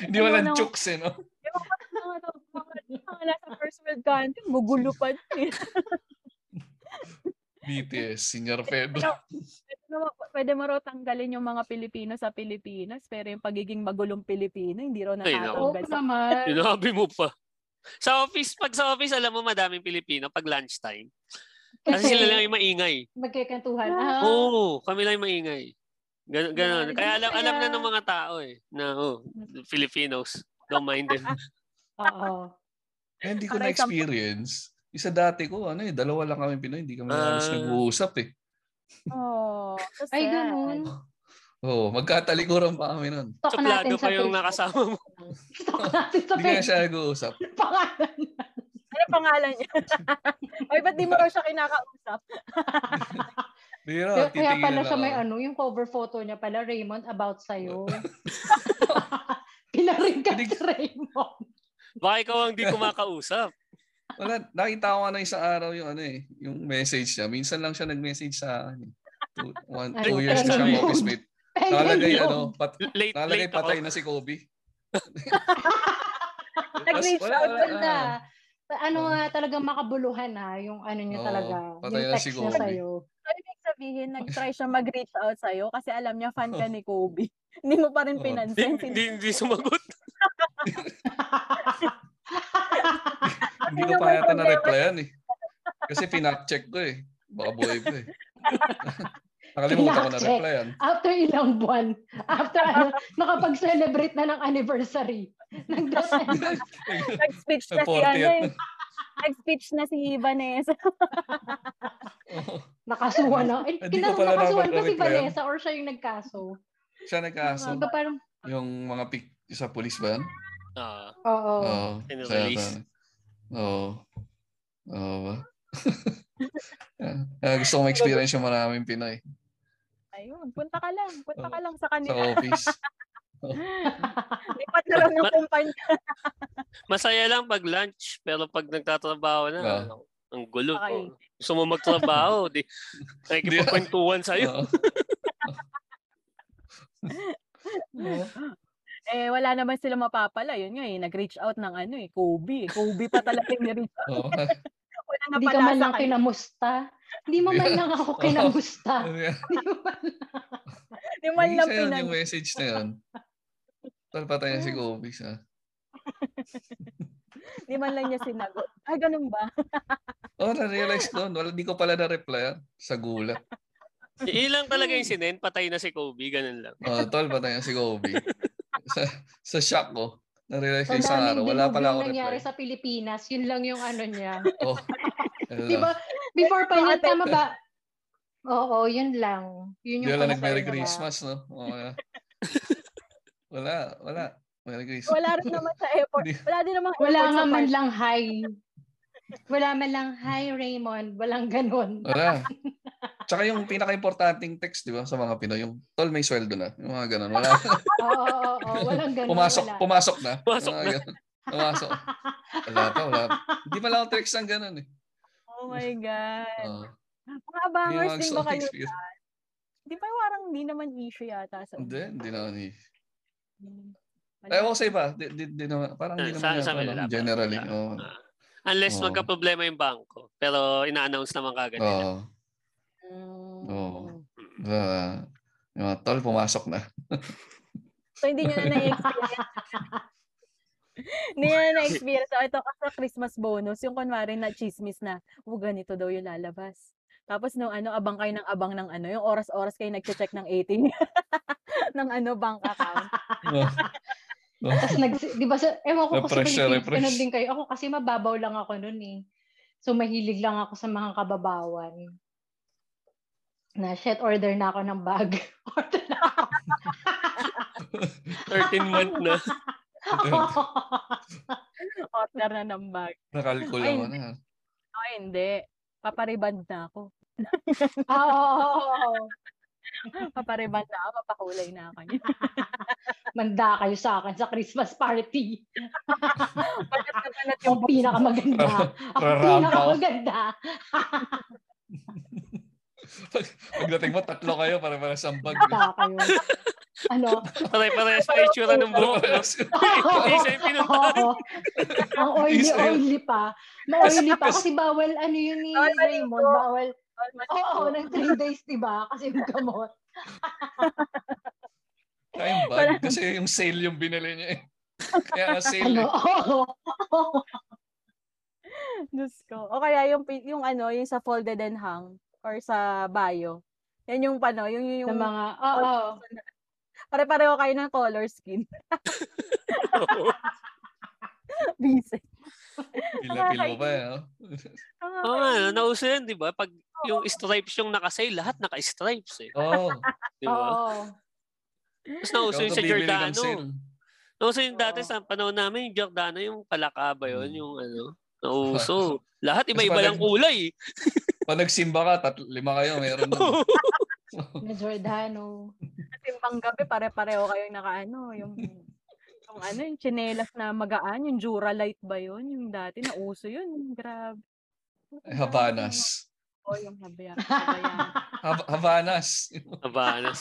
Hindi wala
Ano,
chooks eh, no?
Ewan ko sa mga, ano, mga, mga nasa first world country, magulo pa din.
BTS, Senyor Pedro.
Pwede mo- Pwede mo raw tanggalin yung mga Pilipino sa Pilipinas, pero yung pagiging magulong Pilipino, hindi raw
Ay,
Oo
natatanggal. sa-
naman.
Sinabi mo pa. Sa office, pag sa office, alam mo madaming Pilipino pag lunchtime. Kasi
Kasi
sila lang Ano yung maingay.
magkikantuhan. Ah,
Oo, kami lang yung maingay. Gan- Ganon.
Yeah,
Kaya
ganun
alam, alam na
kaya-
ng mga tao eh. Na, oh, Filipinos. Don't mind them.
oo.
Eh, hindi ko
Aray, sampu.
na-experience. Isa dati ko, ano eh, dalawa lang kami Pinoy, hindi kami halos
Ah.
nag-uusap eh.
Oo. so
Ay,
sad.
ganun.
Oo, oh, magkatalikuran pa kami nun.
Talk natin
Suplado
sa
pa yung
Facebook.
nakasama mo.
Talk natin sa
Hindi kaya
Facebook.
siya nag-uusap.
Pangalan.
Ano pangalan niya? Ay, ba't di mo raw siya kinakausap?
Hindi na,
Kaya, kaya
titigilan
pala
na
siya may
Oh, ako.
ano, yung cover photo niya pala, Raymond, about sa'yo.
Oh.
Pinaring ka si Raymond.
Baka ikaw ang di kumakausap.
Wala, nakita ko ano isang araw yung ano eh, yung message niya. Minsan lang siya nag-message sa akin. eh. Two, one,
Ay,
two years
okay.
na siya
Ayun.
office mate.
Pengen
Nakalagay
yun.
ano, pat,
Late,
nakalagay
late ako.
patay na si Kobe.
Nag-reach
Wala,
out
wala,
Ganda.
ah.
Ta- Ano
Oo.
nga talaga makabuluhan ha, yung ano niya
Oo,
talaga,
Oh, patay
yung
na
text
si
niya
Kobe.
sa'yo.
So, ibig sabihin, nag-try siya mag-reach out sa'yo kasi alam niya fan ka ni Kobe. hindi mo pa rin
Oo.
Di,
pinansin.
di, di sumagot.
Hindi ko
Ano
pa
ba
yata
yung
na-replyan eh. Kasi pinak-check ko eh. Baka buhay ko eh. Nakalimutan ko
Pinak-check.
na-replyan.
After ilang buwan, after ano, nakapag-celebrate na ng anniversary. Nagdasal.
Nag-speech na si ano
40th.
eh. Nag-speech na si Vanessa.
Oo.
Nakasuhan na. Eh,
Hindi ko
kinaro,
pala
nakasuhan ba si
na-replyan.
Vanessa or siya yung nagkaso?
Siya nagkaso.
Di ba parang,
Yung mga pic sa police ba yan?
Ah,
oo.
Oo.
And
sa yata.
release.
Oo. Oo ba? Ah, gusto kong experience yung maraming Pinoy
Ayun, punta ka lang. Punta ka
Oo.
lang sa
sa
kanila.
office. Oh.
Lipat na lang ng
Ma-
kumpanya.
masaya lang pag lunch. Pero pag nagtatrabaho na,
Ah.
ano, ang gulo.
Okay.
Oh. Gusto mo magtrabaho, di, nakikipagkwentuhan sa'yo.
Oo. Oo.
Eh, wala naman sila mapapala. Yun nga eh, nag-reach out ng ano eh, Kobe. eh. Kobe pa talaga yung ni-reach out.
Oo.
Wala na
Hindi
pala
ka man
sa
lang
kanya.
kinamusta. Hindi mo man lang ako
Oo.
kinamusta. Hindi mo man
Hindi man
Hindi
lang
siya yun
pinag-
yung message na yun. Tal patay na si Kobe ah. sa.
Di man lang niya sinagot. Ay, ganun ba?
Oh, na-realize ko. Wala, di ko pala na-reply sa gulat.
Ilang Eh, talaga yung sinen, patay na si Kobe, ganun lang.
Oh, tol, patay na si Kobe. Sa, sa shock ko. Na-realize ko
Ang
isang
daming
araw. Wala pala ako
dinugong nangyari
reply.
sa Pilipinas. Yun lang yung ano niya.
Oh. Ano
Di
lang.
ba? Before pa
Ito,
yan,
ate.
tama ba? Oo, yun lang. Yun
Hindi
yung
wala
pala
nag-Merry
sa'yo, di ba?
Christmas, no? Oo, kaya. wala, wala. Merry Christmas.
Wala rin naman sa effort.
Hindi.
Wala din naman
Wala
effort
nga
sa
man
part.
lang hi. Wala man lang hi, Raymond. Walang ganun.
Wala. Tsaka yung pinaka-importanting text, di ba, sa mga Pinoy, yung, tol, may sweldo na. Yung mga ganun. Wala.
Oo, oo, oo. Walang ganun.
pumasok,
wala.
pumasok na.
Pumasok
Yung mga ganun. Pumasok. Wala pa, wala pa. Hindi pala ako text ng ganun eh.
Oh my God.
Oo.
Mga abangers din ba kayo?
experience.
Di ba parang hindi naman issue yata sa
Hindi, hindi oh, naman eh.
Hmm.
Ewan ko sa iba. Di, di, di naman, parang hindi
Sa-
naman
sa
yata.
amin
no?
wala pa.
Generally.
Wala.
oo.
Ah. Unless
Oo.
magka-problema yung bangko. Pero ina-announce naman kagad. nila.
Oo. Oo.
Mm.
Ah, yung mga tol, pumasok na.
So, hindi nyo na na-experience. hindi nyo na na-experience. So, ito kasi Christmas bonus, yung kunwari na chismis na, oh, ganito daw yung lalabas. Tapos nung ano, abang kayo ng abang ng ano, yung oras-oras kayo nagche-check ng 18 ng ano, bank account.
Oo. Oo.
Tapos nag, di ba, sa, ewan ko kasi
Refresh,
Philippines,
refresh.
ganun din kayo. Ako kasi mababaw lang ako noon eh. So, mahilig lang ako sa mga kababawan. Na, shit, order na ako ng bag. order na
13 month na.
ako.
Order na ng bag.
Nakalkulo
Ay,
mo na.
Oh, hindi. Papariband na ako.
Ah, Oo, oo, oo, oo.
Papariband na ako, papakulay na ako. niya.
Manda kayo sa akin sa Christmas party.
Panat na panat yung
Yung pinakamaganda. Ako
Rarampa.
pinakamaganda.
Pagdating mo, tatlo kayo para para sa bag.
Manda kayo. Ano?
Pare-parehas pa yung itsura ng buhok. No? Hindi siya yung pinuntahan.
Oo. Ang oily-oily pa. Ma-oily pa kasi bawal ano yun ni
Bawal maligo.
Raymond. Bawal.
all matik ko.
Oo, ng three days, di ba? Kasi yung gamot.
Time bag. Kasi yung sale yung binili niya eh. Kaya nga sale
Ano?
eh.
Oo.
Diyos ko. O kaya yung, pi- yung ano, yung sa folded and hung or sa bio. Yan yung pano, yung yung, yung
Ng mga, oo.
Pare-pareho kayo ng color skin. Busy.
Pila-pila mo pa eh. no?
Oo nga, nauso yan, di ba? Pag yung stripes yung nakasay, lahat naka-stripes eh.
Oo.
Di ba?
Oo.
Tapos nauso
Ikaw
yung sa
bibili ng
Giordano.
sale.
Nauso yung dati
Oo.
sa panahon namin, yung Giordano, yung palaka ba yun?
Mm.
Yung ano, nauso. Lahat iba-iba
Kasi
lang
parang-
kulay. eh.
Pag nagsimba ka, tatlo, lima kayo, meron na.
Na Giordano.
Kasi pang gabi, pare-pareho kayong nakaano, yung yung ano, yung chinelas na magaan, yung Duralight ba yun? Yung dati, nauso yun. Grabe.
Ay, Habanas.
Oo, yung habaya. habaya.
Hab- Habanas.
Habanas.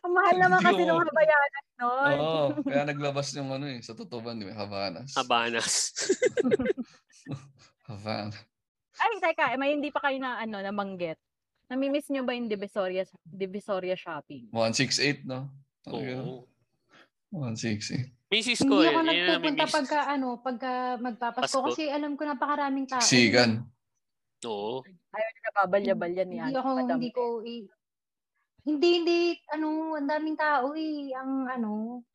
Ang mahal naman kasi nung
Yun.
habayanas noon.
Oo. Kaya naglabas yung ano eh, sa tutuban, di ba? Habanas.
Habanas.
Havana.
Ay, teka, may hindi pa kayo na ano, namanggit. Namimiss nyo ba yung Divisoria, Divisoria shopping?
168, no? Ano yun?
Oo.
168.
Misis ko eh, yun. Yun
Hindi ako
ang
nagpupunta
namimiss.
pagka, ano, pagka magpapasko.
Pasko.
Kasi alam ko napakaraming tao.
Sigan.
Oo.
Ayaw na nababalya-balya ni
Hindi
ano,
ako,
Madam
hindi
Bea.
ko, eh. Hindi, hindi, ano, ang daming tao eh. Ang, ano,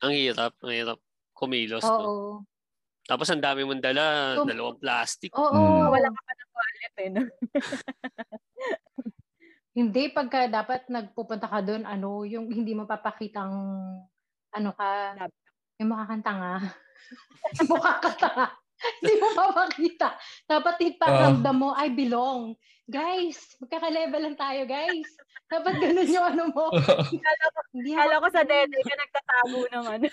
Ang hirap. Ang hirap. Kumilos.
oo.
No? Tapos ang dami mong dala.
Tum-
dalawang plastic.
Oo.
Mm.
Wala ka pa ng wallet eh. no?
Hindi, pagka dapat nagpupunta ka doon, ano, yung hindi mapapakitang, ano ka,
Lab.
yung makakantanga. Mukha ka tanga. Hindi mo mapakita. Dapat iparamdam mo, I belong. Guys, magkaka-level lang tayo, guys. Dapat ganun yung ano mo.
Kala ko,
Hindi ako,
kala ko sa dede ka nagtatago ng ano.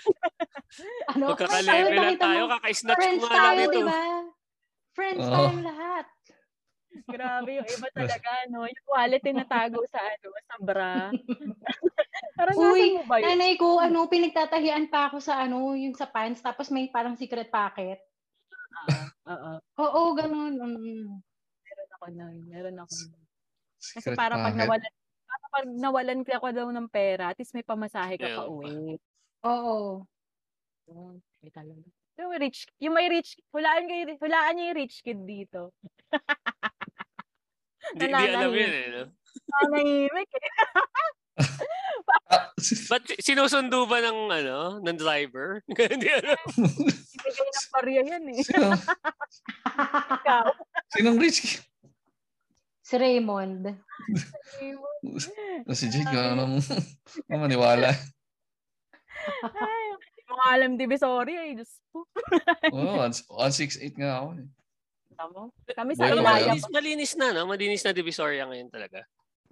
ano,
Magkaka-level
dapat
lang
makita
tayo.
mo,
Kaka-snatch ko
Friends
nga lang
tayo,
ito.
di ba? Friends
Oo.
tayo lahat.
Grabe yung iba talaga, no? Yung wallet yung natago sa ano, sa bra. Parang
Uy,
nasan mo ba yun?
Nanay ko, ano, pinagtatahian pa ako sa ano, yung sa pants, tapos may parang secret pocket.
Oo,
Oo, ganun. Mm.
meron ako na, yun, meron ako na. Kasi
Secret
parang pag
pocket.
nawalan, parang pag nawalan ka ko daw ng pera, at least may pamasahe ka
Meron
pa
pa.
uwi.
Oo.
Yun, may talaga. Yung may rich, yung may rich, hulaan kayo, hulaan niyo yung rich kid dito.
Hindi hindi alam yun eh. No?
Nanahimik eh.
Ah,
Ba't sinusundo ba ng, ano, ng driver? Hindi alam.
Ibigay ng barya yan eh.
sino?
Ikaw.
Sinong Rich?
Si Raymond.
sabi mo.
Si Jake, gano'n naman. maniwala.
Ay, hindi mo nga alam, Divisoria eh. Diyos ko.
Oo, 168 nga ako. eh.
Tama. Kami sa
Boy,
Pero
Wala
Ilaya
yan.
malinis, malinis na, no? Malinis na Divisoria ngayon talaga.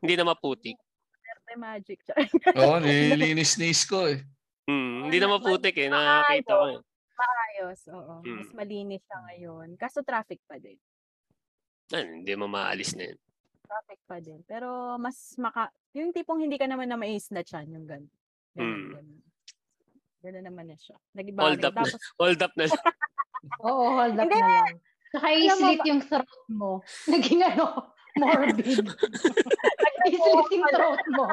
Hindi na maputik.
Perte Magic.
Oo, nililinis-nis ko eh.
Hmm, hindi na
Ayun,
maputik eh.
malinis na
Nakakita ko. eh.
Maayos, oo.
Mm.
Mas malinis siya ngayon. Kaso traffic pa din.
Ayun, hindi mamaalis na yun.
Traffic pa din. Pero mas maka... Yung tipong hindi ka naman na ma-snatchan, yung ganun. Ganun,
Mm.
ganun. Ganun naman na siya. Nag-
Hold
bagay.
up na.
Tapos,
Hold up na.
Oo, hold up
Hindi.
na lang. Saka
Alam mo
i-slit yung throat mo. Naging ano, morbid. i-slit yung throat mo.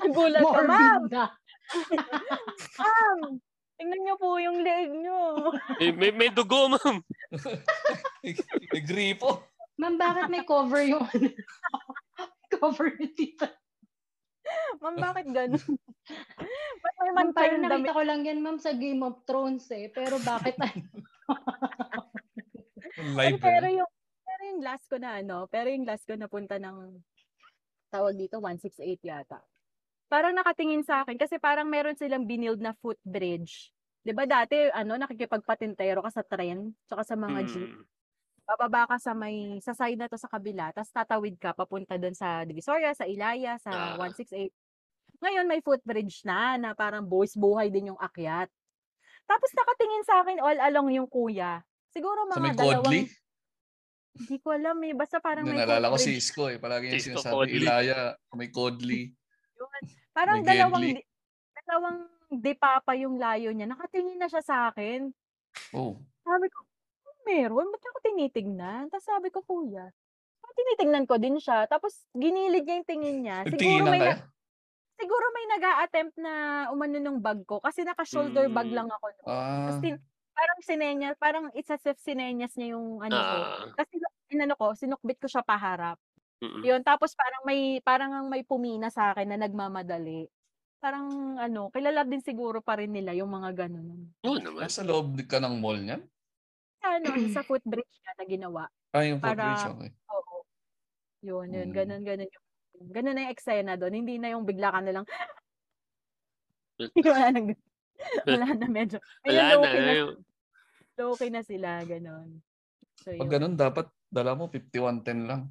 Nagulat ka, ma'am.
Morbid na.
Ma'am, tingnan niyo po yung leeg niyo.
May, may, may dugo, ma'am.
Nagripo.
Ma'am, bakit may cover yung ano? cover yung tita?
Ma'am, bakit ganun? Ba't may
Ma'am,
mantay
parang
ng damit?
nakita ko lang yan, ma'am, sa Game of Thrones eh. Pero bakit?
Live.
Pero yung, pero yung last ko na ano, pero yung last ko napunta ng tawag dito, 168 yata. Parang nakatingin sa akin kasi parang meron silang binild na footbridge. 'Di ba dati ano nakikipagpatintero ka sa tren tsaka sa mga
Mm.
jeep.
Hmm.
Bababa ka sa may sa side na to sa kabila, tapos tatawid ka papunta doon sa Divisoria, sa Ilaya,
Ah.
sa 168. Ngayon may footbridge na na parang boys buhay din yung akyat. Tapos nakatingin sa akin all along yung kuya. Siguro
Sa may
mga dalawang
Codley.
hindi ko alam eh. Basta parang may
Nalala ko si
footbridge
Isko eh. Palagi niya
Isko
sinasabi,
Codley.
Ilaya, may Codley.
yun. Parang
may
dalawang,
Gedli.
di- dalawang depa pa yung layo niya. Nakatingin na siya sa akin.
Oh.
Sabi ko, "Ano meron? Ba't niya ako tinitignan? Tapos sabi ko, kuya. Ah, Tinitignan ko din siya. Tapos ginilid niya yung tingin niya. Siguro
Nagtingin lang
may,
kayo?
na, siguro may nag attempt na umano nung bag ko. Kasi naka-shoulder bag
Mm.
lang ako. nun. Tapos
Hmm. Ah.
tin- parang sinenyas, parang it's as if sinenyas niya yung ano ko.
Ah.
Tapos sinu- inano ko, sinukbit ko siya paharap.
Mm-mm.
Yun, tapos parang may parang ang may pumina sa akin na nagmamadali. Parang ano, kilala din siguro pa rin nila yung mga ganun.
Oo naman.
Nasa loob ka ng mall niyan?
Sa Ano, yung sa footbridge nga na ginawa.
Ah, yung
Para-
Codley. Okay.
Oo. Yun, yun,
Mm.
ganun, ganun. yung- Ganun na yung eksena doon. Hindi na yung bigla ka na lang. wala na. Wala na medyo. medyo
Wala na. eh.
low-key
Yung-
low-key na sila, ganun. So,
Pag
yun.
ganun, dapat dala mo 5110 lang.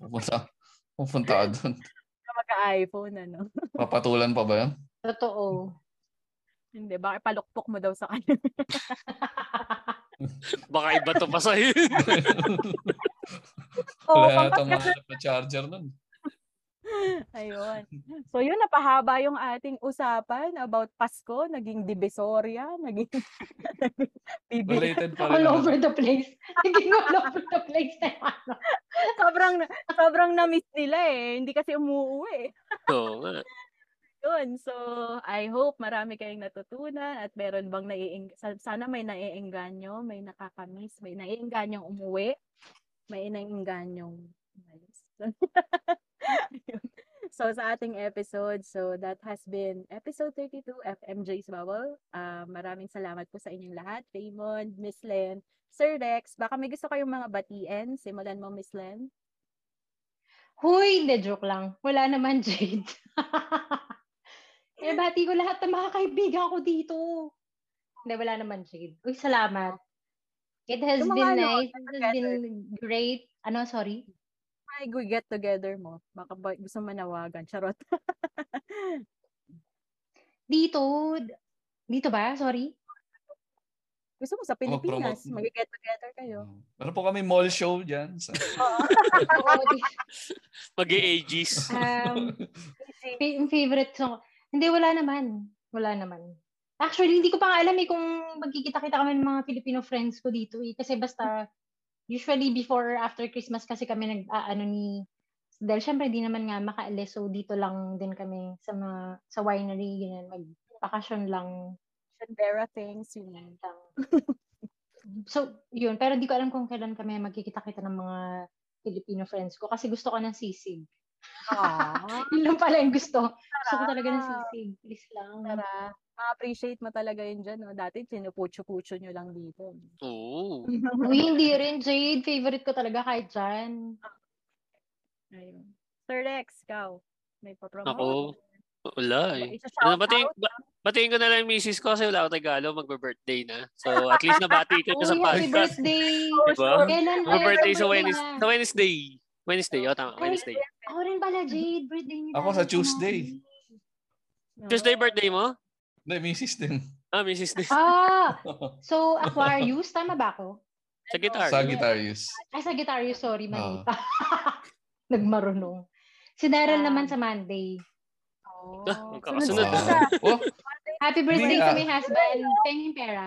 Pupunta, pupunta ka doon.
Magka-iPhone, ano.
Papatulan pa ba yan?
Totoo.
Hindi, baka palukpok mo daw sa kanya.
Baka iba to pa sa'yo.
Oo, pampas
Wala yata
ka
mahanap na charger nun.
Ayun. So yun, napahaba yung ating usapan about Pasko, naging Divisoria, naging PBS.
Related pa rin.
All
ano.
over the place. Naging all over the place na yung ano.
sobrang, sobrang na-miss nila eh. Hindi kasi umuwi eh.
Oo nga.
Yun. So, I hope marami kayong natutunan at meron bang naiing sa- sana may naiengganyo, may nakakamiss, may naiengganyong umuwi, may naiengganyong umalis. Ayun. so, sa ating episode, so that has been episode 32 of MJ's Bubble. Ah, maraming salamat po sa inyong lahat. Raymond, Miss Len, Sir Rex, baka may gusto kayong mga batiin. Simulan mo, Miss Len.
Huy, hindi, joke lang. Wala naman, Jade. eh, bati ko lahat ng mga kaibigan ko dito. Hindi, wala naman, Jade. Uy, salamat. It has
Yung mga
been
ano,
nice. It has
together.
been great. Ano, sorry?
Ay, go get together mo. Baka ba, gusto manawagan. Charot.
Dito. Dito ba? Sorry?
Gusto mo sa Pilipinas,
promote mo.
mag-get together kayo.
Oh. Meron po kami mall show dyan. Sa...
Mm.
Oo, di-
mag ages
um, fa- yung favorite song. Hindi, wala naman. Wala naman. Actually, hindi ko pa nga alam eh kung magkikita-kita kami ng mga Filipino friends ko dito eh. Kasi basta, usually before or after Christmas kasi kami nag, ah, ano ni, dahil syempre di naman nga makaalis. So, dito lang din kami sa mga, sa winery, ganyan, magbakasyon lang.
Shandera things, yun. lang.
lang. so, yun. Pero di ko alam kung kailan kami magkikita-kita ng mga Filipino friends ko. Kasi gusto ko ng sisig.
Aw,
Yun lang pala yung gusto. Gusto ko
Sarap.
talaga ng sisig. Please lang.
Tara. Ma-appreciate mo talaga yun dyan. No? Dati, sinupucho-pucho nyo lang dito.
Oo.
Uy, hindi rin, Jade. Favorite ko talaga kahit dyan.
Ayun. Sir Rex, ikaw. May pa-promote?
Ako? Wala eh. Ano,
Isa-shout
batiin,
out?
ba- batiin ko na lang yung misis ko kasi wala akong regalo. Magbe-birthday na. So, at least nabati ko
Uy,
siya sa
happy
podcast.
birthday!
Diba?
Kailan
Her
kaya
birthday sa
birthday
Wednesday.
niya?
Sa Wednesday. Wednesday. Oh, tama.
Ay,
Wednesday.
Ako rin pala, Jade. Birthday niya.
Ako sa Tuesday.
No.
Tuesday birthday mo?
Hindi, misis din.
Ah, misis day.
Ah! So, Aquarius. Tama ba ako?
Sa guitar.
Sagittarius.
Ay, Sagittarius. Sorry,
Ah.
mali pa. Nagmarunong. Si Daryl
Ah.
naman sa Monday.
Oh,
Ah, ang kakasunod.
sunod ka sa-
Ah. oh,
Happy birthday
Hindi,
sa
ah.
may husband. Penging pera.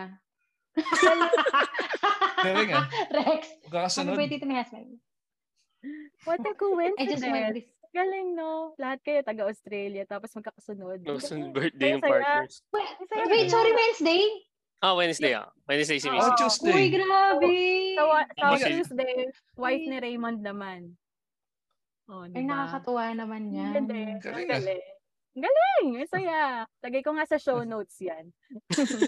Very nga.
Rex, happy
Magkakasunod.
birthday to my husband.
What a
I just went
coincidence.
this.
Galing, no? Lahat kayo taga-Australia, tapos magkakasunod.
Nung birthday yung
Saya.
partners.
Wait,
Saya
wait,
kaya.
sorry, Wednesday?
Ah, Wednesday ah. Wednesday si
Oo.
Miss.
Oh,
Uy,
Tuesday.
grabe.
Tawa, tawa
Kasi-
Tuesday, wife ni Raymond naman. Oh,
Ay,
diba?
nakakatuwa naman
Ang
yan.
galing. Ang
Galing, ah.
galing. Ang Galing! Ang saya. Lagay ko nga sa show notes yan.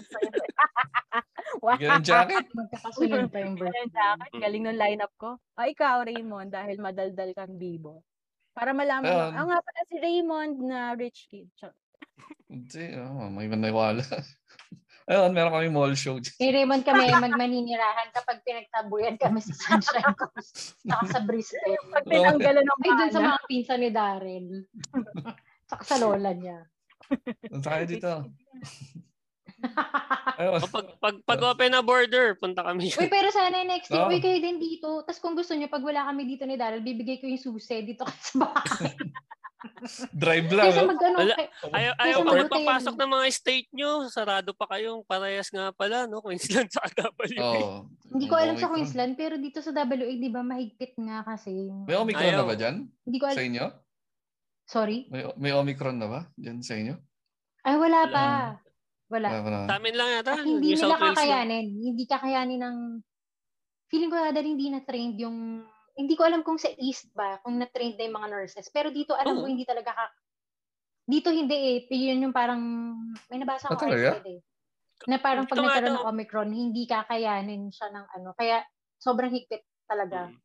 wow.
Bigyan ng jacket.
Magkakasunod pa yung birthday.
Galing, Jack. Ang Galing nung lineup ko. O, ikaw, Raymond, dahil madaldal kang bibo. Para malaman mo.
Um,
Ah, nga pala si Raymond na rich kid. Char-
Hindi, oh, may maniwala. Ayun, meron kami mall show. dyan.
Kay Raymond kami magmaninirahan kapag pinagtabuyan kami sa Sunshine Coast. Saka sa Brisbane.
Pag tinanggalan ng
Ay, dun sa
pala.
mga pinsan ni Darren. Saka sa lola niya.
Punta kayo dito. Ayun.
Oh, pag, pag, pag open na border, punta kami.
Uy, pero sana next year,
Oo.
uy, kayo din dito. Tapos kung gusto niyo, pag wala kami dito ni Daryl, bibigay ko yung susi dito ka sa bahay.
Drive lang.
Kaysa
oh.
mag, ano,
Wala.
kay-
Ayaw, ayaw pa
Sumagot
rin
ano tayo.
papasok ng mga state nyo. Sarado pa kayong parehas nga pala, no? Queensland sa Agapal.
Oo.
hindi ko alam sa
Okay.
Queensland, pero dito sa WA, di ba, mahigpit nga kasi.
May Omicron na
Ayaw.
ba dyan?
Hindi ko
Sa
alam.
inyo?
Sorry?
May, may Omicron na ba dyan sa inyo?
Ay, wala
Wala.
pa. Wala.
Wala pa naman.
Sa amin lang yata.
At Ah, hindi
New
nila
South Wales lang.
kakayanin. Hindi kakayanin ng... Feeling ko rather hindi na-trained yung... Hindi ko alam kung sa East ba, kung na-trained na yung mga nurses. Pero dito, alam
Oo.
ko, hindi talaga ka... Dito hindi eh. Yun yung parang... May nabasa
Ah,
ko
talaga?
eh. Na parang pag
Ito nga
nagkaroon
daw.
ng Omicron, hindi kakayanin siya ng ano. Kaya sobrang higpit talaga.
Mm.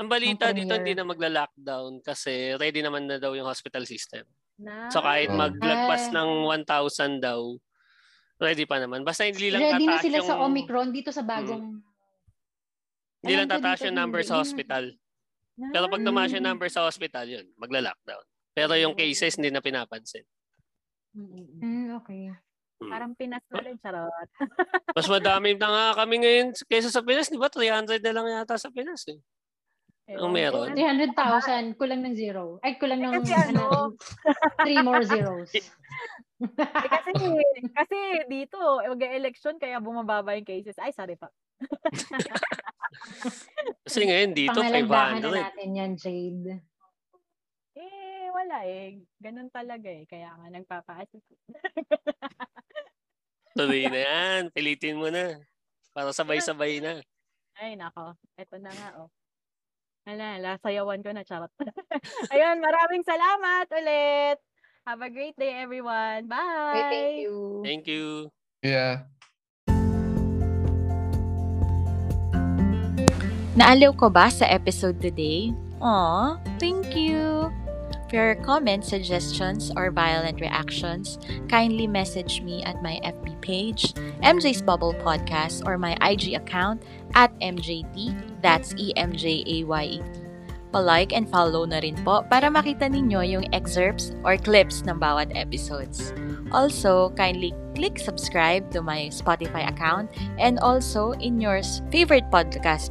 Ang balita
Ng
dito, hindi
premier.
na magla-lockdown kasi ready naman na daw yung hospital system.
Na.
So kahit
Ah.
maglagpas
Ah.
ng 1,000 daw, ready pa naman. Basta hindi lang
Ready na
tataas
sila
yung,
sa Omicron dito sa bagong...
Hindi lang
Alam ko
tataas
dito
yung number
hindi.
sa
Yun
hospital.
Na.
Pero pag tumaas yung
Mm.
number sa hospital, yun, magla-lockdown. Pero yung
Oo.
cases, hindi na pinapansin. Hmm.
Mm-mm.
Mm, okay.
Mm.
Parang Pinas na rin, charot.
Mas madami na nga kami ngayon kaysa sa Pinas. Di ba? 300 na lang yata sa Pinas. Eh. Ang meron.
300,000, kulang ng zero. Ay, kulang ng,
Kasi
ano,
ano?
three more zeros.
Eh, kasi, kasi dito, mag-election, kaya bumababa yung cases. Ay, sorry pa.
Kasi ngayon dito,
Pangalandahan Ano
500.
na natin yan, Jade.
Eh, wala eh. Ganun talaga eh. Kaya nga, nagpapa-attitude.
Tuloy na yan. Pilitin mo na. Para sabay-sabay na.
Ay, nako. Eto na nga, oh. Ala, ala, sayawan ko na, charot. Ayun, maraming salamat ulit. Have a great day, everyone. Bye!
Okay, thank you.
Thank you.
Yeah.
Naaliw ko ba sa episode today? Aw, thank you! For your comments, suggestions, or violent reactions, kindly message me at my FB page, MJ's Bubble Podcast, or my IG account at MJT, that's E E-M-J-A-Y-E-T. E Palike and follow na rin po para makita ninyo yung excerpts or clips ng bawat episodes. Also, kindly click subscribe to my Spotify account and also in your favorite podcast